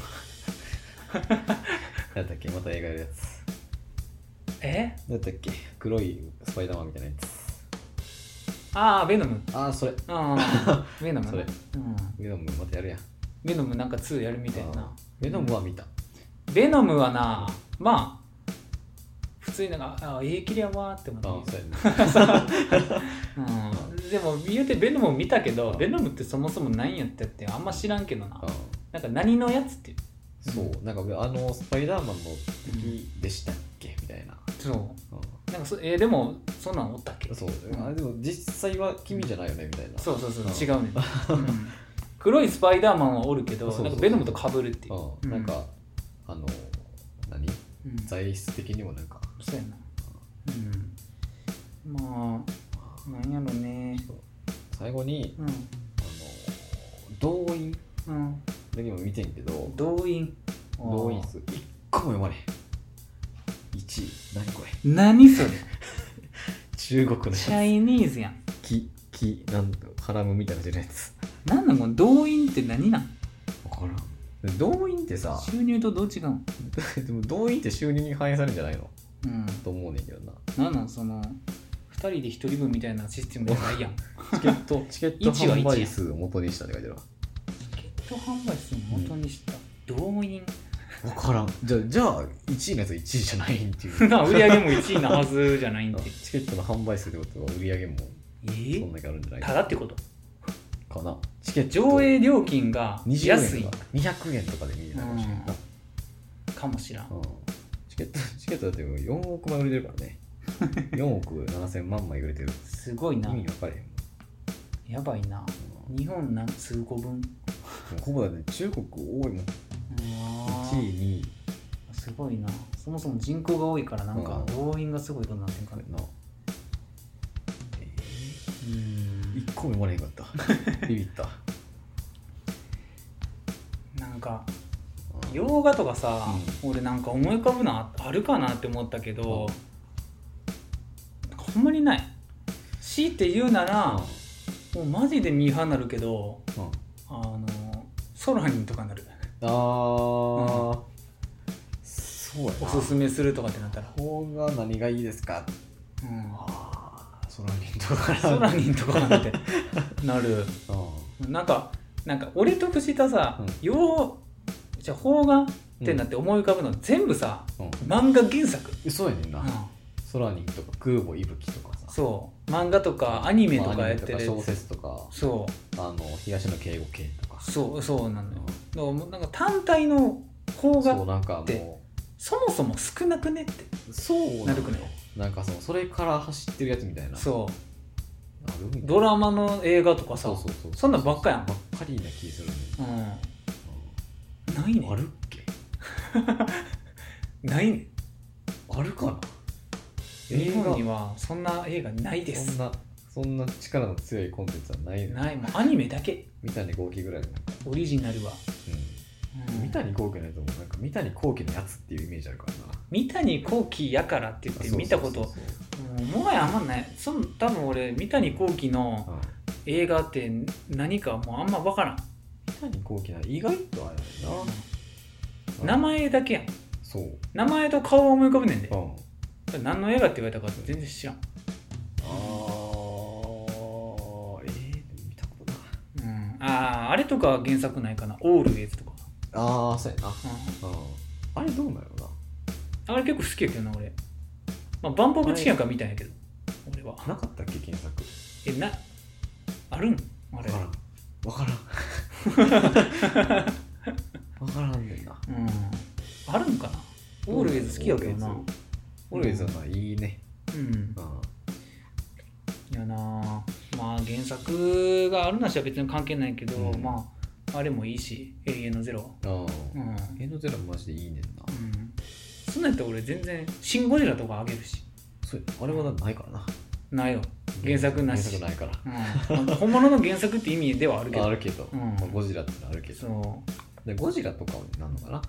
なんだっけまた映画やるやつ
え
なんだっけ黒いスパイダーマンみたいなやつ
ああベノム
ああそれ
ああベノムな
それ
うん、
ウェノムまたやるやん
ベノムなんか2やるみたい
あ
な
ウェノムは見た
ベノムはなまあ普通になんかああええきりやわーって思
ああ
っ
そ
て、
うやね
うん、でも言うてベノムを見たけどベノムってそもそも何やったってあんま知らんけどな
ああ
なんか何のやつって
そうなんかあのスパイダーマンの敵でしたっけみたいな、
そううなんかそえーでもそんなんおったっけ
ん、そう、
ん
あでも実際は君じゃないよねみたいな
そうそうそう、
うん
違う ねん、うん黒いスパイダーマンはおるけど
そうそうそう
なんかベノムと被るっていう、
う
うん
ん、なんかあの何
うん、そう
材質的にもなんか
やなうんまあなんやろね
最後に
う
あの動員
んうん
だけも見てんけど
動員
動員数1個も読まれへん1位何これ
何それ
中国の
チ
や
ャイニーズやん
つ木木なんだハラムみたいな字のやつ
なんなんこの動員って何なん
分からんで動員ってさ
収入とどう違うん
でも動員って収入に反映されるんじゃないの
うん
と思うねんけどな
なんなんその2人で1人分みたいなシステムじゃないやんチ
チケットチケッ ト
一は一
販
や
売数を元にしたって書いてあるわ
ケット販売数を元にした、動員
分からんじゃあじゃあ1位のやつは1位じゃないんってい う
な売り上げも1位なはずじゃないんで
チケットの販売数ってことは売り上げもそ
え
んだけあるんじゃない
ただってこと
かなチケット
上映料金が安
20円
い
とか200円とかで見れたかもしれないな、
かもしらん
うんチケットチケットだってもう4億枚売れてるから ね4億7千万枚売れてる
すごい
意
な
味分かれへんもん
やばいな
うん
日本なん数個分
もうほぼだって中国多いもん
う
1位2位
わすごいなそもそも人口が多いからなんか
う
動員がすごいことになってんか
か
ね
なえ
う
ー、
ん
1個も生まれへんかったビビった
なんか
うん
洋画とかさ、俺なんか思い浮かぶのああるかなって思ったけど、なんかほんまにない強いて言うなら、もうマジでミーハーなるけど
うんうん
あのソロニンとかなる
あー、そうやな
おすすめするとかってなったら、
方が何がいいですか
うん、
ああソラニンとか
ソラニンとかなん てなるなんかなんか俺得したさ、
うん
洋じゃあ邦画ってなって思い浮かぶの、全部さ
うん
漫画原作、
うんそうやねんな、
うん
ソラニンとか空母息吹とかさ
そう漫画とかアニメと
まあ
か
ア
やっ
ニメ
てるやつ
小説とか
そ
あの東野圭吾系とか
うそうそうなのよ、
う
だからもうなんか単体の邦
んそ
画
うなんか
で
も
そもそも少なくねって
うそう
な
な
る
の
くない
なんかそのそれから走ってるやつみたいな
そう
あるみたいな
ドラマの映画とかさ
そうそうそう
そんなんばっかやん
ばっかりな気するね、
う
うん
ないね
ん、あるっけ
ないね
あるかな
日
映
本
画
にはそんな映画ないで
そん
す
なそんな力の強いコンテンツはないね
ないもうアニメだけ
三谷幸喜ぐらいのなんか、
オリジナルは、う
うん、
ん
三谷幸喜のやつもなんか三谷幸喜のやつっていうイメージあるからな
三谷幸喜やからって言って見たこと
そうそう
うんもはやあんまないその多分俺三谷幸喜
そう
の
うん
映画って何かもうあんま分からん、
三谷幸喜な意外とあれだよな
名前だけやん
そう、
名前と顔は思い浮かぶねんで
う、ん、
何の映画って言われたか全然知らん、
あーえー、見たこと
う
ない
ん、あああれとか原作ないかな「オールウェイズ」とか、
ああそうやな、
う
うん、あれどうなのなあ
ん、あれ結構好きやけどな俺まあ、バンポーブチキンやから見たんやけど、俺は。
なかったっけ検索
え、な、あるんあれ。
分から ん分からん分からんねんな
うん。あるんかなオールウェイズ好きやけどな。
オールウェイズはいいね
うん
う。ん
いやなあまあ原作があるなしは別に関係ないけど、
うん
まあ、あれもいいし、エリエのゼロ。
あ
うん。うん。
エノゼラマジでいいねんな
そんなんやったら俺全然、シン・ゴジラとかあげるし。
そうあれはだってないからな
ないよ。原作なし
原作ないから
うん。まあ 本物の原作って意味ではあるけ
あ
ど
あ。るけど、
うん
まあゴジラってのあるけど
そう。
でゴジラとかになるのかな
あ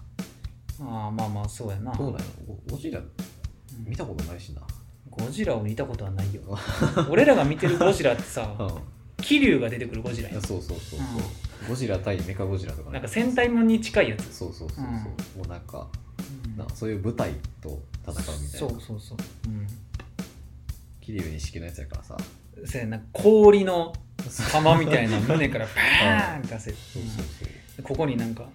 あまあまあそうやな
どうなのゴゴジラ
うん
見たことないしな
ゴジラを見たことはないよ 俺らが見てるゴジラって
うん
さ 桐生が出てくるゴジラ
い
や
や
ん
そうそうそうそうゴジラ対メカゴジラとかね
なんか戦隊もんに近いやつ、
そうそうそうそう
うん
もうなんかなそういう舞台と戦うみたい
そ
な
うそうそうう
桐生錦のやつやからさ
んせやな氷の
そうそう
釜みたい な胸からパーンって出せる、
そう
うんここになんか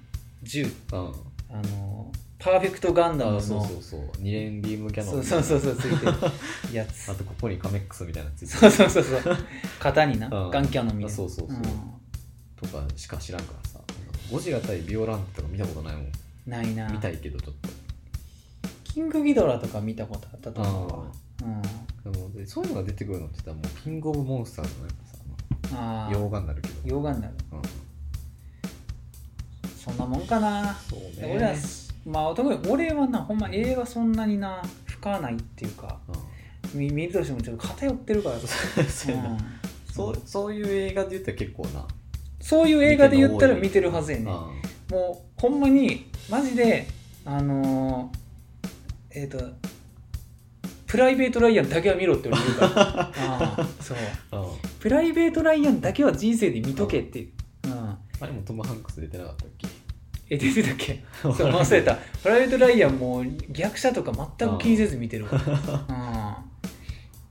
銃
そううん
あのーパーフェクトガンダム
あ
の
そうそうそう二連ビームキャノン
そうそうそうそうついてるやつ
あとここにカメックスみたいなのついて
そう
る
そうそうそう型にな、
うん
ガンキャノンみたいな
あそうそうそうんとかしか知らんからさゴジラ対ビオランテとか見たことないもん
ないな
見たいけどちょっと
キングギドラとか見たことあったと思うわうん
でもでそういうのが出てくるのって言ったらもうキングオブモンスターじゃないかさ
あ
あ
あ
の洋画になるけど、
洋画になる
うん、
そんなもんかな、
そうね
俺はまあ特に俺はなほんま映画そんなにな吹かないっていうか見見るとしてもちょっと偏ってるからさ、
うん そうやな
うん
そうそういう映画で言ったら結構な
そういう映画で言ったら見てるはずやね
うん
もうほんまにマジであのーえっ、とプライベート・ライアンだけは見ろって俺言うからああそう
うん
プライベート・ライアンだけは人生で見とけっていう、うん、
あれもトム・ハンクス出てなかったっけ
え出てたっけそう忘れたプライベート・ライアンもう逆者とか全く気にせず見てるわ、うん、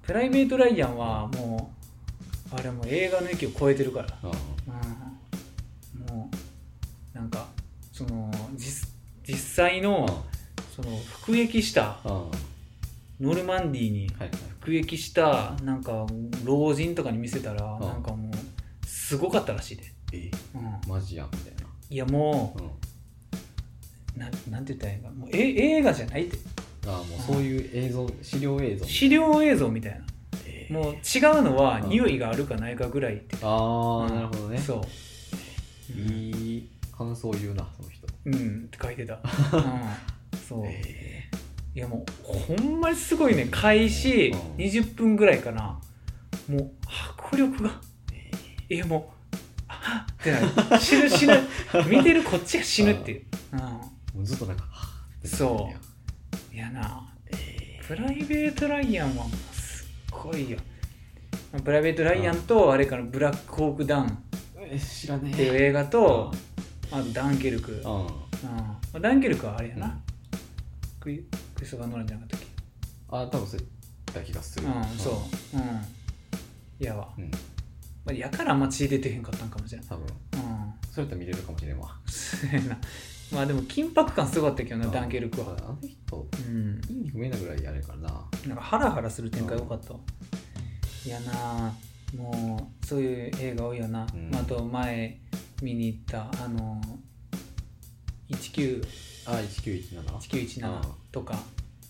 プライベート・ライアンはもうあれもう映画の域を超えてるから、
うん
うん、もうなんかその実実際のその服役した
うんうんは
ノルマンディーに
いはい
服役したなんか老人とかに見せたら
ん
なんかもうすごかったらしいで、
え
うん、
マジやんみたいない
やも
うん
うなんなんて言ったらいいんかもうえ映画じゃないって
ああもうそういう映像資料映像
資料映像みたいな
えー
もう違うのは匂いがあるかないかぐらいって
あ
う
あ
ん
なるほどね
そう
いい感想言うなその人
うんって書いて た、うん、そう
え
いやもうほんまにすごいね開始
うん
20分ぐらいかなもう迫力がいやもうあっってなる死ぬ死ぬ見てるこっちが死ぬっていう、う
ーもうずっとなんかはぁって
そうん
や
ん、いやな
え
プライベート・ライアンはもうすっごいよプライベート・ライアンとあれからブラック・ホーク・ダウンっ
ーえ知らね
ていう映画とあとダンケルク
うんうん
うん、ダンケルクはあれやな、クリクリストファー・ノーランじゃなかったっけ
あ多分そうだ気がする
うんそううんやわ、
うん
まあ、やからあんま血出てへんかったんかもしれない
多分
うん
それやったら見れるかもしれんわ
そうやなまあでも緊迫感すごかったけどな
うん
ダンケルク
あ
は
の人
うん
意味不明なぐらいやれるからな
なんかハラハラする展開多かったわいやなあもうそういう映画多いよな、
うん
まああと前見に行ったあの19
あ1917
1917とか、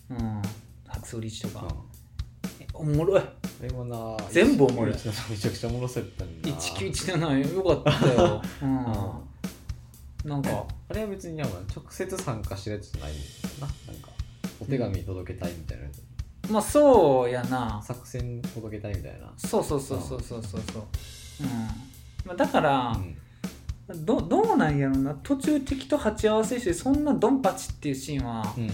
うん、白装リッチとか、
うん
おもろい
あれはな
全部おもろい
1917めちゃくちゃおもろそうやったんだな
1917よかった よ、う
うん
ん、なんか
あれは別になんか直接参加してるやつじゃないもんななんかお手紙届けたいみたいなやつ、
まあそうやな
作戦届けたいみたいな
そうそうそうそうそうそうそううんまあだから
う、ん
どどうなんやろな途中敵と鉢合わせしてそんなドンパチっていうシーンは、
うん
ま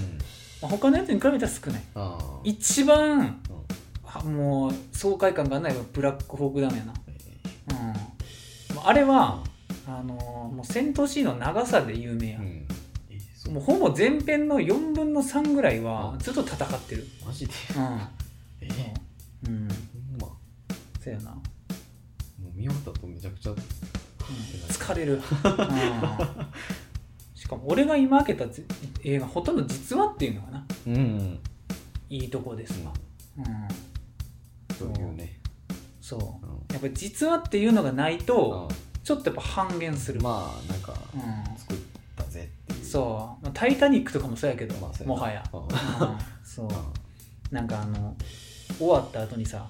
あ他のやつに比べたら少ない
ああ
一番
うん
はもう爽快感がないのはブラックホークダムやな、
え
うんまあ、あれはあのーもう戦闘シーンの長さで有名
え
や、
うんえそう
もうほぼ前編の4分の3ぐらいは
うん
ずっと戦ってる
マジで
う
え
ん
え
うん
ほんまも
そやな、うん、
う見終わったとめちゃくちゃ
疲れる、うん、しかも俺が今開けたぜ映画ほとんど実話っていうのがな
うん
いいとこですわ、うん、
というね、
そううんやっぱ実話っていうのがないと
う
ちょっとやっぱ半減する、
ん、まあなんか
うん、
作ったぜっていう
そうまあ「タイタニック」とかもそうやけど、
まあそうやな
もはや、
うん
うんそうなんかあの終わった後にさ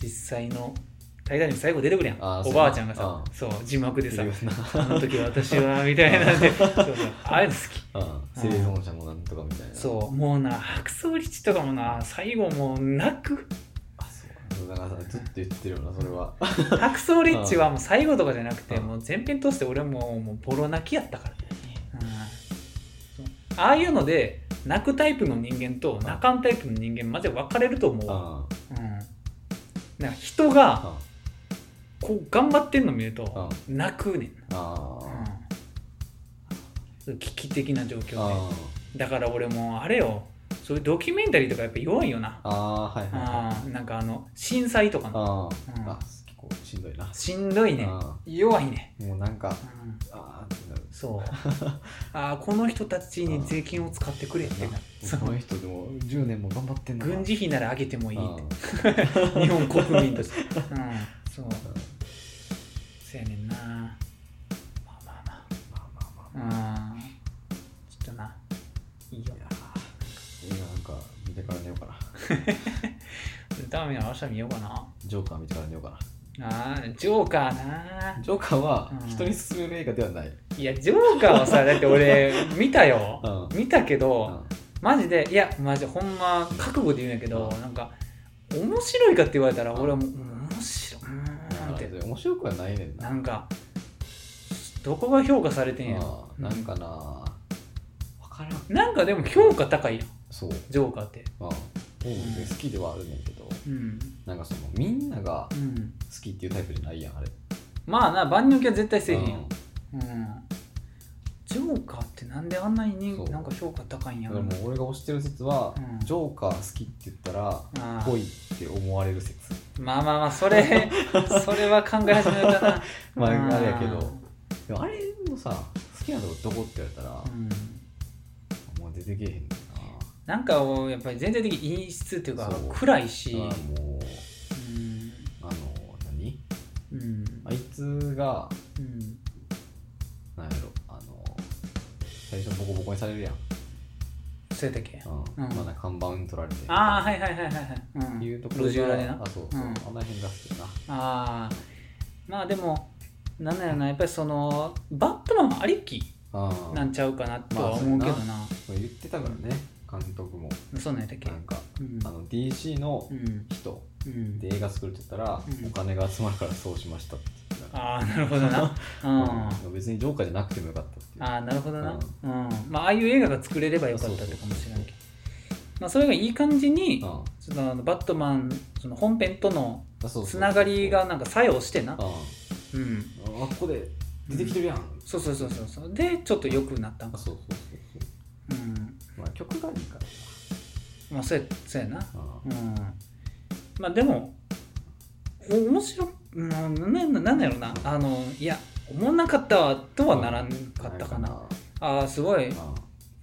実際の「タイタニック」最後出てくるやん
あー
おばあちゃんがさ
う
そう字幕でさ
うん
「あの時私は」みたい なんでそうそうああいうの好き
うん生存者もなんとかみたいな
そうもうな白装リッチとかもな最後もう泣 く
あそうだからさずっと言ってるよなそれは
白装リッチはもう最後とかじゃなくて
うん
もう前編通して俺はもうもうボロ泣きやったから、うんそうああいうので泣くタイプの人間と泣かんタイプの人間マジで分かれると思うわ
あ
うん、なんか人が
あ
こう頑張ってんの見ると泣くねん
ああ
うん、危機的な状況で
あ
だから俺もうあれよそういうドキュメンタリーとかやっぱ弱いよな、
あはいはいはい
うん、なんかあの震災とかの
あ
うん
あ結構しんどいな
しんどいね
あ
弱いね、
もうなんか
うん、
ああってなる
そうああこの人たちに税金を使ってくれってなそう
この人でも10年も頑張ってんのか
軍事費なら上げてもいい
あ
って 日本国民として、うん、そうそやねんなまあまあまあ
まあまあまあ
うんちょっとな、いいよ
い。やー映画なんか見てから寝ようかな
ダメな明日見ようかな。
ジョーカー見てから寝ようか
ああ、ジョーカーな
なジョーカーは
うん
人に勧める映画ではない、う
いや、ジョーカーはさ、だって俺、見たよ。
ん
見たけど、
うん
マジで、いや、マジで、ほんま、覚悟で言うんやけど、なんか、面白いかって言われたら、俺はもう、うん面白い。うーんなんて、
面白くはないねんな
なんか、どこが評価されてんやろ
あ。ーなんかなわからん
なんかでも評価高いやん、
そう
ジョーカーって。
まあ僕も別に好きではあるねんけど、
うん。
なんかそのみんなが
うん。
好きっていうタイプじゃないやんあれ
まあな、万人受けは絶対せえへんやん
うん。
うんジョーカーってなんであんなに人
そう
なんか評価高いんや
だ
ろ
からもう俺が推してる説は、
うん
ジョーカー好きって言ったら
ああ
ぽいって思われる説
まあまあまあそれ それは考え始めたな
ま
う
あ
ん
あれやけどでもあれのさ好きなとこどこって言われたら
う、ん
もう出てけえへんだ
なんかもうやっぱり全体的に陰湿っていうか
そう
暗いし
よなだからもう
うん
あの何
うん
あいつが
うん
なんやろあの最初ボコボコにされるやん、
そうやったっけ
うん
うん
まだ看板取られて
ああはいはいはいはいはいうん
っていうところが
路地裏でな
あそうそう、
うん
あの辺が好きだな
ああまあでもなんだろうなやっぱりそのバットマンありき
ああ
なんちゃうかなとは思うけどな
これ言ってたからね監督も
そうなんやったっけ
なんか
うん
あの DC の
うん
人
うん
で映画作るって言ったら、
うん
お金が集まるからそうしましたって言ってた
ああなるほど なうん
うん別にジョーカーじゃなくてもよかったっていう
ああなるほどなうん、まあああいう映画が作れればよかったってかもしれないけどまあそれがいい感じに
うん
そのあのバットマンその本編との
あそうそう
つながりがなんか作用してな
うんあ
うん
ここで出てきてるやん、
そうそうそうそうそうでちょっと良くなったん
あ
か
そうそうそうそう
うん
まあ曲がいいか
まあそうやそうやな
らな、
うんまあでもお面白うんなななんだろうなあのいや思わなかったわとはならんかったかな、ああすごい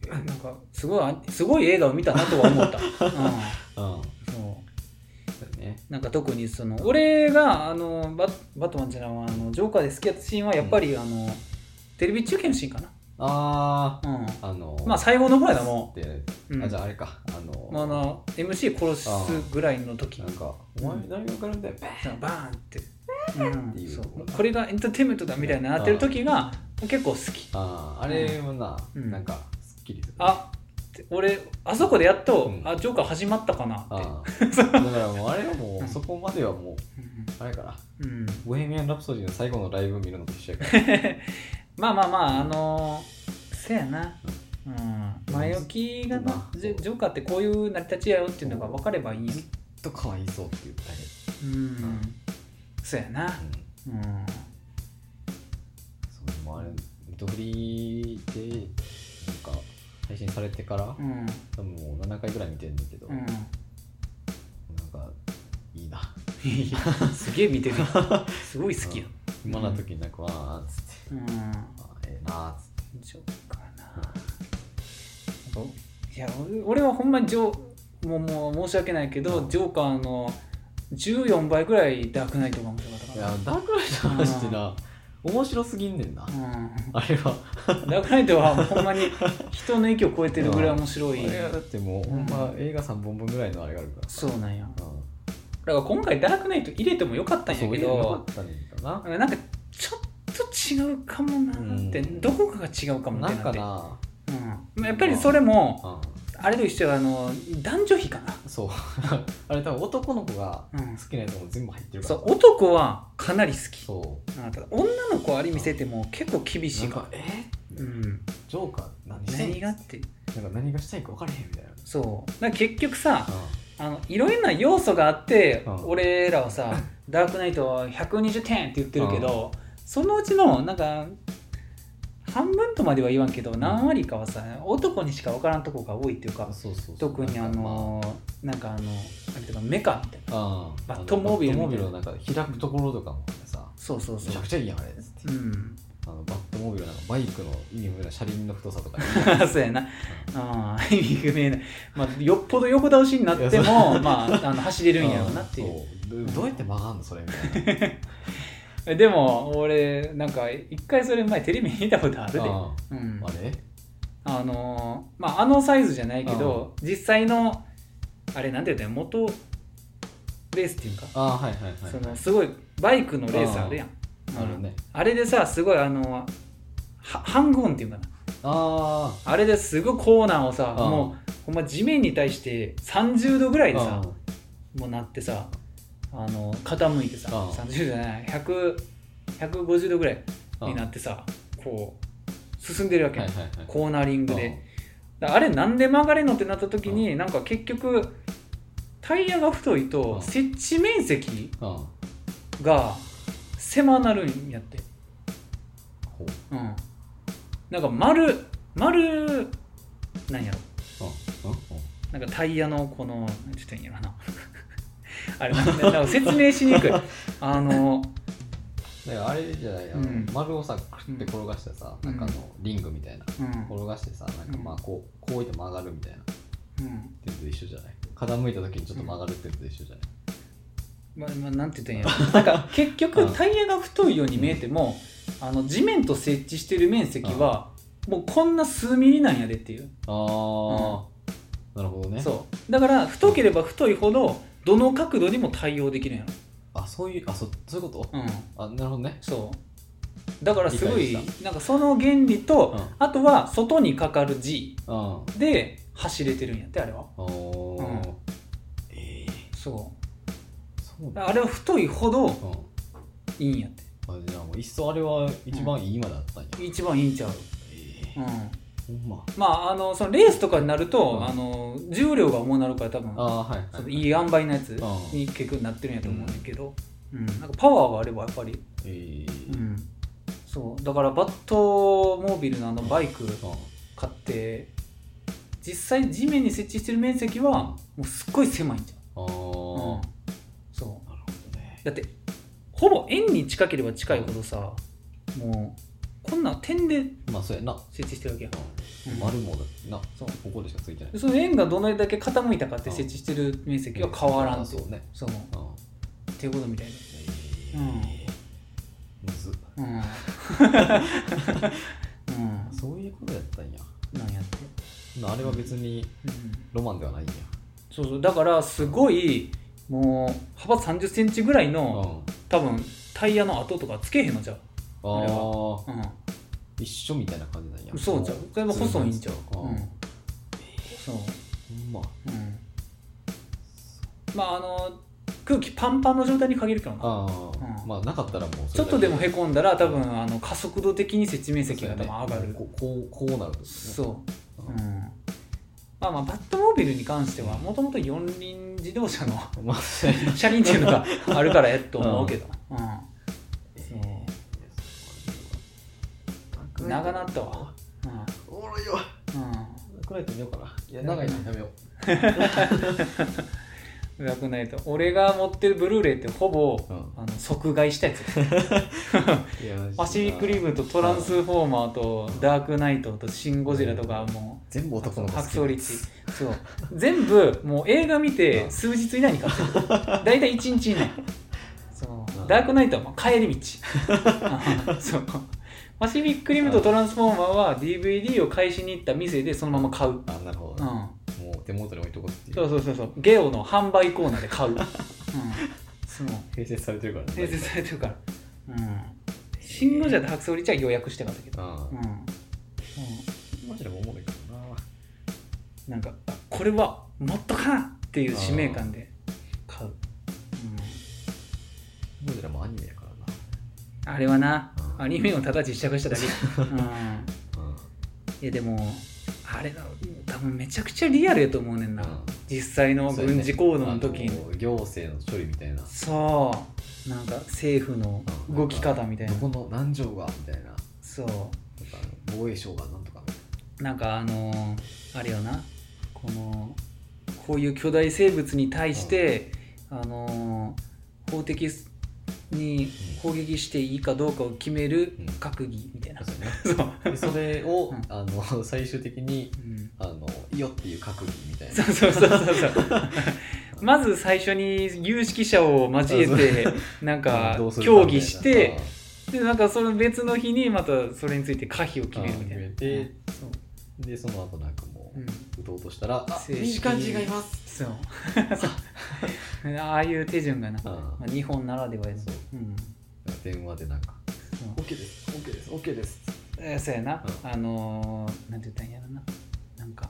あ
なんかすごいあすごい映画を見たなとは思った、うん
あうん
そ
そうだよね
うなんか特にその俺があのババットマンじゃないわあのジョーカーで好きやったシーンはやっぱり、あのテレビ中継のシーンか
あ
な、
ああの
うん、まあ最後の方やなも
で
う、うん
あじゃああれかあの
まああの MC 殺すぐらいの時
なんか「
う
お前
ん
何が分かるんだよ」バ
なんかバーンって,、うん
っていう
そうこれがエンターテインメントだみたいになってる時が結構好き
あーあれもな、
うん
なんかすっきりする、
あって俺あそこでやっと、
うん
あジョーカー始まったかなって
あー だからもうあれはも
う
うんそこまではもうあれかな
うんうん
ボヘミアン・ラプソディの最後のライブ見るのと一緒 やから
まあまあまああのー、せやな、うん、前置きがなジョジョーカーってこういう成り立ちやよっていうのが分かればいいんや
ずっとかわいそうって言ったけ
うんそやな
ど、うん、
うん
そうでもあれネットフリでなんか配信されてから、
うん
多分もう7回ぐらい見てんだけど、
うん
なんかいいな
すげえ見てるすごい好きや
今な時になんかわーっつって
うん
あーええなーっつって
ジョーカーななんかいや俺俺はほんまにジョーもうもう申し訳ないけどジョーカーの14倍ぐらいダークナイトが面白かった
い
か
やダークナイトの話ってな面白すぎんねんな
ら、うん、
あれは
ダークナイトはほんまに人の域を超えてるぐらい面白
あ
い
れはだってもうほんま映画3本分ぐらいのあれがあるから
そうなんや
うん
だから今回ダークナイト入れてもよかったん
そ
や
う
け
いうのよ
ど
かったねんかな
なんかちょっと違うかもなって、
うん
どこかが違うかもっ
な
て
ん
な
か
って
な
うん、やっぱりそれも
う
あれと一緒はあの男女比かな、
んそう あれ多分男の子が
うん
好きなやつも全部入ってるか
そ
ら
う男はかなり好き
そ
あただ女の子あり見せても結構厳
う
し
ないん
か
かえ
ら、うん、
ジョーカー何してん
何がって
なんか何がしたいか分からへんみたいな
そうだから結局さ
うん
あのいろいろな要素があって、
うん
俺らは さ「ダークナイト」は120点って言ってるけど、そのうちのなんか半分とまでは言わんけど何割かはさ男にしか分からんとこが多いっていうか
そうそうそう
特にあのなんかあのなんていうかメカみたいな
あ
バットモービルみ
バ
た
ッ
いな
トモービルのなんか開くところとかもさ
そうそう
め
そ
ちゃ
う
くちゃいいやんあれっつっ
う
て
ん
あのバットモービルのなんかバイクの意味不明な車輪の太さとか
そうやなああ意味不明な、まあ、よっぽど横倒しになっ
い
て
や
もまああの走れ
い
るんやろうなっていう
うどどうやって曲がんのそれみたいな
えでも俺なんか一回それ前テレビに見たことあるで
あ
うん
ああれ
あのーまああのサイズじゃないけど実際のあれなんて言うんだよ元レースっていうか、
ああはいはいはい
そのすごいバイクのレースあるやん
あるね
あれでさすごいあのはハングオンっていうかな
あ
あれですごいコーナーをさ
ああ
もうほんま地面に対して30度ぐら
あ
いでさ
あ
もうなってさあの傾いてさ
ああ
30じゃない100 150度ぐらい
あ
になってさこう進んでるわけ
は
や
い
ん、
はいはい
コーナリングでだからあれなんで曲がれんのってなった時になんか結局タイヤが太いと
あ
接地面積
あああ
が狭なるんやって
ほう
うんなんか丸丸なんやろ
ああ
なんかタイヤのこのなんて言ったらいいんやろな あれなんかなんか説明し にくいあの
だからあれじゃないあの
うん
丸をさくって転がしてさ
うん
なんかあのリングみたいな
うん
転がしてさなんかまあこうこういって曲がるみたいな
うん
っていうのと一緒じゃない傾いた時にちょっと曲がるっていうのと一緒じゃない
まあ、まあ、なんて言ったらいいんやろなんか結
う
局
ん
タイヤが太いように見えても、あの地面と接地してる面積は、もうこんな数ミリなんやでっていう、
ああなるほどね
そうだから太ければ太いほどどの角度にも対応できるんや
あそういうあそそういうこと
ろうん
あなるほどね
そうだからすごい
理解し
なんかその原理と、
うん
あとは外にかかる G
うんお
で走れてるんやってあれは
おーええ
そ
そう
う
だ
あれは太いほど
うん
いいんやって
あじゃあもういっそあれは一番いい今だったんや
一番いいんちゃう、
ええ
うん、
ほんま
まああのそのレースとかになると、
うん
あの重量が重なるから多分
ああはい
そ
は
の
い
いい塩梅のやつ
うん
に結局なってるんやと思うんだけど、うんなんかパワーがあればやっぱり、
ええ
うん、そうだからバットモービルのあのバイク
うん
買って実際地面に設置してる面積はもうすっごい狭いんじ
ああ
ゃん、うんそう
なるほどね
だってほぼ円に近ければ近いほどさもうこんなん点で
まあそうやな
設置してるわけやんうん
丸もだってな
そう
ここでしかついてない
でその円がどのだけ傾いたかって設置してる面積は変わらんと
そうね
そうっ
うん
ていうことみたいな
え
うん
えむずっ
うんうん
そういうことやったんや
なんやって、
あれは別に
うん、
ロマンではないんや
そうそうだからすごいもう幅3 0ンチぐらいうの、
ん
多分タイヤの跡とかつけへんのじゃう、あれ
あ
う
あ一緒みたいな感じなんや
ん、そうじゃうそれも細いんちゃう、
あー
うん、そう、
ほんま
うん、まああの空気パンパンの状態に限るけどな
あ
う
あ
ん
まあなかったらもうそ
ちょ
れだけ
っとでもへこんだら多分あの加速度的に接面積が多分上がる
こうこうこうなると
そう、う
うん
まあまあバットモービルに関してはもともと四輪自動車 の
まあそうやな
車輪っていうのがあるからえっと思うけど、うん
そう
長なったわうん
おもろいよ
う
ダークナイト見ようかないや
長
長
い
い
な
のやめようん
ダークナイト俺が持ってるブルーレイってほぼ、
うん
あの即買いしたや つ
いや
パシフィックリブとトランスフォーマーとダークナイトとシン・ゴジラとかも
全部
う
男の子
ハクソーリッチそう全部もう映画見
う
て
ん
数日以内に買ってる 大体1日以内そう、
うん
ダークナイトはもう帰り道う んそうパシフィック・リムとトランスフォーマーは DVD を返しに行った店でそのまま買う、うん、
あなるほど、ねもう手元に置いとこうっていう
そうそうそうそうゲオの販売コーナーで 買う、うん、そう
併設されてるからね
併設されてるからうん新ゴジラと白装リッチは予約してなかったけど
あ
うん、う
あ
ん、
マジでもおもろいけどな
なんかあこれはもっとかなっていう使命感で買う
ゴジラもアニメやから
あ,、うん、あれはな
うん
アニメをただ実写化しただけ、うん、い
なうん
やでもあれが多分めちゃくちゃリアルやと思うねんな、
うん
実際の
そうやね
軍事行動の時に
あの行政の処理みたいな
そうなんか政府の
うん
動き方みたいな
どこの何条がみたいななんか
そう
あの防衛省がなんとかみたいな
なんかあのーあれよなこのこういう巨大生物に対して、あのー法的に攻撃していいかどうかを決める
うん
閣議みたいな、
そうやね
そう、
でそれを、
うん
あの 最終的に
うん、
あのいいよっていう閣議みたい
そ
な
うそうそうそうそうまず最初に有識者を交えてなんか
どうする
協議し
み
て
たいな
でなんかその別の日にまたそれについて可否を決めるみたいな
あ決めて
うんそう
でその後なんかも
うん
う打とうとしたら「あ
正式に
いい感じがいます
そうそうああいう手順が な、
うん
まあ、日本ならではやな
そう
うん」
電話でなんか「
そ
OK です OK です OK です
うえそうやな、
う
あのー、なんて言ったんやろななんか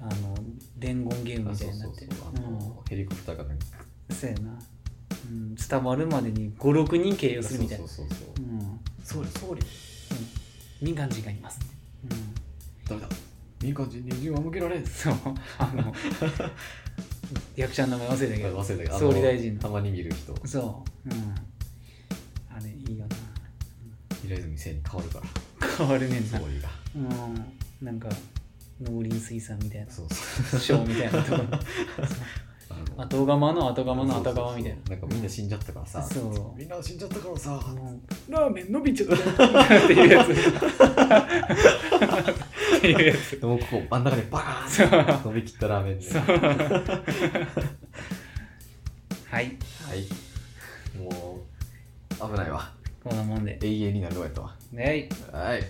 あの伝言ゲー」ム
あ
みた
そ
いうにな
そ
っ
うそ
て
う
る
あのヘリコプターがなんか
うん、そうやな、うん、伝わるまでに56人経由するみたいな
そうそうそう
うんうん
そう総理総理
民間人がいます、うん
ダメだ民間人に銃は向けられん
そうあの役者の名前忘れたけど
忘れたけど
総理大臣の
あのたまに見る人
そう、うん、あれいいよな
平泉成に変わるから
変わるねんな
総理が
うんなんか農林水産みたいな
そうそう
ショーみたいなところ
あの
後釜の後釜の後釜みたい
そうそうそうなんかみんな死んじゃったからさ
そう
みんな死んじゃったからさ
なうん
ラーメン伸びちゃった
っていうやつ っていうやつ
でもここ真ん中でバカ
そう
ーンって伸びきったラーメンで
そうはい
はいもう危ないわ
こんなもんで
永遠になるわやったわ
ね
はい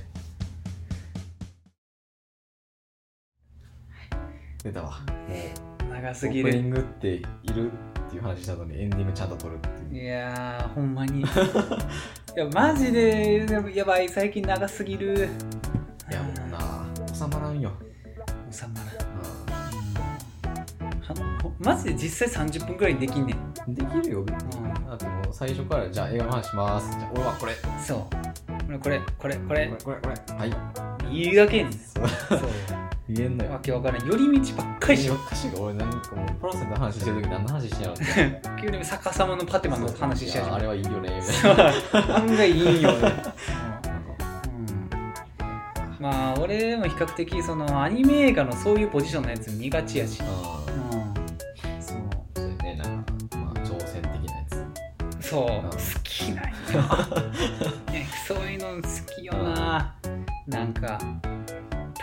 出たわもう
長
オ
すぎ
ープニ
る
ングっているっていう話した後にエンディングちゃんと撮るって
い
いう
やーほんまに いやマジでやばい最近長すぎる
いやもうな収まらんよ、
収まらん
う
はほマジで実際30分くらいできんねん、
ん、できるよあともう最初からじゃあ映画の話しますじゃあ俺はこれ
そうこれこれこれこ
これこれこれはい
れ言い訳やねん
そう
そう
言えんのよ
わけわからん寄り道ばっかりしよ
おかしいよ俺なんかもうプロセンの話してる時何の話してんやろって
急に逆さまのパテマの話しち
いや
ゃ
あ
う
れはいいよねみたい
案外いいよね、
ななんか
うん、まあ俺も比較的そのアニメ映画のそういうポジションのやつ見がちやし、
う
うん、そうん
そうねなんかまあ挑戦的なやつ
そう
うん
好きなんよねそういうの好きよななんか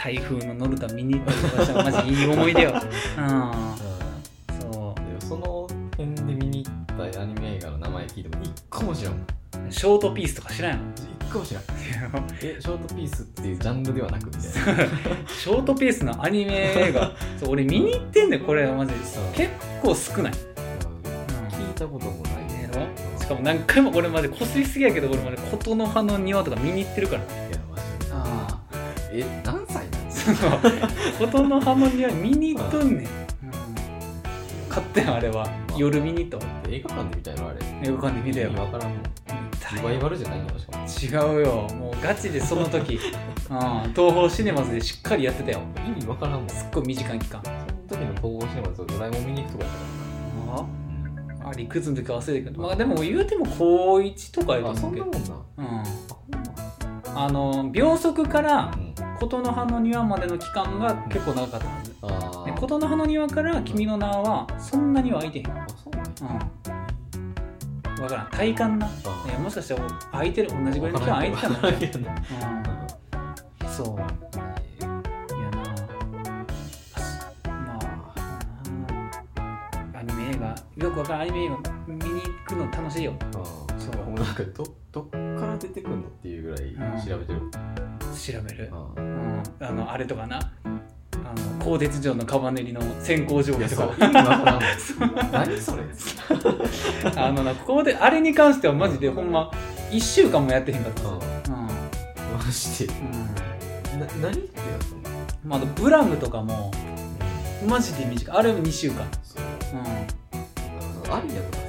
台風の乗るた見に行ったりとかしたらマジいい思い出よ、う、
うん
そ
んでその辺で見に行ったアニメ映画の名前聞いても一個も知らん
うショートピースとか知ら んの
一個も知らんえショートピースっていうジャンルではなくみたいな
ショートピースのアニメ映 画そう俺見に行ってんだよこれはマジで
そう
結構少ない、
聞いたこともない
や
ね
ろしかも何回も俺までこすりすぎやけど俺まで琴の葉の庭とか見に行ってるから
いやマジで
あ
え何歳なんです
そう琴の葉の庭見に行っとんねん、買ってんあれは夜見に行ったわ
映画館で見たいのあれ
映画館で見たよ
意味わからんもんリバイバルじゃないよしかも
違うよもうガチでその時、 うん、東宝シネマズでしっかりやってたよ
意味わからんもんそ
すっごい短い期間
の時の統合シネマでドラえもん見に行くとかやった
あ
か
あ理屈の時忘れてたけどまあでも言うても高1とかや
ら
と
あそ
思うんけど
なもんな
うん
あほんま
あの秒速から
うん
琴の葉の庭までの期間が結構長かったはず
あ
で
ー
琴の葉の庭から君の名はそんなには空いてへん
あそうなんや
うん分からん体感ない
あ
やもしかしたら空いてる同じぐらいの期間空いてたの
わからんけ
ね
ど
う
わ
んそう
からんけど
いやなあよくわからんアニメ映画見に行くの楽しいよ
ああ
そう
もうなんかどどっから出てくるのっていうぐらい調べてる、
調べる、
あ
うん、あのあれとかなあの鋼鉄城のカバネリの先行上
あい
映
や
と
そう
か
意味わからん 何それ
あのなここであれに関してはマジでほんま1週間もやってへんかっ
あ
た、うん
あマジでな何ってやつなの
まあ、あとブラムとかもマジで短いあれも2週間
そう
うん、うん、
なんかそのアリアとかさ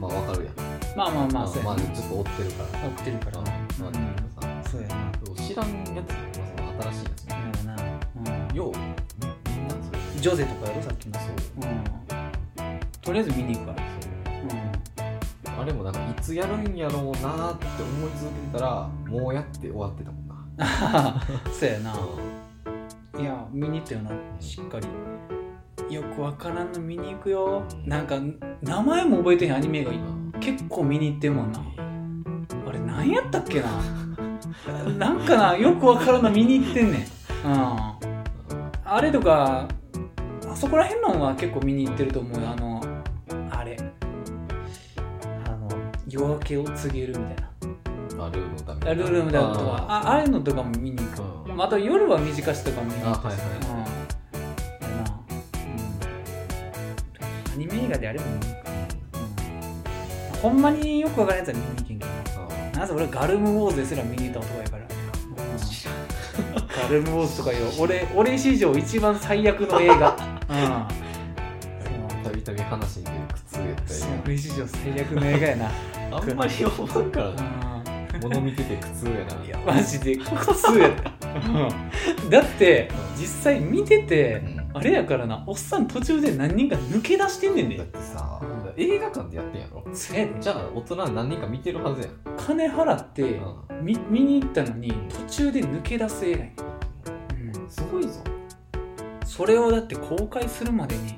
まあまあわかるやん
まあまあまあそうや
まあ
な
ずっと追ってるから
合ってるから、
まあ
うん
さ
そうやな
そう知らんやつまあその新しいやつね
そうやな、うん、
ようみんなそれ
ジョゼとかやろさっきの
そう
うんとりあえず見に行くからう
あれもなんかいつやるんやろうなーって思い続けてたらもうやって終わってたもんなん
そうやな
う
いや見に行ったよなしっかりよくわからんの見に行くよなんか名前も覚えてへんアニメが
ん
結構見に行ってんもんなあれ何やったっけななん かなよくわからんの見に行ってんねん、うん、あれとかあそこら辺のは結構見に行ってると思うよあのあれあの夜明けを告げるみたいな
あルールのため
あルールムだとかああれのとかも見に行く
うん
また夜は短しとかも見に行く
あはいはい
うんやなうんアニメ映画であれば見に行くうんほんまによくわからんやつは見に行けんけど
あ
なぜ俺ガルムウォーズですら見に行った男やから、ガルムウォーズとかよ俺俺史上一番最悪の映 画うん
たびたび話に出る苦痛やったり
そう俺史上最悪の映画やな、
あんまり思わんからな物見てて苦痛やな
うんいやマジで苦痛やった、うんだって実際見てて
うん
あれやからなおっさん途中で何人か抜け出してんねん
だ
で
ってさ映画館でやってんやろ
せやで
じゃあ大人何人か見てるはずやん
金払って見見に行ったのに途中で抜け出す映画や
うんすごいぞ
うんそれをだって公開するまでに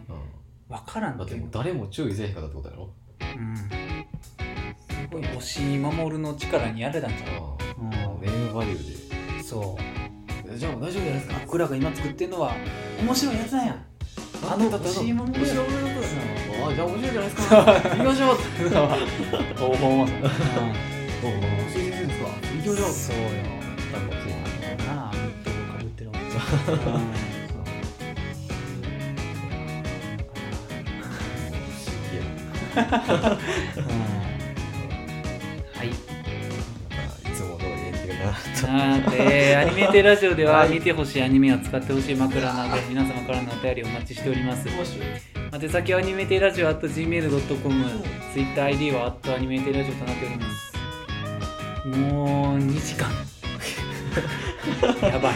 分からん
だ
っ
って
い
て
う
もう誰も注意せえへんかったってことやろ
うんすごい押井守の力にやれたんじゃん、
ネームバリュー
うん、そう
でじゃあ大丈夫じゃないですか
僕らが今作ってるのは面白いやつなんやあの押井守
面白い面白いあじゃあ面白いじゃない ですか行きましょう
大本は
どうも教えてくれるんですか行きましょう
そうよ
なんかそう
なあミットをかぶってるおっちゃんうん はい
いやなんかいつも通り演じるな
なのでアニメテラジオでは見てほしいアニメを使ってほしい枕など皆様からのお便りお待ちしております宛先はアニメテラジオ at gmail.com ツイッター ID は at アニメテラジオとなっておりますもう2時間 やばい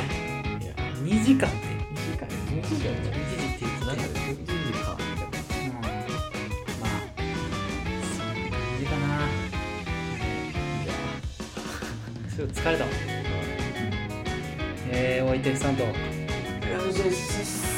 いや
2時間って
時間1時間
1時って言って
な
た
ん
けど
か
うん
1時か
まあそんな感じかない
や
ちょっと疲れたもんえー、お相手さんと
よしよしよし